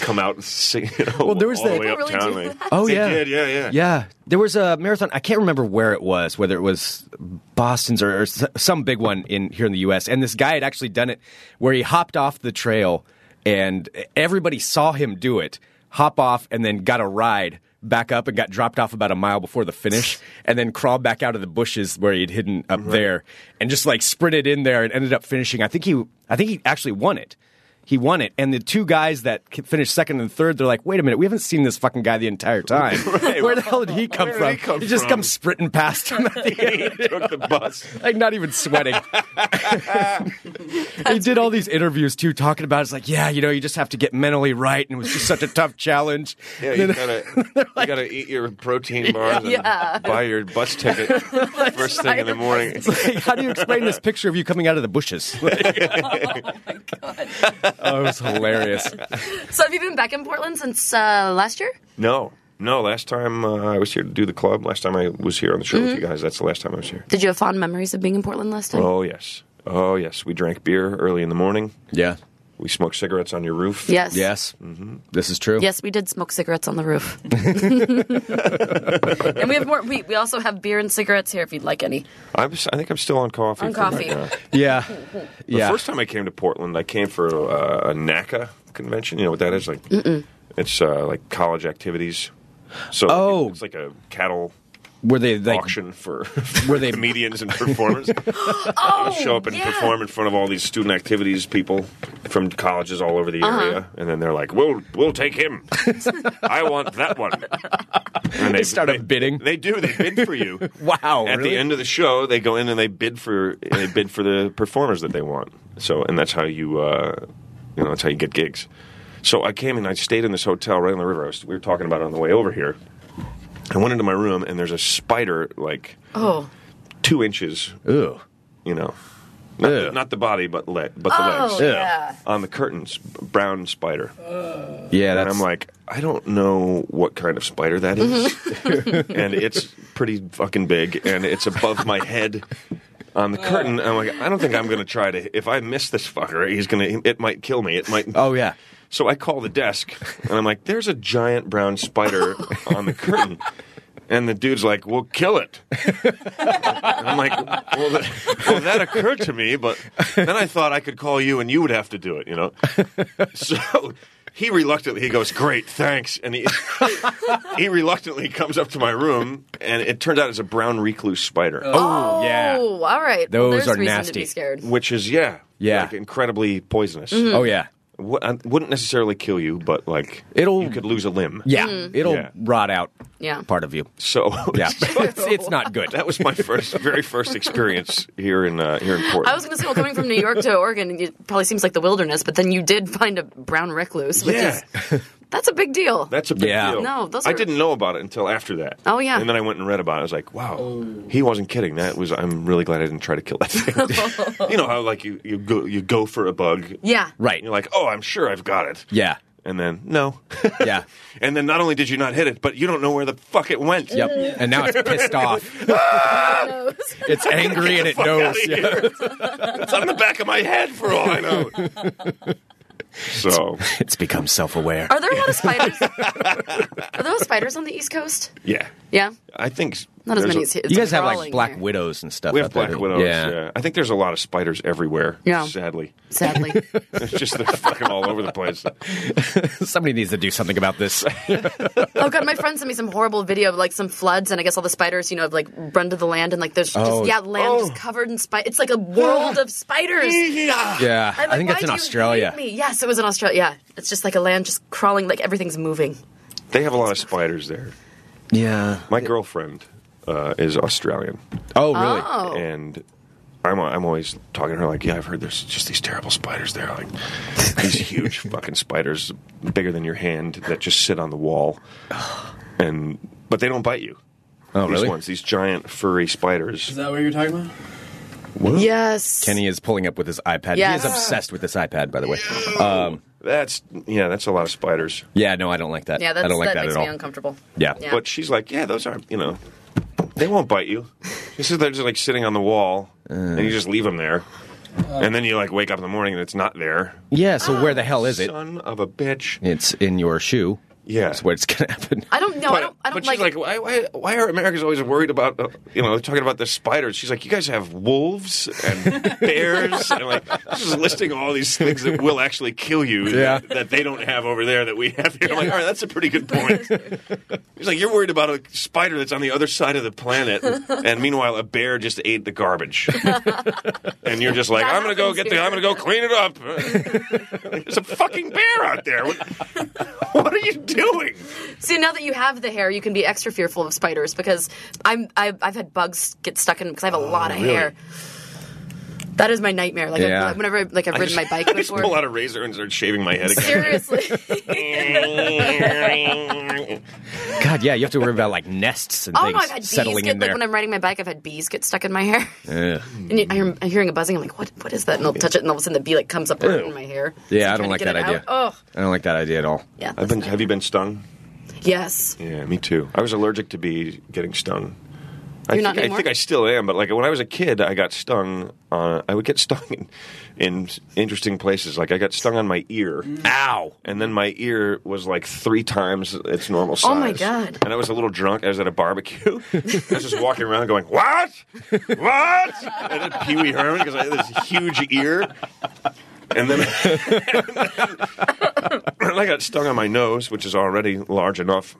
come out and sing. You know, Well, there was all the that- way People really uptown. do like- Oh They yeah. did, yeah, yeah, Yeah, there was a marathon. I can't remember where it was, whether it was Boston's or, or s- some big one in here in the U.S. And this guy had actually done it, where he hopped off the trail, and everybody saw him do it, hop off, and then got a ride back up and got dropped off about a mile before <laughs> the finish, and then crawled back out of the bushes where he'd hidden up there, and just like sprinted in there and ended up finishing. I think he, I think he actually won it. He won it, and the two guys that c- finished second and third, they're like, "Wait a minute, we haven't seen this fucking guy <laughs> the entire time. Where the hell did he come Where did from? he come just from?" comes sprinting past him, <laughs> at the end, He took the bus. like not <laughs> even sweating. he did all these interviews too, talking about it's like, yeah, you know, you just have to get mentally right, and it was just such a tough challenge. <laughs> <laughs> Yeah, And you then- gotta you gotta eat your protein bars and Yeah. buy your bus <laughs> ticket first thing in the morning. Like, how do you explain this picture of you coming out of <laughs> the bushes? oh, it was hilarious. So, have you been back in Portland since uh, last year? No, no. Last time uh, I was here to do the club. Last time I was here on the show Mm-hmm. with you guys. That's the last time I was here. Did you have fond memories of being in Portland last time? Oh yes, oh yes. We drank beer early in the morning. Yeah. We smoked cigarettes on your roof. yes. Yes. Mm-hmm. This is true. Yes, we did smoke cigarettes on the <laughs> roof. and we have more. We, we also have beer and cigarettes here if you'd like any. I'm, s- I think I'm still on coffee. On for right coffee. now. Yeah. The Yeah. first time I came to Portland, I came for uh, a NACA convention. You know what that is? Like, it's uh, like college activities. So Oh. it's like a cattle Were they like auction for <laughs> Were they- comedians and <laughs> performers. They'll show up and Oh, yeah. perform in front of all these student activities people from colleges all over the Uh-huh. area, and then they're like, "We'll we'll take <laughs> him. I want that one." And They start a bidding? They do. They bid for <laughs> you. Wow! At the end of the show, they go in and they bid for they bid for the performers that they want. So, and that's how you uh, you know that's how you get gigs. So I came and I stayed in this hotel right on the river. I was, we were talking about it on the way over here. I went into my room and there's a spider like Oh. two inches, Ooh. you know, not, Ew. the, not the body but leg, but the Oh, legs yeah. on the curtains, b- brown spider. Yeah, and that's I'm like, I don't know what kind of spider that is, Mm-hmm. <laughs> and it's pretty fucking big, and it's above my head on the curtain. I'm like, I don't think I'm gonna try to. If I miss this fucker, he's gonna. It might kill me. It might. Oh yeah. So I call the desk and I'm like, there's a giant brown spider on the curtain. And the dude's like, "Well, kill it." And I'm like, well that, "Well, that occurred to me, but then I thought I could call you, and you would have to do it." You know. So he reluctantly he goes, "Great, thanks," and he he reluctantly comes up to my room, and it turns out it's a brown recluse spider. Oh, Oh, all right. Well, Those there's are reason to nasty. be scared. Which is yeah, Yeah. like incredibly poisonous. Oh yeah. Wo- uh, wouldn't necessarily kill you, but like It'll- you could lose a limb. Yeah. It'll Yeah. rot out Mm-hmm. Yeah. part of you. So <laughs> Yeah. <laughs> it's, it's not <laughs> good. that was my first, very first experience here in uh, here in Portland. I was going to say, well, coming from New York <laughs> to Oregon, it probably seems like the wilderness, but then you did find a brown recluse, which yeah, is that's a big deal. that's a big Yeah. deal. No, those I are- didn't know about it until after that. Oh, yeah. Oh. and then I went and read about it. I was like, wow, he wasn't kidding. That was. I'm really glad I didn't try to kill that <laughs> thing. you know how like you, you go you go for a bug. yeah. Right. You're like, oh, I'm sure I've got it. Yeah. And then no. Yeah. and then not only did you not hit it, but you don't know where the fuck it went. <laughs> Yep. And now it's pissed off. it's <laughs> angry and it knows. outta Yeah. It's on the back of my head for all I <laughs> know. So It's become self-aware. Are there a lot of spiders? are there spiders on the East Coast? yeah, Yeah. I think s- Not as There's a- many as as you guys have crawling like black there. widows and stuff. We have out there black that- widows. Yeah. Yeah. I think there's a lot of spiders everywhere. Yeah. sadly, <laughs> Sadly. <laughs> it's just they're fucking all over the place. <laughs> Somebody needs to do something about <laughs> this. oh god, my friend sent me some horrible video of like some floods, and I guess all the spiders, you know, have like run to the land, and like there's Oh. just yeah, land just covered in spiders. It's like a world of spiders. <laughs> Yeah, I'm <gasps> I like, "Why think that's in do you hate Australia. me?" Yes, it was in Australia. Yeah, it's just like a land just crawling, like everything's moving. They have a lot of spiders there. Yeah. My girlfriend uh, is Australian. Oh, really? Oh. And I'm, I'm always talking to her like, yeah, I've heard there's just these terrible spiders there. Like <laughs> these huge fucking spiders bigger than your hand that just sit on the wall. And But they don't bite you. Oh, these really? ones, these giant furry spiders. that what you're talking about? Yes. Kenny is pulling up with his iPad. Yes. He is obsessed with this iPad, by the way. Um, That's yeah, that's a lot of spiders. Yeah, no, I don't like that. yeah, that's, I don't like that, makes at all. me uncomfortable. Yeah. Yeah. But she's like, yeah, those aren't, you know, they won't bite you. She said they're just like sitting on the wall and you just leave them there. and then you like wake up in the morning and it's not there. Yeah, Oh, so where the hell is it? Son of a bitch. It's in your shoe. Yeah. That's where it's going to <laughs> happen. I don't know. I don't. I but don't she's like. like, why, why, why are Americans always worried about, uh, you know, talking about the spiders? She's like, you guys have wolves <laughs> and bears. and like, she's listing all these things that will actually kill you Yeah. that, that they don't have over there that we have here. I'm like, all right, that's a pretty good point. She's like, you're worried about a spider that's on the other side of the planet. And meanwhile, a bear just ate the <laughs> garbage. and you're just like, That I'm going to go happens get the, here." I'm going to go clean it up. <laughs> There's a fucking bear out there. What, what are you doing? See, now that you have the hair, you can be extra fearful of spiders because I'm I've, I've had bugs get stuck in because I have a lot of hair. That is my nightmare. Like Yeah. I, whenever I, like I've I ridden just- my bike I just before. pull out a razor and start shaving my <laughs> head again. Seriously. God, yeah, you have to worry about like nests and <laughs> oh things no, I've had bees settling get in like there. when I'm riding my bike, I've had bees get stuck in my hair. Ugh. And you, I hear, I'm hearing a buzzing. I'm like, what? What is that? And I'll touch it, and all of a sudden the bee like comes up Ew. in my hair. Yeah, I Trying don't to like get that it idea. out. Oh, I don't like that idea at all. Yeah. I've been. Have you been stung? Oh, yes. Yeah, me too. I was allergic to bee getting stung. I You're think, not I anymore? think I still am, but like when I was a kid, I got stung. Uh, I would get stung in, in interesting places. Like I got stung on my ear. Ow! And then my ear was like three times its normal size. Oh, my God. And I was a little drunk. I was at a barbecue. <laughs> I was just walking around going, "What? What?" And then Pee Wee Herman because I had this huge ear. And then, <laughs> and I got stung on my nose, which is already large enough.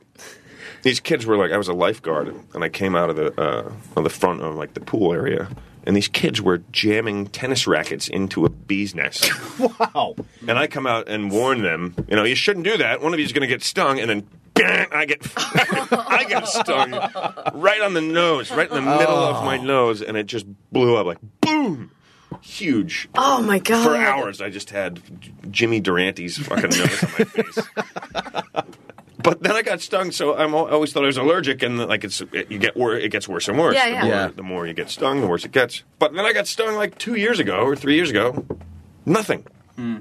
These kids were like, I was a lifeguard, and I came out of the uh, on the front of like the pool area, and these kids were jamming tennis rackets into a bee's nest. Wow. And I come out and warn them, you know, you shouldn't do that. One of you's going to get stung, and then bang, I get <laughs> I got stung right on the nose, right in the middle of my nose, and it just blew up like boom, huge. Oh my god. For hours, I just had Jimmy Durante's fucking nose on my face. But then I got stung, so I'm, al- I always thought I was allergic, and like it's it, you get wor- it gets worse and worse. Yeah, the, yeah. More, Yeah. the more you get stung, the worse it gets. But then I got stung like two years ago or three years ago, nothing, Hmm.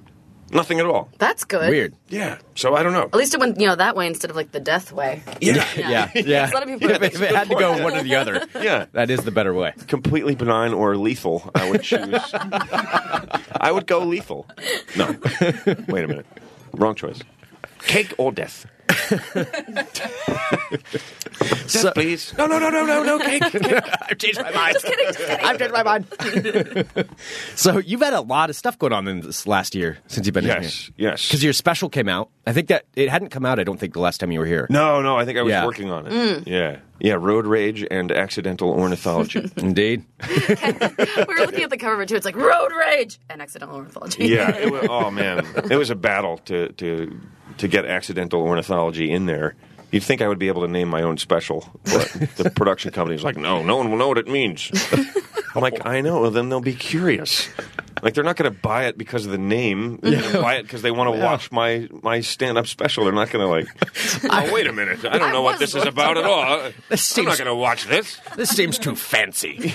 nothing at all. That's good. Weird. Yeah, so I don't know. At least it went you know that way instead of like the death way. Yeah, <laughs> Yeah, yeah. A lot of people are- <laughs> if it had to go one or the other, <laughs> yeah. that is the <laughs> better way. Completely benign or lethal, I would choose. I would go lethal. No, wait a minute, wrong choice. Cake or <laughs> death? death, please. <laughs> No, no, no, no, no, no, <laughs> cake. I've changed my mind. <laughs> I've changed my mind. <laughs> so you've had a lot of stuff going on in this last year since you've been in Yes, here. yes. Because your special came out. I think that it hadn't come out. I don't think the last time you were here. No, no, I think I was Yeah. working on it. Yeah. Yeah, road rage and accidental <laughs> ornithology. Indeed. <laughs> we were looking at the cover of it too. It's like road rage and accidental ornithology. yeah. It was, oh man. It was a battle to to to get accidental ornithology in there. You'd think I would be able to name my own special, but <laughs> the production company was like, "No, no one will know what it means." <laughs> I'm like, "I know." Well, then they'll be curious. Like they're not going to buy it because of the name. They're going to buy it because they want to watch my my stand up special. They're not going to like. Oh wait a minute! <laughs> I don't know what was this is about at all. I'm seems- not going to watch this. <laughs> This seems too fancy.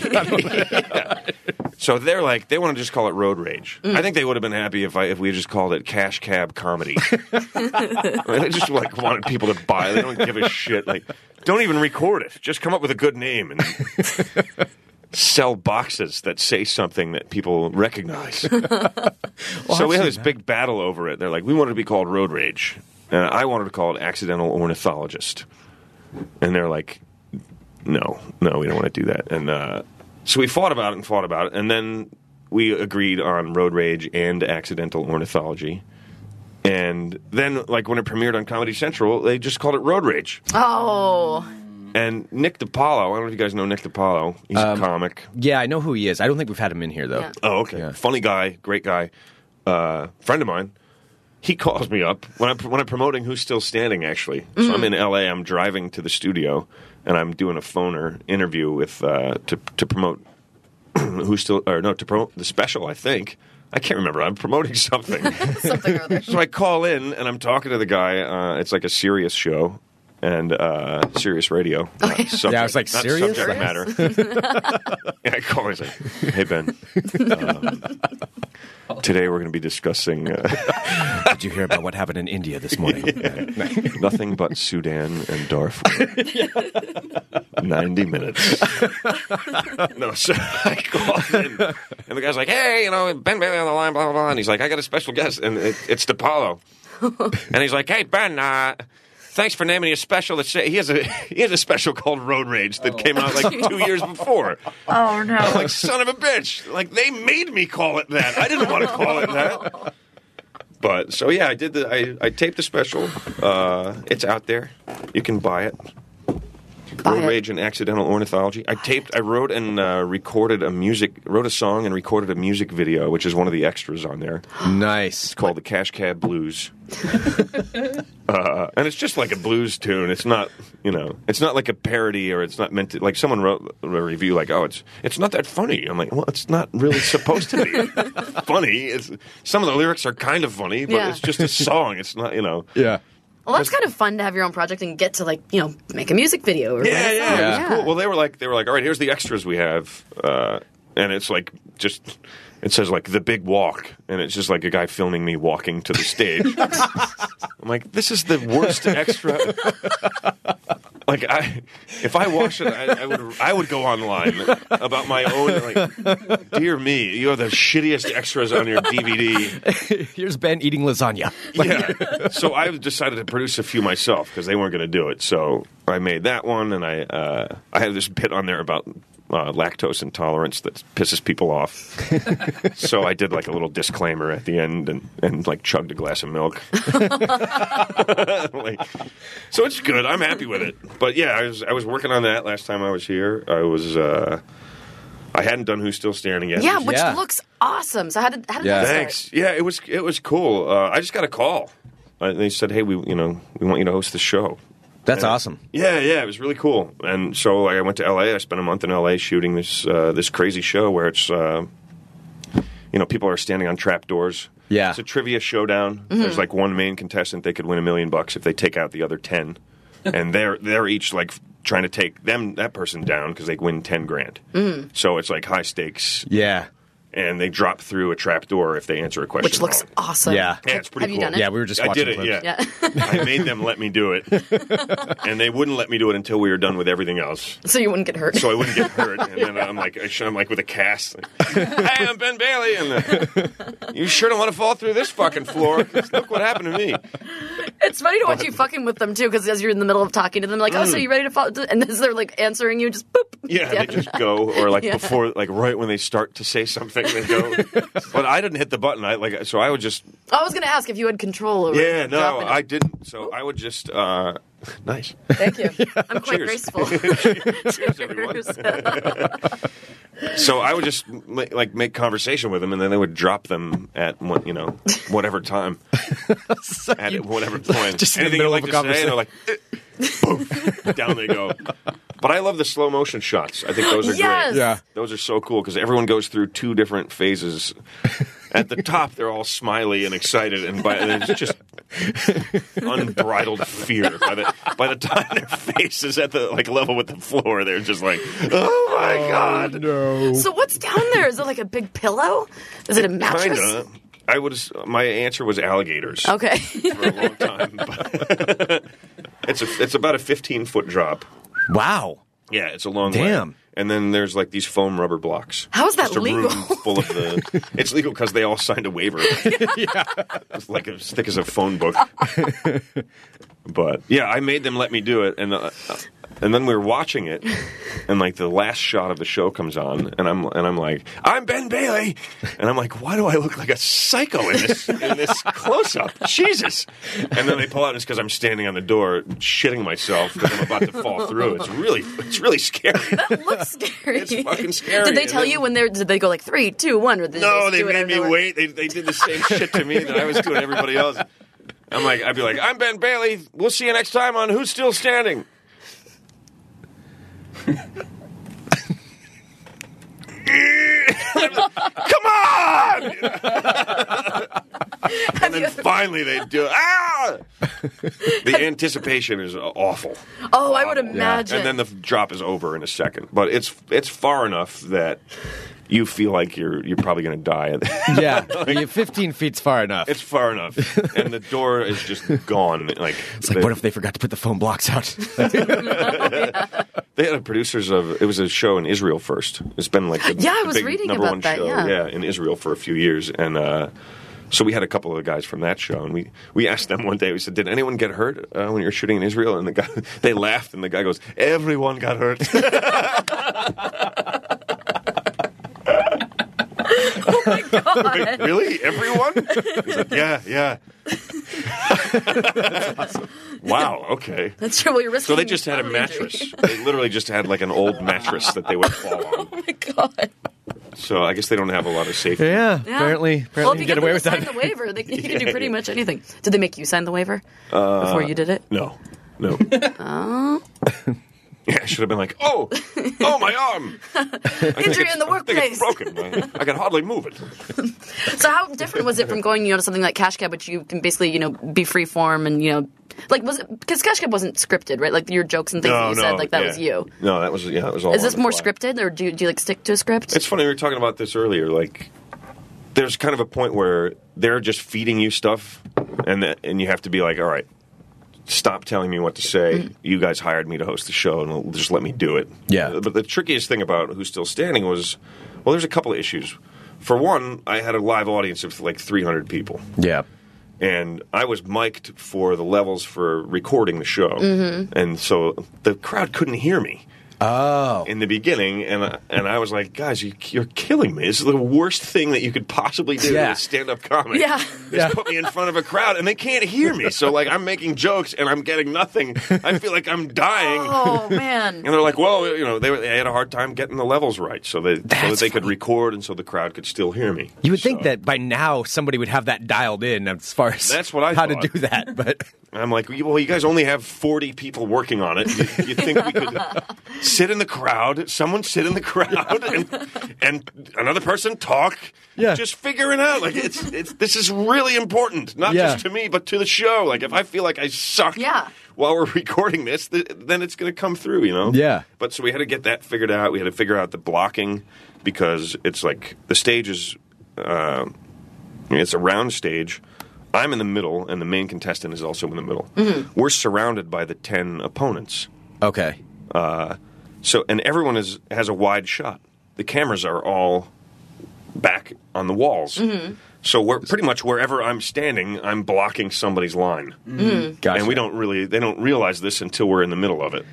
So they're like, they want to just call it road rage. I think they would have been happy if I if we just called it cash cab comedy. they just like wanted people to buy. They don't give a shit. Like, don't even record it. Just come up with a good name and sell boxes that say something that people recognize. so we had this big battle over it. They're like, we wanted to be called road rage, and I wanted to call it accidental ornithologist. And they're like, no, no, we don't want to do that. And uh, so we fought about it and fought about it, and then we agreed on road rage and accidental ornithology. And then, like when it premiered on Comedy Central, they just called it Road Rage. <laughs> Oh. And Nick DiPaolo, I don't know if you guys know Nick DiPaolo. He's a comic. Yeah, I know who he is. I don't think we've had him in here though. Yeah. Oh, okay. Funny guy, great guy, uh, friend of mine. He calls me up when I'm when I'm promoting Who's Still Standing. Actually, so I'm in L.A. I'm driving to the studio, and I'm doing a phoner interview with uh, to to promote <clears throat> Who's Still or no to promote the special. I think I can't remember. I'm promoting something. <laughs> Something or other. so I call in and I'm talking to the guy. Uh, it's like a serious show and uh, serious radio. Uh, subject- <laughs> Yeah, I was like, not serious? subject matter. <laughs> yeah, I call. him, He's like, hey Ben, um, today we're going to be discussing uh, <laughs> Did you hear about what happened in India this morning? nothing but Sudan and Darfur. Ninety minutes. <laughs> no, so I call in, and the guy's like, hey, you know, Ben Bailey on the line, blah blah blah, and he's like, I got a special guest, and it, it's DePaulo. and he's like, "Hey Ben, uh, thanks for naming your special. That's he has a <laughs> he has a special called Road Rage that came out <laughs> like two years before. Oh I'm no. like, son of a bitch! Like they made me call it that. I didn't want to call it that. But so yeah, I did the I, I taped the special. Uh, it's out there. You can buy it. Road it. Rage and Accidental Ornithology. I taped, I wrote and uh, recorded a music, wrote a song and recorded a music video, which is one of the extras on there nice. called the Cash Cab Blues. <laughs> uh, and it's just like a blues tune. It's not, you know, it's not like a parody or it's not meant to. Like someone wrote a review like, "Oh, it's it's not that funny." I'm like, "Well, it's not really supposed to be <laughs> funny." It's some of the lyrics are kind of funny, but Yeah. it's just a song. It's not, you know. Yeah. Well, that's kind of fun to have your own project and get to like you know make a music video. Or Yeah, yeah, whatever. It was cool. Well, they were like, they were like, all right, here's the extras we have, uh, and it's like just. It says like the big walk, and it's just like a guy filming me walking to the stage. I'm like, this is the worst extra. <laughs> like, I if I watched it, I, I would I would go online about my own. Like, dear me, you are the shittiest extras on your DVD. <laughs> Here's Ben eating lasagna. <laughs> Yeah. so I decided to produce a few myself because they weren't going to do it. So I made that one, and I uh, I have this bit on there about uh, lactose intolerance that pisses people off. so I did like a little disclaimer at the end, and, and like chugged a glass of milk. Like, so it's good. I'm happy with it. But yeah, I was I was working on that last time I was here. I was. Uh, I hadn't done Who's Still Standing yet. Yeah, which Yeah. looks awesome. So how did how did Yeah. that start? Thanks. Yeah, it was it was cool. Uh, I just got a call. Uh, they said, "Hey, we you know we want you to host the show." That's awesome. Yeah, yeah, it was really cool. And so like, I went to L.A. I spent a month in L.A. shooting this uh, this crazy show where it's uh, you know people are standing on trapdoors. Yeah. it's a trivia showdown. There's like one main contestant; they could win a million bucks if they take out the other ten, and they're they're each like trying to take them that person down because they win ten grand. So it's like high stakes, Yeah. and they drop through a trapdoor if they answer a question. Which looks wrong. awesome. Yeah. Yeah, it's pretty Have you cool. done it? Yeah, we were just I watching did it. clips. Yeah, Yeah. <laughs> I made them let me do it, and they wouldn't let me do it until we were done with everything else, so you wouldn't get hurt. so I wouldn't get hurt. And then I'm like, I should- I'm like with a cast. like, hey, I'm Ben Bailey, and uh, you sure don't want to fall through this fucking floor. 'cause Look what happened to me. <laughs> It's funny to watch you fucking with them too, because as you're in the middle of talking to them, like, oh, Mm. so you ready to fall? And as they're like answering you, just boop. Yeah, they just go, or like before, like right when they start to say something, they go. but I didn't hit the button. I like, so I would just I was gonna ask if you had control over. Yeah, no, dropping it. I didn't. So I would just uh, nice. <laughs> Thank you. I'm quite Cheers. graceful. Cheers, <laughs> everyone. Cheers. So I would just ma- like make conversation with them, and then they would drop them at what you know whatever <laughs> time at whatever point. Just in the Anything you middle like of a to say, and they're like, boom, down they go. But I love the slow motion shots. I think those are Yes. great. Yeah. Those are so cool because everyone goes through two different phases. At the top, they're all smiley and excited, and by and it's just unbridled fear. By the by the time their face is at the like level with the floor, they're just like, "Oh my god!" No. so what's down there? Is it like a big pillow? Is it a mattress? Kinda. I was my answer was alligators <laughs> Okay. for a long time. but- <laughs> it's a, it's about a fifteen foot drop. Wow. Yeah, it's a long Damn. way. And then there's like these foam rubber blocks. How is that Just a legal? Room full of the. <laughs> It's legal because they all signed a waiver. It's like as <laughs> thick as a phone book. but yeah, I made them let me do it, and uh, And then we were watching <laughs> it, and like the last shot of the show comes on, and I'm and I'm like, I'm Ben Bailey, and I'm like, why do I look like a psycho in this in this close up? Jesus! And then they pull out, and it's because I'm standing on the door, shitting myself because I'm about to fall through. It's really it's really scary. That looks scary. It's fucking scary. Did they And tell then- you when they're? Did they go like three, two, one? Or did No, just they do it made out of me nowhere? wait. They, they did the same <laughs> shit to me that I was doing to everybody else. I'm like, I'd be like, I'm Ben Bailey. We'll see you next time on Who's Still Standing. <laughs> Come <laughs> on! and then finally they do ah! The anticipation is awful. Oh, I would Yeah. imagine. And then the f- drop is over in a second, but it's it's far enough that you feel like you're you're probably going to die. <laughs> yeah, you- 15 feet's far enough. It's far enough, <laughs> and the door is just gone. Like It's like, they, what if they forgot to put the phone <laughs> blocks out? <laughs> they had a producers of it was a show in Israel first. It's been like the, <gasps> Yeah, I the was big reading number about one that, show, yeah. in Israel for a few years, and uh, so we had a couple of the guys from that show, and we we asked them one day. We said, "Did anyone get hurt uh, when you were shooting in Israel?" And the guy <laughs> they laughed, and the guy goes, "Everyone got hurt." <laughs> Oh God. <laughs> really, everyone? He's like, yeah, yeah. <laughs> <laughs> wow. Okay. That's true. Well, you're risking. So they just had a bodily injury. mattress. <laughs> They literally just had like an old mattress that they <laughs> would fall on. <laughs> Oh my god. So I guess they don't have a lot of safety. yeah, Yeah. apparently, apparently well, if you you get them away to with sign that. the waiver, they, you can <laughs> Yeah, do pretty yeah. much anything. Did they make you sign the waiver? Uh, Before you did it? No, <laughs> no. Oh, Yeah, I should have been like, oh, oh, my arm. I think injury it's- in the I think it's workplace. broken. I, I can hardly move it. So how different was it from going, you know, to something like Cash Cab, which you can basically, you know, be free form and you know, like was it because Cash Cab wasn't scripted, right? Like your jokes and things that you said, like that yeah. was you. No, that was yeah, that was all. Is on this the more fly. scripted, or do you, do you like stick to a script? It's funny we were talking about this earlier. Like, there's kind of a point where they're just feeding you stuff, and that, and you have to be like, all right, stop telling me what to say. You guys hired me to host the show, and l- just let me do it. Uh, Yeah. But the trickiest thing about who's still standing was, well, there's a couple of issues. For one, I had a live audience of like 300 people, Yeah. and I was mic'd for the levels for recording the show, Mhm. and so the crowd couldn't hear me Oh. in the beginning, and I- and I was like, guys, you, you're killing me. This is the worst thing that you could possibly do Yeah. to stand up comedy. Yeah. Is put me in front of a crowd and they can't hear me. So like I'm making jokes and I'm getting nothing. I feel like I'm dying. <laughs> <laughs> oh man, And they're like, well, you know, they, were, they had a hard time getting the levels right, so they so that they could record and so the crowd could still hear me. You would think that by now somebody would have that dialed in as far as That's what I how to thought. do that, but <laughs> And I'm like, well, you guys only have 40 people working on it. You, you think we could sit in the crowd? Someone sit in the crowd and, and another person talk. Yeah. just figure it out. Like it's, it's this is really important, not Yeah. just to me, but to the show. Like if I feel like I suck, Yeah. while we're <laughs> recording this, th- then it's going to come through. You know. Yeah. But so we had to get that figured out. We had to figure out the blocking because it's like the stage is. Uh, it's a round stage. I'm in the middle, and the main contestant is also in the middle. We're surrounded by the ten opponents, okay. uh, so and everyone is has a wide shot. The cameras are all back on the walls, so we're pretty much wherever I'm standing, I'm blocking somebody's line, Gotcha. and we don't really they don't realize this until we're in the middle <laughs> of it.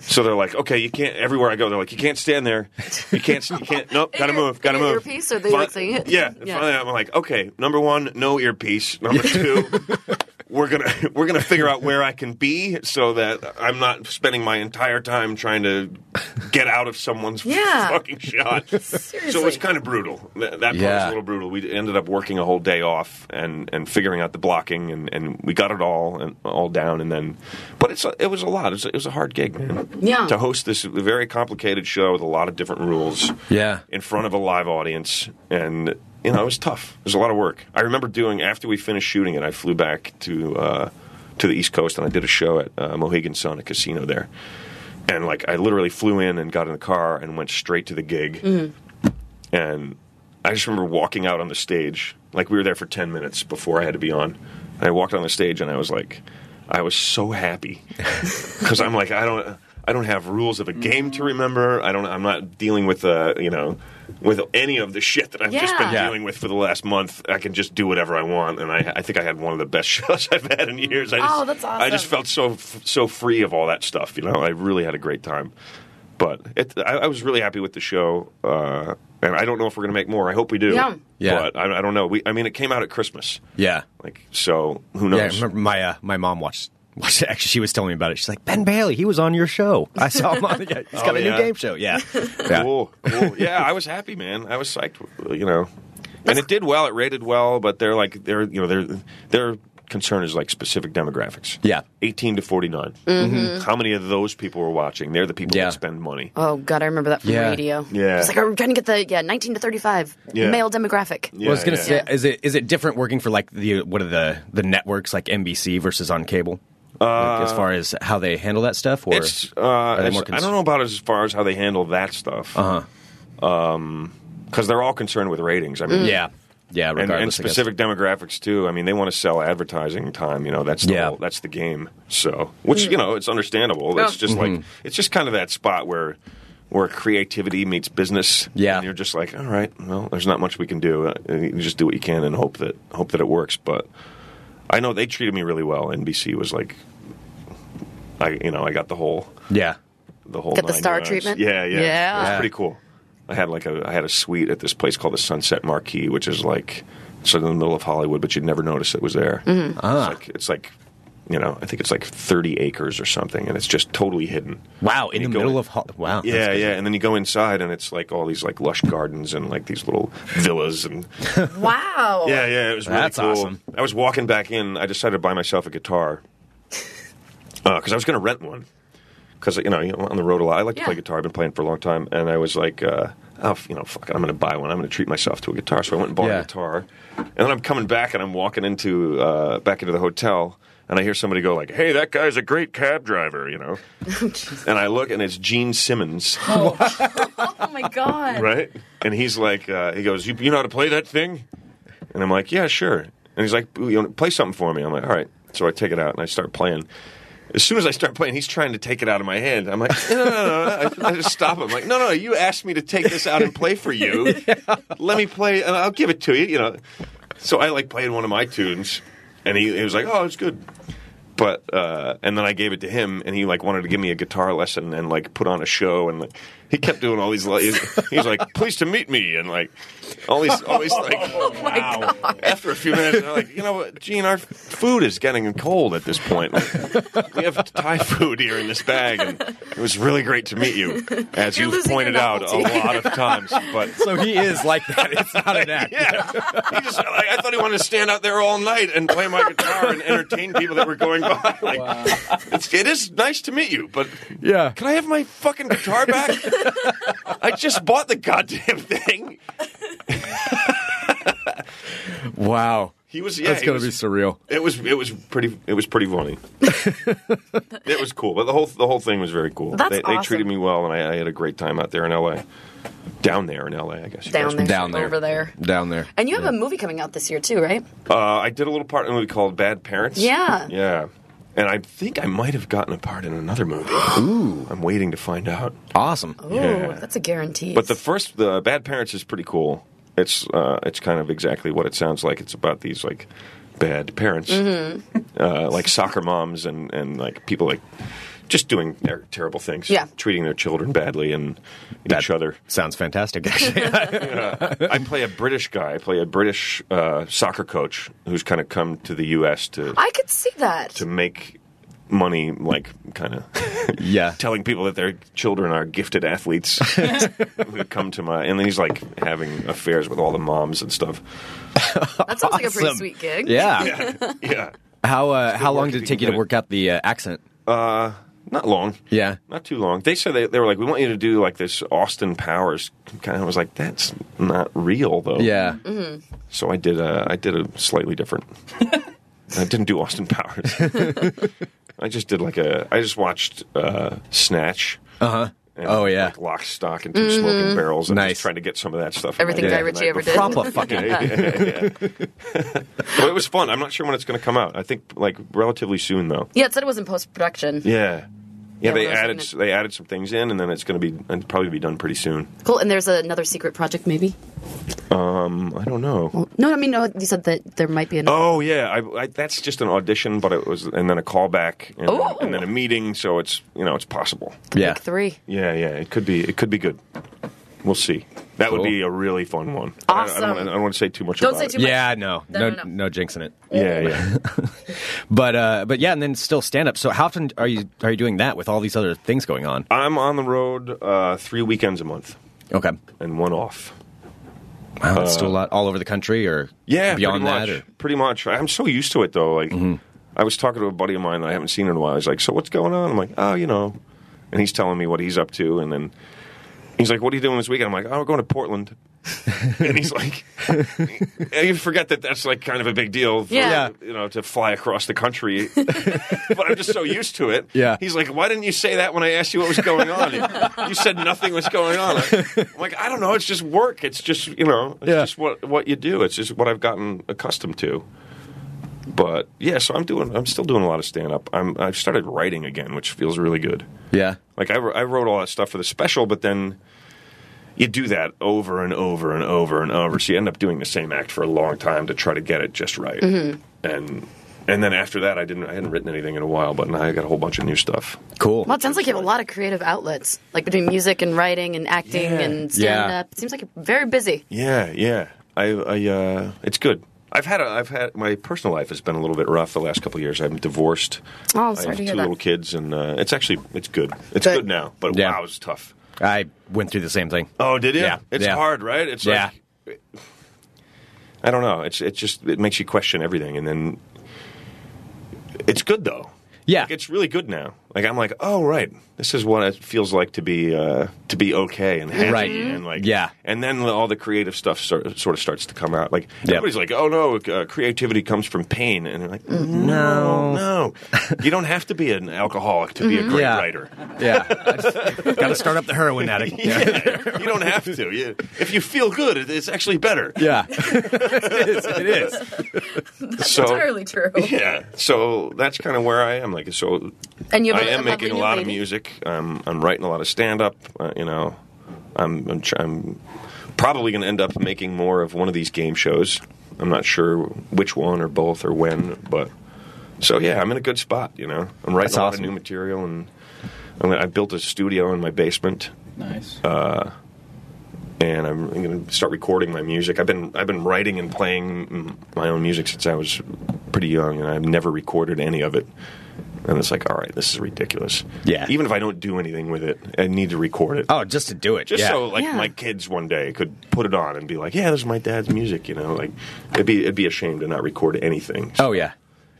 so they're like, okay, you can't. Everywhere I go, they're like, you can't stand there. You can't. You <laughs> can't. Nope. Gotta Ear- move. Gotta ear- move. earpiece, or they, Fi- like, saying it? Yeah. <laughs> Yeah. Finally, I'm like, okay. Number one, no earpiece. Number <laughs> two, we're gonna <laughs> we're gonna figure out where I can be so that I'm not spending my entire time trying to get out of someone's Yeah. fucking shot. <laughs> So it was Seriously. kind of brutal. Th- That part was Yeah. a little brutal. We ended up working a whole day off and, and figuring out the blocking, and, and we got it all and all down. And then, but it's a, it was a lot. It was a, it was a hard gig, man. Yeah. To host this very complicated show with a lot of different rules Yeah. in front of a live audience and you know it was tough it was a lot of work i remember doing after we finished shooting it i flew back to uh, to the east coast and i did a show at uh, mohegan sun a casino there and like i literally flew in and got in the car and went straight to the gig Mm. and i just remember walking out on the stage like we were there for 10 minutes before i had to be on <laughs> and i walked on the stage and i was like i was so happy because i'm like i don't I don't have rules of a game to remember. I don't. I'm not dealing with uh, you know, with any of the shit that I've just been Yeah. dealing with for the last month. I can just do whatever I want, and I, I think I had one of the best <laughs> shows I've had in years. I just, Oh, that's I just awesome. felt so f- so free of all that stuff. You know, I really had a great time. But it, I, I was really happy with the show, uh, and I don't know if we're going to make more. I hope we do. Yeah. Yeah. But I, I don't know. We, I mean, it came out at Christmas, Yeah. like so. Who Yeah, I knows? remember my uh, my mom watched. watched it. Actually, she was telling me about it. She's like, Ben Bailey, he was on your show. I saw him on. The, yeah, <laughs> he's Oh, got a yeah. new game show. Yeah, yeah. Cool, cool. Yeah, I was happy, man. I was psyched, you know. And it did well. It rated well, but they're like they're you know their their concern is like specific demographics. Yeah, eighteen to forty Mm-hmm. Mhm. How many of those people were watching? They're the people that spend money. Oh God, I remember that from Yeah. radio. Yeah. it's like we're trying to get the yeah 19 to 35 Yeah. male demographic. Well, I was gonna say, is it is it different working for like the what are the the networks like NBC versus on cable, like, as Uh, far as how they handle that stuff? Or It's, uh, are they it's- more I cons- don't know about as far as how they handle that stuff. Uh huh. because they're all concerned with ratings. I mean, Mm. Uh-huh. Yeah. Yeah, and, and regardless, I guess. specific demographics too. I mean, they want to sell advertising time. You know, that's the whole, that's the game. So, which you know, it's understandable. That's Yeah. just like Mhm. it's just kind of that spot where where creativity meets business. Yeah, and you're just like, all right, well, there's not much we can do. Uh, You just do what you can and hope that hope that it works. But I know they treated me really well. NBC was like, I you know, I got the whole yeah the whole Got the nine star yards. treatment? Yeah, yeah, Yeah. It was Yeah. pretty cool. I had like a I had a suite at this place called the Sunset Marquee, which is like it's in the middle of Hollywood, but you'd never notice it was there. Mm-hmm. Mhm. Ah. It's like it's like you know, I think it's like thirty acres or something, and it's just totally hidden. Wow, in You the go middle in- of Ho- wow, that's Yeah, crazy. yeah, and then you go inside, and it's like all these like lush gardens and like these little villas and Wow. yeah, yeah, it was really That's cool. awesome. I was walking back in. I decided to buy myself a <laughs> guitar because I was going to rent one. Because you know, you know, on the road a lot. I like to play guitar. I've been playing for a long time, and I was like, uh, "Oh, f- you know, fuck! it, I'm going to buy one. I'm going to treat myself to a guitar." So I went and bought Yeah. a guitar, and then I'm coming back, and I'm walking into uh, back into the hotel, and I hear somebody go like, "Hey, that guy's a great cab driver," you <laughs> know. and I look, and it's Gene Simmons, Oh my God. right? And he's like, uh, he goes, you, "You know how to play that thing?" And I'm like, yeah, sure. And he's like, you know, play something for me. I'm like, all right. So I take it out and I start playing. As soon as I start playing, he's trying to take it out of my hand. I'm like, no, no, no, no. I, I just stop him. I'm like, no, no, you asked me to take this out and play for <laughs> you. Let me play, and I'll give it to you. You know. So I like played one of my tunes, and he, he was like, oh, it's good. But uh, and then I gave it to him, and he like wanted to give me a guitar lesson and like put on a show, and like he kept doing all these. Li- he's, he's like, pleased to meet me, and like all these, all these like <laughs> Oh my God. after a few minutes, they're like, you know what, Gene, our food is getting cold at this point. Like, we have Thai food here in this bag, and it was really great to meet you, as You're you've losing your pointed out a novelty. lot of <laughs> times. But <laughs> So he is like that. It's not an act. <laughs> he just, like, I thought he wanted to stand out there all night and play my guitar and entertain people that were going by. <laughs> Like, it's, it is nice to meet you, but yeah, can I have my fucking guitar back? I just bought the goddamn thing. Wow. He was- yeah, That's he gonna was- be surreal. It was it was pretty it was pretty funny. it was cool, but the whole the whole thing was very cool. That's they, they awesome. treated me well, and I, I had a great time out there in L.A. Down there in L.A. I guess you guys Down there. would say. Down there. Over there. Down there. And you have a movie coming out this year too, right? Uh, I did a little part in a movie called Bad Parents. Yeah. yeah, and I think I might have gotten a part in another <gasps> movie. Ooh, I'm waiting to find out. Awesome. Ooh, that's a guarantee. But the first, the Bad Parents is pretty cool. It's uh, it's kind of exactly what it sounds like. It's about these like bad parents, Mm-hmm. uh, like soccer moms and and like people like just doing their terrible things, Yeah. treating their children badly and each <laughs> other. Sounds fantastic. Actually, <laughs> I play a British guy. I play a British uh, soccer coach who's kind of come to the U.S. to I could see that. to make money like kind of yeah telling people that their children are gifted athletes <laughs> who come to my and then he's like having affairs with all the moms and <laughs> stuff That sounds like a pretty Awesome. sweet gig. Yeah. yeah, yeah. how uh, how long work did if it you take you can to get work out the uh, accent? uh not long Yeah. not too long they said they, they were like we want you to do like this austin powers kind of I was like that's not real though Yeah. Mm-hmm. so i did a i did a slightly <laughs> different i didn't do austin powers i just did like a i just watched uh snatch Uh huh. and, Oh, yeah. Mm. like, lock, stock, and 2 smoking barrels. And Nice. just trying to get some of that stuff. in Everything my Guy head the Ritchie night ever did. before. Proper fucking. Yeah, yeah, yeah. Well, it was fun. I'm not sure when it's going to come out. I think like relatively soon, though. Yeah, it said it was in post production. Yeah, Yeah, Yeah, they those are added gonna- they added some things in, and then it's going to be it'll probably be done pretty soon. Cool. And there's another secret project, maybe. Um, I don't know. No, I mean, no. You said that there might be another. Oh yeah, I, I, that's just an audition, but it was and then a callback, and, Oh. and then a meeting. So it's you know it's possible. Yeah, Three. yeah, yeah. It could be it could be good. We'll see. That would be a really fun one. I- I, don't, Awesome. wanna- I don't want to say too much. Don't about say it. too much. Yeah, no, No, no, no, no, no. jinxing it. Yeah, <laughs> yeah. But uh, but yeah, and then still stand up. So how often are you are you doing that with all these other things going on? I'm on the road uh, three weekends a month Okay, and one off. wow, that's Uh, still a lot all over the country or Yeah, pretty beyond that. much. or- Mm-hmm. Pretty much. I'm so used to it though. Like, I was talking to a buddy of mine that I haven't seen in a while. He's like, "So what's going on?" I'm like, "Oh, you know," and he's telling me what he's up to, and then he's like, "What are you doing this weekend?" I'm like, "Oh, we're going to <laughs> Portland," and he's like, and "You forget that that's like kind of a big deal." for, Yeah. you know, to fly across the <laughs> country, but I'm just so used to it. Yeah. he's like, "Why didn't you say that when I asked you what was going <laughs> on? you said nothing was going on." I'm like, "I don't know. It's just work. It's just you know, it's just what what you do. It's just what I've gotten accustomed to." But yeah, so I'm doing. I'm still doing a lot of stand up. I'm. I've started writing again, which feels really good. Yeah, Like I, wr- I wrote all that stuff for the special, but then you do that over and over and over and over, so you end up doing the same act for a long time to try to get it just right. And and then after that, I didn't. I hadn't written anything in a while, but now I got a whole bunch of new stuff. cool. Well, it sounds like you have a lot of creative outlets, like between music and writing and acting Yeah. and Yeah. stand up. It seems like you're very busy. Yeah, yeah. I, I, uh, it's good. I've had, a, I've had my personal life has been a little bit rough the last couple of years. I'm divorced. Oh, I'm I sorry have to two hear that. little kids, and uh, it's actually it's good. It's Good. good now, but Yeah. wow, it was tough. I went through the same thing. Oh, did you? Yeah, It's yeah. hard, right? It's Yeah. like I don't know. It's it just it makes you question everything, and then it's good though. Yeah. like, it's really good now. Like I'm like, oh right, this is what it feels like to be uh, to be okay and happy, Right. Mm-hmm. and like Yeah. and then all the creative stuff sort sort of starts to come out. Like Yep. everybody's like, oh no, uh, creativity comes from pain, and they're like, Mm-hmm. no, no, you don't have to be an alcoholic to be a great Mm-hmm. Yeah. writer. <laughs> Yeah, got to start up the heroin addict. <laughs> Yeah, you don't have to. You, if you feel good, it- it's actually better. Yeah, <laughs> it is. It is. So Entirely true. yeah, so that's kind of where I am. Like, so And you I have a- a am lovely making a new lot of lady. music. I'm I'm writing a lot of stand up. Uh, you know, I'm I'm, tr- I'm probably going to end up making more of one of these game shows. I'm not sure which one or both or when, but so yeah, I'm in a good spot. You know, I'm writing That's a lot awesome. of new material, and I'm gonna, I built a studio in my basement. Nice. Uh, and I'm going to start recording my music. I've been I've been writing and playing mm, my own music since I was pretty young, and I've never recorded any of it. And it's like, all right, this is ridiculous. Yeah. Even if I don't do anything with it, I need to record it. Oh, just to do it. Just yeah. so like Yeah. my kids one day could put it on and be like, yeah, this is my dad's music. You know, like it'd be it'd be a shame to not record anything. Oh yeah.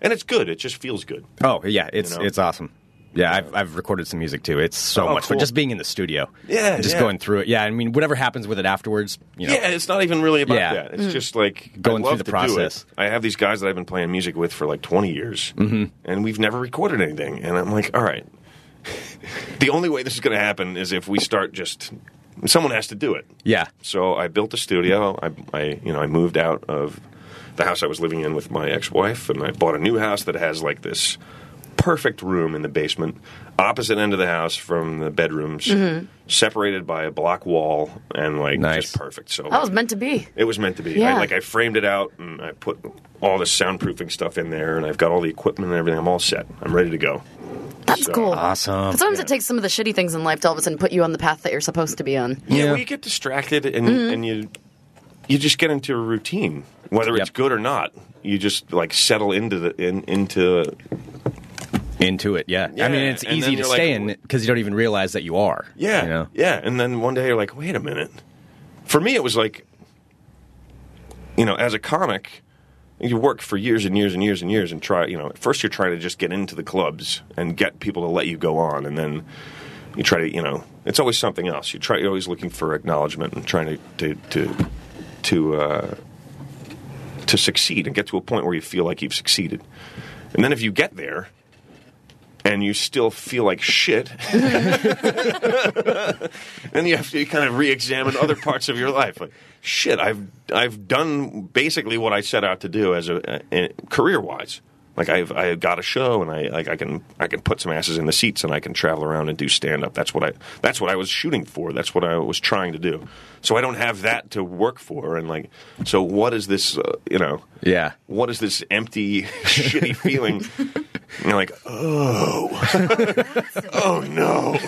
And it's good. It just feels good. Oh yeah. It's You know? it's awesome. Yeah, I've I've recorded some music too. It's so Oh, much cool. fun. Just being in the studio. Yeah, Just yeah. going through it. Yeah. I mean, whatever happens with it afterwards, you know. Yeah, it's not even really about Yeah. that. It's just like I Going through love the to do process. Mm-hmm. it. I have these guys that I've been playing music with for like 20 years, and we've never recorded anything. And I'm like, all right, <laughs> the only way this is going to happen is if we start just. Someone has to do it. Yeah. So I built a studio. I, I you know, I moved out of the house I was living in with my ex-wife, and I bought a new house that has like this perfect room in the basement, opposite end of the house from the bedrooms, Mm-hmm. separated by a block wall, and like Nice. just perfect. So That was meant to be. it was meant to be. Oh. Yeah. I, like I framed it out, and I put all the soundproofing stuff in there, and I've got all the equipment and everything. I'm all set. I'm ready to go. That's So- cool. Awesome. Sometimes it takes some of the shitty things in life to all of a sudden put you on the path that you're supposed to be on. Yeah, Yeah. well, you get distracted and and you you just get into a routine, whether it's Yep. good or not. You just like settle into the in, into Into it. Yeah. I Yeah, mean, it's and easy then to you're like- stay in it because you don't even realize that you are. yeah You know? yeah, and then one day you're like, wait a minute. For me, it was like, you know, as a comic. You work for years and years and years and years and try, you know, at first you're trying to just get into the clubs and get people to let you go on. And then you try to, you know, it's always something else. You try, you're always looking for acknowledgement and trying to, to, to, to uh, to succeed and get to a point where you feel like you've succeeded. And then if you get there and you still feel like shit, <laughs> then you have to kind of re-examine other parts of your life. Like, shit, I've I've done basically what I set out to do as a, career-wise. Like I've I got a show and I like I can I can put some asses in the seats and I can travel around and do stand up. That's what I that's what I was shooting for. That's what I was trying to do. So I don't have that to work for and like so what is this uh, you know yeah what is this empty <laughs> shitty feeling? And you're like oh oh no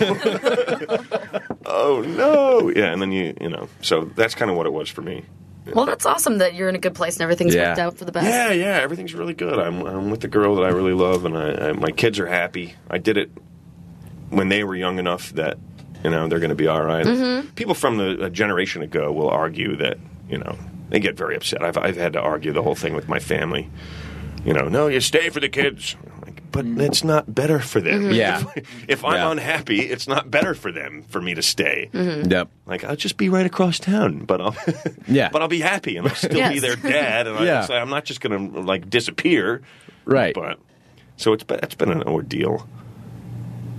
oh no yeah and then you you know so that's kind of what it was for me. Well, that's awesome that you're in a good place and everything's Yeah. worked out for the best. Yeah, yeah, everything's really good. I'm I'm with the girl that I really love, and I, I my kids are happy. I did it when they were young enough that you know they're going to be all right. Mhm. People from the a generation ago will argue that you know they get very upset. I've I've had to argue the whole thing with my family. You know, no, you stay for the kids. I'm like, But it's not better for them. Mhm. Yeah. If, <laughs> if I'm unhappy, it's not better for them for me to stay. Mhm. Yep. Like I'll just be right across town, but I'll <laughs> yeah, but I'll be happy and I'll still be Yes. their dad. And Yeah. I, so I'm not just going to like disappear. Right. But so it's been, it's been an ordeal.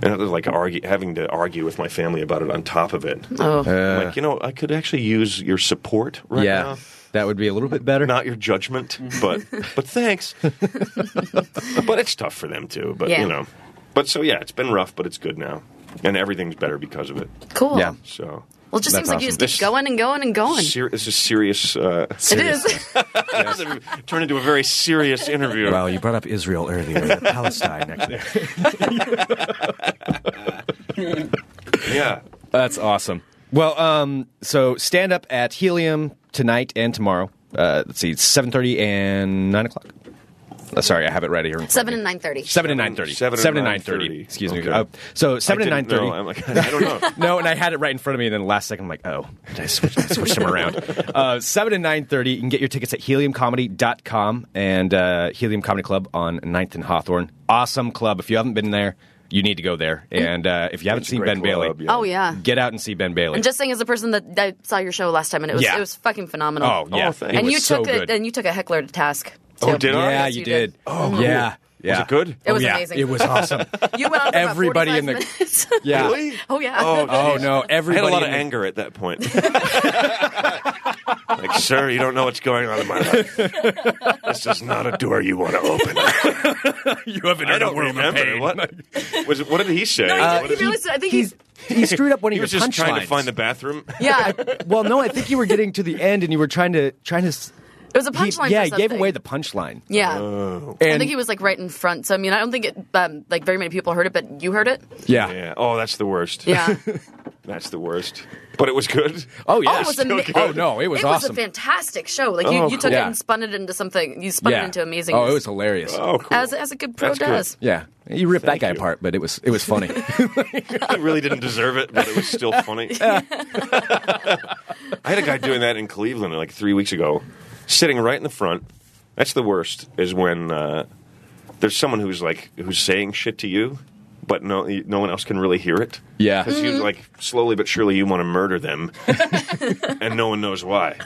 And it was like argue, having to argue with my family about it on top of it. Oh. I'm Uh. like, you know, I could actually use your support right Yeah. now. That would be a little bit better. Not your judgment, <laughs> but but thanks. but it's tough for them too. But Yeah. you know, but so yeah, it's been rough, but it's good now, and everything's better because of it. Cool. <laughs> Yeah. So Well, it just seems like you just keep going and going and going. Ser- this is serious. Uh, It is. turned into a very serious interview. Well, you brought up Israel earlier, Palestine. Actually. yeah. That's awesome. Well, um, so stand up at Helium tonight and tomorrow. Uh, let's see, seven thirty and nine o'clock. Uh, sorry, I have it right here. in front <laughs> of Seven and nine thirty. Seven and nine thirty. Seven and and nine 9:30. thirty. Excuse me. Okay. Uh, so I seven and nine didn't thirty. know. I'm like, <laughs> I don't <laughs> know. no, and I had it right in front of me, and then the last second, I'm like, oh, did I switch, I switched them <laughs> around. Uh, seven and nine thirty. You can get your tickets at heliumcomedy.com and uh, Helium Comedy Club on 9th and Hawthorne. Awesome club. If you haven't been there, you need to go there. And uh, if you haven't seen Ben Bailey, yeah. Oh, yeah. get out and see Ben Bailey. I'm just saying, as a person that I saw your show last time, and it was Yeah. it was fucking phenomenal. Oh, yeah. Oh, thank you. and It you was so took good. a, and you took a heckler to task. Oh, too. did I? Yeah, Yes, you did. Oh, cool. Yeah. Was Yeah. it good? It was Oh, yeah. amazing. It was awesome. You went on for Everybody about in the- 45 minutes. <laughs> Yeah. Really? Oh yeah. oh no! Everybody I had a lot of in the- anger at that <laughs> point. like, sir, you don't know what's going on in my life. This is not a door you want to <laughs> open. you haven't. I don't remember what was. it- What did he say? No, he What didn't. did- He really said- I think he's. he screwed up one of He your was just trying to punchlines. find the bathroom. Yeah. well, no, I think you were getting to the end, and you were trying to trying to. It was a punchline for yeah, <laughs> he gave something. away the punchline. Yeah. I And- think he was like right in front. So I mean, I don't think it, um, like very many people heard it, but you <laughs> heard it. Yeah. Oh, that's the worst. Yeah. that's the worst. But it was good. Oh yeah. Oh, it was ama- Oh, no, it was a awesome. fantastic show. Like you, Oh, you took cool. it Yeah. and spun it into something. You spun it into amazing. Oh, it was hilarious. Oh, As as a good pro does. Yeah, you ripped that guy apart, but it was it was funny. I really didn't deserve it, but it was <laughs> still funny. I had a guy doing that in Cleveland like three weeks ago, sitting right in the front. That's the worst. Is when uh, there's someone who's like who's saying shit to you, but no no one else can really hear it. Yeah. because Mm-hmm. you like slowly but surely you want to murder <laughs> them, and no one knows why.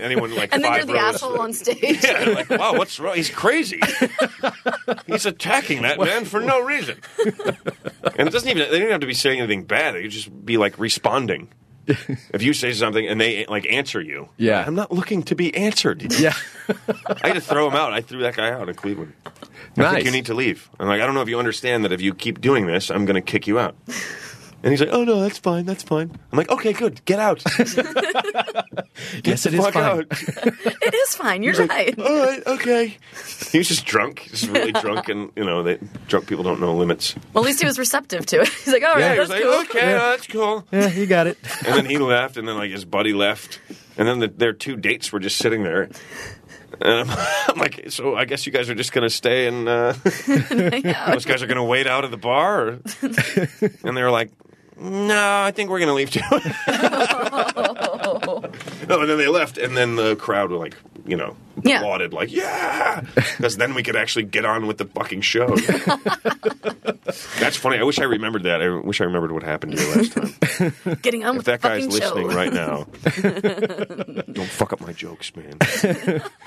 Anyone like And then you're five the rows- asshole on <laughs> stage. <laughs> Yeah, they're <laughs> like wow, what's wrong? He's crazy. <laughs> He's attacking that man for no <laughs> reason. And it doesn't even they don't have to be saying anything bad. They could just be like <laughs> responding. if you say something and they like answer you, Yeah. I'm not looking to be <laughs> answered. Yeah, I had to throw him out. I threw that guy out in Cleveland. I Nice. think you need to leave. I'm like, I don't know if you understand that if you keep doing this, I'm going to kick <laughs> you out. And he's like, Oh no, that's fine, that's fine. I'm like, Okay, good, get <laughs> out. yes, it is fuck fine. out. it is fine. You're right. All right. Okay. <laughs> He was just drunk, just <laughs> really drunk, and you know, they, drunk people don't know limits. Well, at least he was receptive to it. <laughs> He's like, all right, Yeah, he was that's like, cool. okay, Yeah. that's cool. yeah, you got it. and then he left, and then like his buddy left, and then the, their two dates were just sitting there. And I'm, <laughs> I'm like, so I guess you guys are just gonna stay, and uh, those guys are gonna wait out at the bar. Or? and they were like, no, I think we're gonna leave too. no, and then they left, and then the crowd were like, you know, Yeah. applauded, like, yeah, because then we could actually get on with the fucking show. That's funny. I wish I remembered that. I wish I remembered what happened to you last time. Getting on If with the that guy's fucking show. <laughs> listening right now, don't fuck up my jokes, man. <laughs>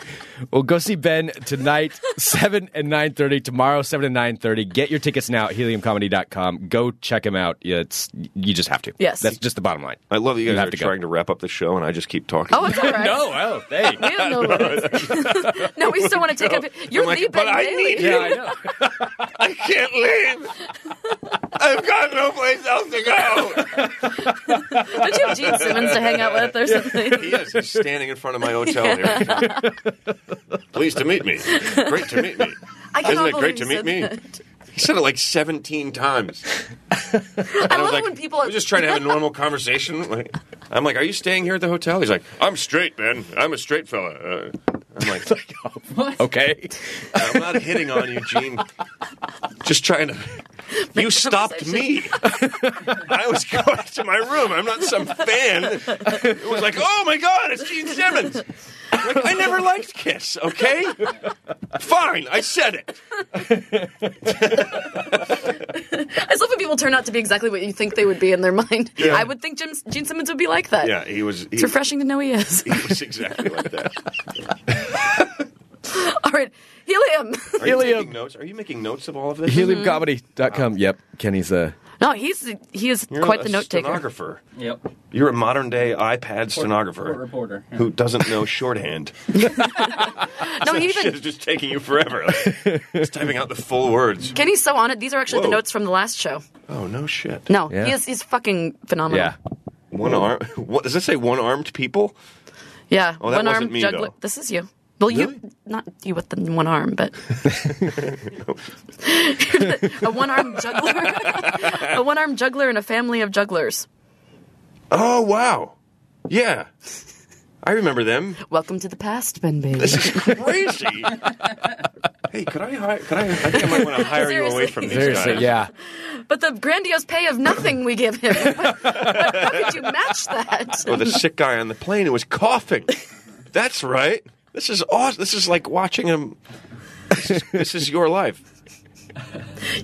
Well, go see Ben tonight, <laughs> seven and nine thirty. Tomorrow, seven and nine thirty. Get your tickets now at heliumcomedy.com. Go check him out. Yeah, It's you just have to. Yes. that's just the bottom line. I love that you You guys have are to go. <laughs> trying to wrap up the show, and I just keep talking. Oh, it's all <laughs> right. no, oh, hey. We have no worries. <laughs> no, we still want to take No. <laughs> up. You're I'm like, the but Ben I Bailey. need you. <laughs> I can't leave. I've got no place else to go. Don't you have Gene Simmons to hang out <laughs> with or something? He is. He's standing in front of my hotel here. <laughs> Pleased to meet me. Great to meet me. I cannot Isn't it great believe to you meet said me? that. He said it like 17 times. I, I was love like, when people are I was just trying to have a normal conversation. Like, I'm like, are you staying here at the hotel? He's like, I'm straight, man. I'm a straight fella. Uh, I'm like, okay. Mm-hmm. I'm not hitting on you, Gene. Just trying to. You stopped me. I was going to my room. I'm not some fan. It was like, oh my god, it's Gene Simmons. Like, I never liked Kiss. Okay, fine. I said it. I just love when people turn out to be exactly what you think they would be in their mind. Yeah. I would think Jim, Gene Simmons would be like that. Yeah, he was. He, It's refreshing to know he <laughs> is. he was exactly like that. All right, helium. <laughs> Are you taking notes? Are you making notes of all of this? HeliumComedy.com. Yep. Kenny's uh No, he's he is You're quite a the note taker. Stenographer. Yep. You're a modern day iPad stenographer court reporter, yeah. who doesn't know shorthand. No, <laughs> That Oh, he shit is even just taking you forever. Like, just typing out the full words. Kenny's so on it. These are actually the Whoa. notes from the last show. Oh no shit. No, he is he's fucking phenomenal. Yeah. One arm. What does that say? One armed people. Yeah, Oh, that one arm wasn't me, juggler. though. This is you. Well, you not you with the one arm, <laughs> but <laughs> a one arm juggler, <laughs> a one arm juggler, and a family of jugglers. Oh wow. Yeah. I remember them. Welcome to the past, Ben Bailey. This is crazy. <laughs> hey, could I hire? Could I? I think I might want to hire you away Seriously. from these Seriously, guys. yeah. But the grandiose pay of nothing we give him. <laughs> How could you match <laughs> that? Or Oh, the sick guy on the plane who was coughing. That's right. This is awesome. This is like watching him. This is, this is your life.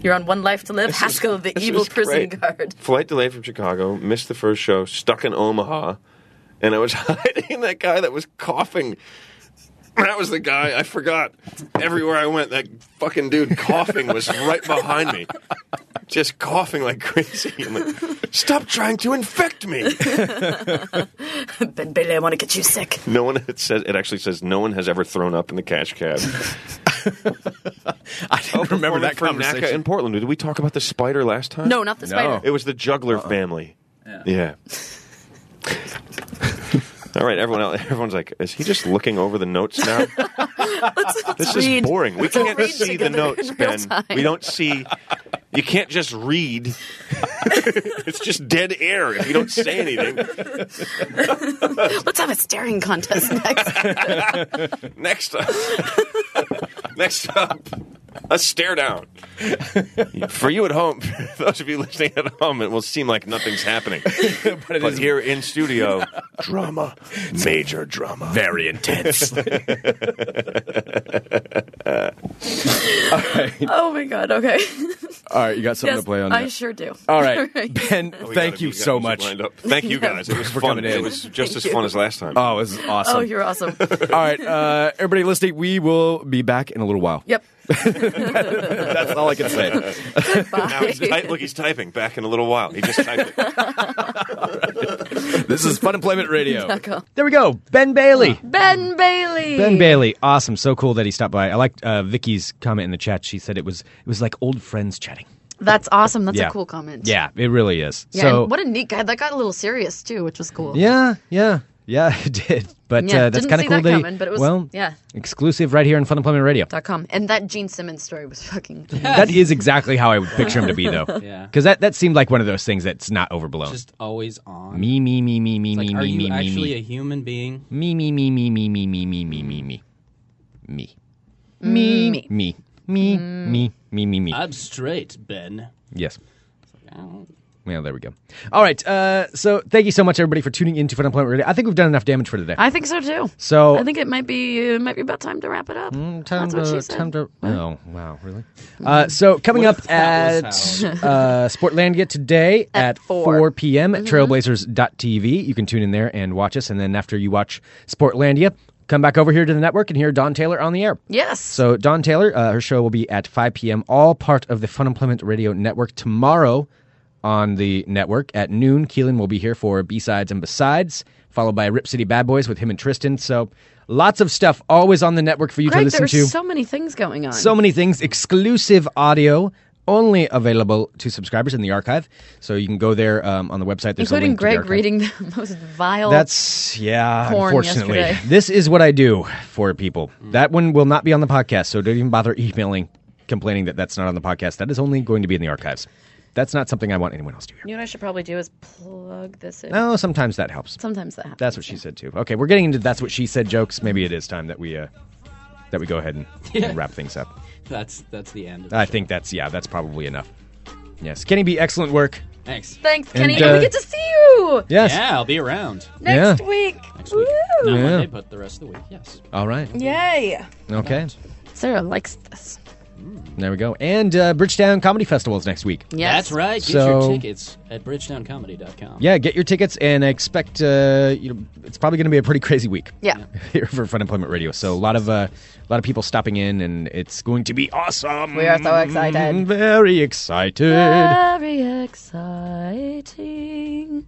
You're on one life to live, Haskell, the this evil is prison great. guard. <laughs> Flight delay from Chicago. Missed the first show. Stuck in Omaha, and I was <laughs> hiding that guy that was coughing. That was the guy I forgot. Everywhere I went, that fucking dude coughing was right behind me, just coughing like crazy. I'm like, Stop trying to infect me. Ben Bailey, I want to get you sick. No one it says it actually says no one has ever thrown up in the cash cab. I don't <laughs> remember that From NACA conversation. in Portland. Did we talk about the spider last time? No, not the spider. It was the juggler family. Yeah. <laughs> All right, everyone. Else, everyone's like, is he just looking over the notes now? <laughs> this read. is boring. We Let's all can't read see the together notes, in real Ben. time. We don't see. You can't just read. <laughs> it's just dead air if you don't say anything. Let's have a staring contest next. <laughs> Next up. <laughs> Next up. A stare down. For you at home, <laughs> those of you listening at home, it will seem like nothing's happening. but here in studio, <laughs> drama, major drama. Very <laughs> <laughs> intense. oh my god. Okay. All right, you got something yes, to play on. I that. sure do. All <laughs> right, Ben. Oh, We gotta thank be- you we gotta so be much. lined up. Thank you guys. It was For fun. coming in. It was just as you. fun as last time. Oh, it was awesome. Oh, you're awesome. All right, uh, everybody listening, we will be back in a little while. Yep. That's all I can <laughs> say. Now he's Bye. ty- look, he's typing back in a little while. He just typed it. This is Fun Employment <laughs> Radio. There we go. Ben Bailey. Ben Bailey. Ben Bailey. Awesome. So cool that he stopped by. I liked uh, Vicky's comment in the chat. She said it was it was like old friends chatting. That's awesome. That's Yeah. a cool comment. Yeah, it really is. Yeah. so and what a neat guy. That got a little serious too, which was cool. yeah, yeah, yeah, <laughs> it did. But Yeah, uh, that's didn't kind of see cool. that he- coming, but it was- well, yeah. exclusive right here on Fun Employment Radio. Dot com. And that Gene Simmons story was <laughs> <laughs> fucking. That is exactly how I would picture him <laughs> to be, though. Yeah. Because that, that seemed like one of those things that's not overblown. Just always on. me, me, me, me, me, Like, me, are me, you me, me, actually me. a human being? me me me me me me me me me me me me me me me me Mm. me me me me I'm straight, Ben. yes I don't- well there we go all right uh, so thank you so much everybody for tuning in to fun employment radio i think we've done enough damage for today I think so too. So- Mm, I think it might be it might be about time to wrap it up. time That's what she to, said. time to, oh wow really uh, so coming up at <laughs> uh, sportlandia today at, 4. p.m Mm-hmm. at trailblazers.tv you can tune in there and watch us and then after you watch sportlandia come back over here to the network and hear don taylor on the air Yes. So Dawn Taylor, uh, her show will be at 5 p.m. All part of the Fun Employment Radio Network tomorrow on the network at noon. Keelan will be here for B sides and besides, followed by Rip City Bad Boys with him and Tristan. So Lots of stuff always on the network for you to Greg, listen there's to. so many things going on. So many things. Exclusive audio only available to subscribers in the archive. So you can go there um, on the website. There's a including link to the Greg archive. reading the <laughs> most vile. That's yeah. porn Unfortunately, yesterday. this is what I do for people. That one will not be on the podcast, so don't even bother emailing, complaining that that's not on the podcast. That is only going to be in the archives. That's not something I want anyone else to hear. you and I should probably do is plug this in. No, sometimes that helps. Sometimes that happens. That's what she said too. Okay, we're getting into that's what she said jokes. Maybe it is time that we uh, that we go ahead and, Yeah. and wrap things up. That's that's the end. Of I think that's yeah, that's probably enough. Yes, Kenny B, excellent work. Thanks. Thanks, And, Kenny. And, uh, we get to see you Yes. Yeah, I'll be around. next Yeah. week. Next week. Woo! Not Yeah. Monday, but the rest of the week. Yes. All right. Yay. Okay. Sarah likes this. There we go. And uh, Bridgetown Comedy Festival is next week. Yes. That's right. Get So- your tickets at bridgetowncomedy.com. Yeah, get your tickets and I expect uh, you know it's probably going to be a pretty crazy week. Yeah. <laughs> Here for Fun Employment Radio. So a lot of uh, a lot of people stopping in and it's going to be awesome. We are so excited. Very excited. Very exciting.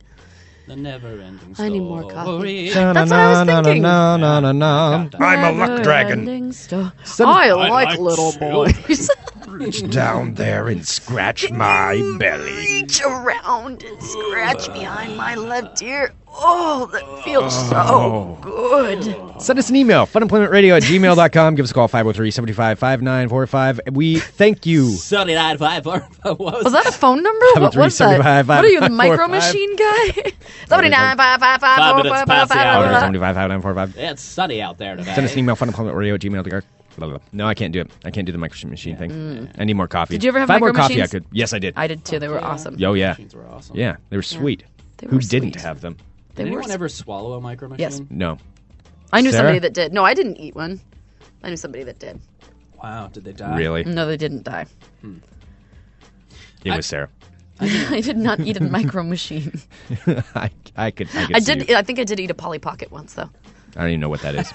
The never ending I need more coffee. Na, That's what na, I was na, thinking. na, na, na, na. Never ending sto- Some- I, I like, like little silk. boys. Reach down there and scratch my belly. Reach around and scratch behind my left ear. Oh, that feels so Oh. good. Send us an email, funemploymentradio at gmail.com. Give us a call, 503-755-5945. We thank you. Sunny nine five <laughs> four. What was, Was that a phone number? What was 7375, that? What are you, the 545? micro machine guy? <laughs> Somebody nine five five five Five four minutes five past five five. the hour. five, five. 503-755-5945. Yeah, it's sunny out there today. Send us an email, funemploymentradio at gmail.com. Blah, blah, blah. No, I can't do it. I can't do the micro machine thing. I need more coffee. Mm. Did you ever have If I had more micro coffee? I machines? could. Yes, I did. I did too. They were awesome. Yo, yeah. were awesome. Yeah, they were sweet. They Who were didn't sweet. have them? They Did were. anyone ever swallow a micro machine? Yes. No. I knew Sarah? somebody that did. No, I didn't eat one. I knew somebody that did. Wow, did they die? <laughs> Really? No, they didn't die. It was <laughs> Sarah. I did not <laughs> eat a micro machine. I, I could. I, could I see did. e, you. I think I did eat a Polly Pocket once, though. I don't even know what that <laughs> is.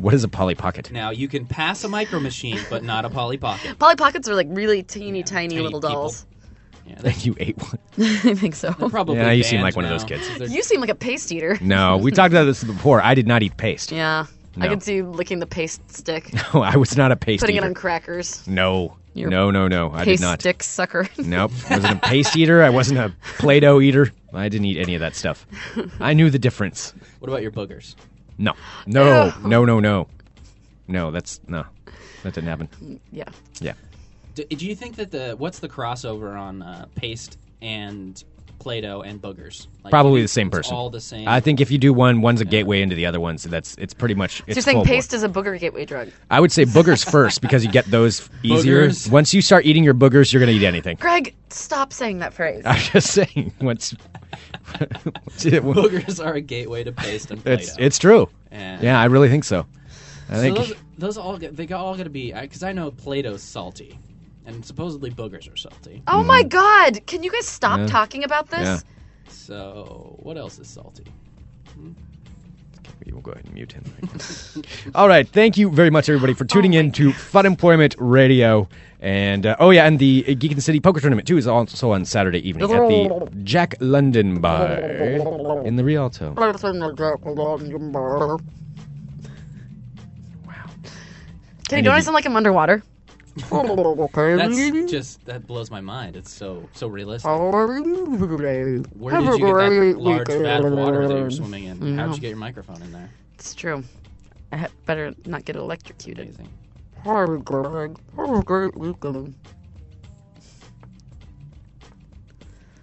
what is a Polly Pocket? <laughs> Now you can pass a micro machine, but not a <laughs> Polly Pocket. Polly Pockets are like really teeny, tiny, little dolls. you ate one. <laughs> I think so. Probably. Yeah, you seem banned like one of now. those kids. <laughs> You seem like a paste eater. No, we talked about this before. I did not eat paste. Yeah, I No. can see you licking the paste stick, No, <laughs> I was not a paste putting eater. it on crackers. no, You're no, no, no. I did paste not. stick sucker. <laughs> Nope. I wasn't a paste eater. I wasn't a Play-Doh eater. I didn't eat any of <laughs> that stuff. I knew the difference. What about your boogers? No, no, no, no, no, no. That's no. That didn't happen. yeah. Yeah. Do, do you think that the what's the crossover on uh, paste and Play-Doh and boogers? Like, Probably you the same think it's person. All the same. I think if you do one, one's a gateway into the other one. So that's it's pretty much. So It's you're saying full bore. paste is a booger gateway drug? I would say boogers <laughs> first because you get those easier. Boogers. Once you start eating your boogers, you're gonna eat anything. Greg, stop saying that phrase. <laughs> I'm just saying. Once, <laughs> once you- <laughs> boogers are a gateway to paste and Play-Doh. it's it's true. Yeah. Yeah, I really think so. I so think those, those all get- they got all got to be because I know Play-Doh's salty, and supposedly boogers are salty. Oh my God! Can you guys stop Mm-hmm. Yeah. talking about this? Yeah. So what else is salty? we will go ahead and mute him. <laughs> All right, thank you very much, everybody, for tuning in to Fun Employment Radio. And uh, oh yeah, and the uh, Geek in the City Poker Tournament too is also on Saturday evening at the Jack London Bar in the Rialto. Wow. Kenny, And don't if I you- sound like I'm underwater? That's just that blows my mind. It's so so Oh, realistic. Where Where did you get that large vat of water that you were swimming in? How No, would you get your microphone in there? it's true. I had better not get electrocuted.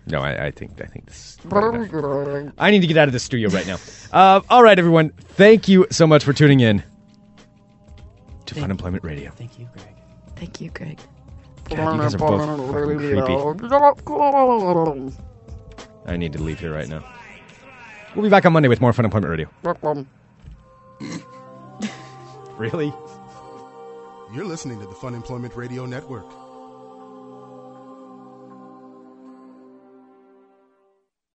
No, I, I think I think this. Is quite enough. I need to get out of the studio right now. Uh, all right, everyone. Thank you so much for tuning in to Fun Employment Radio. Thank you, Greg. Thank you, Greg. God, you guys are both fucking creepy. I need to leave here right now. We'll be back on Monday with more Fun Employment Radio. Really? You're listening to the Fun Employment Radio Network.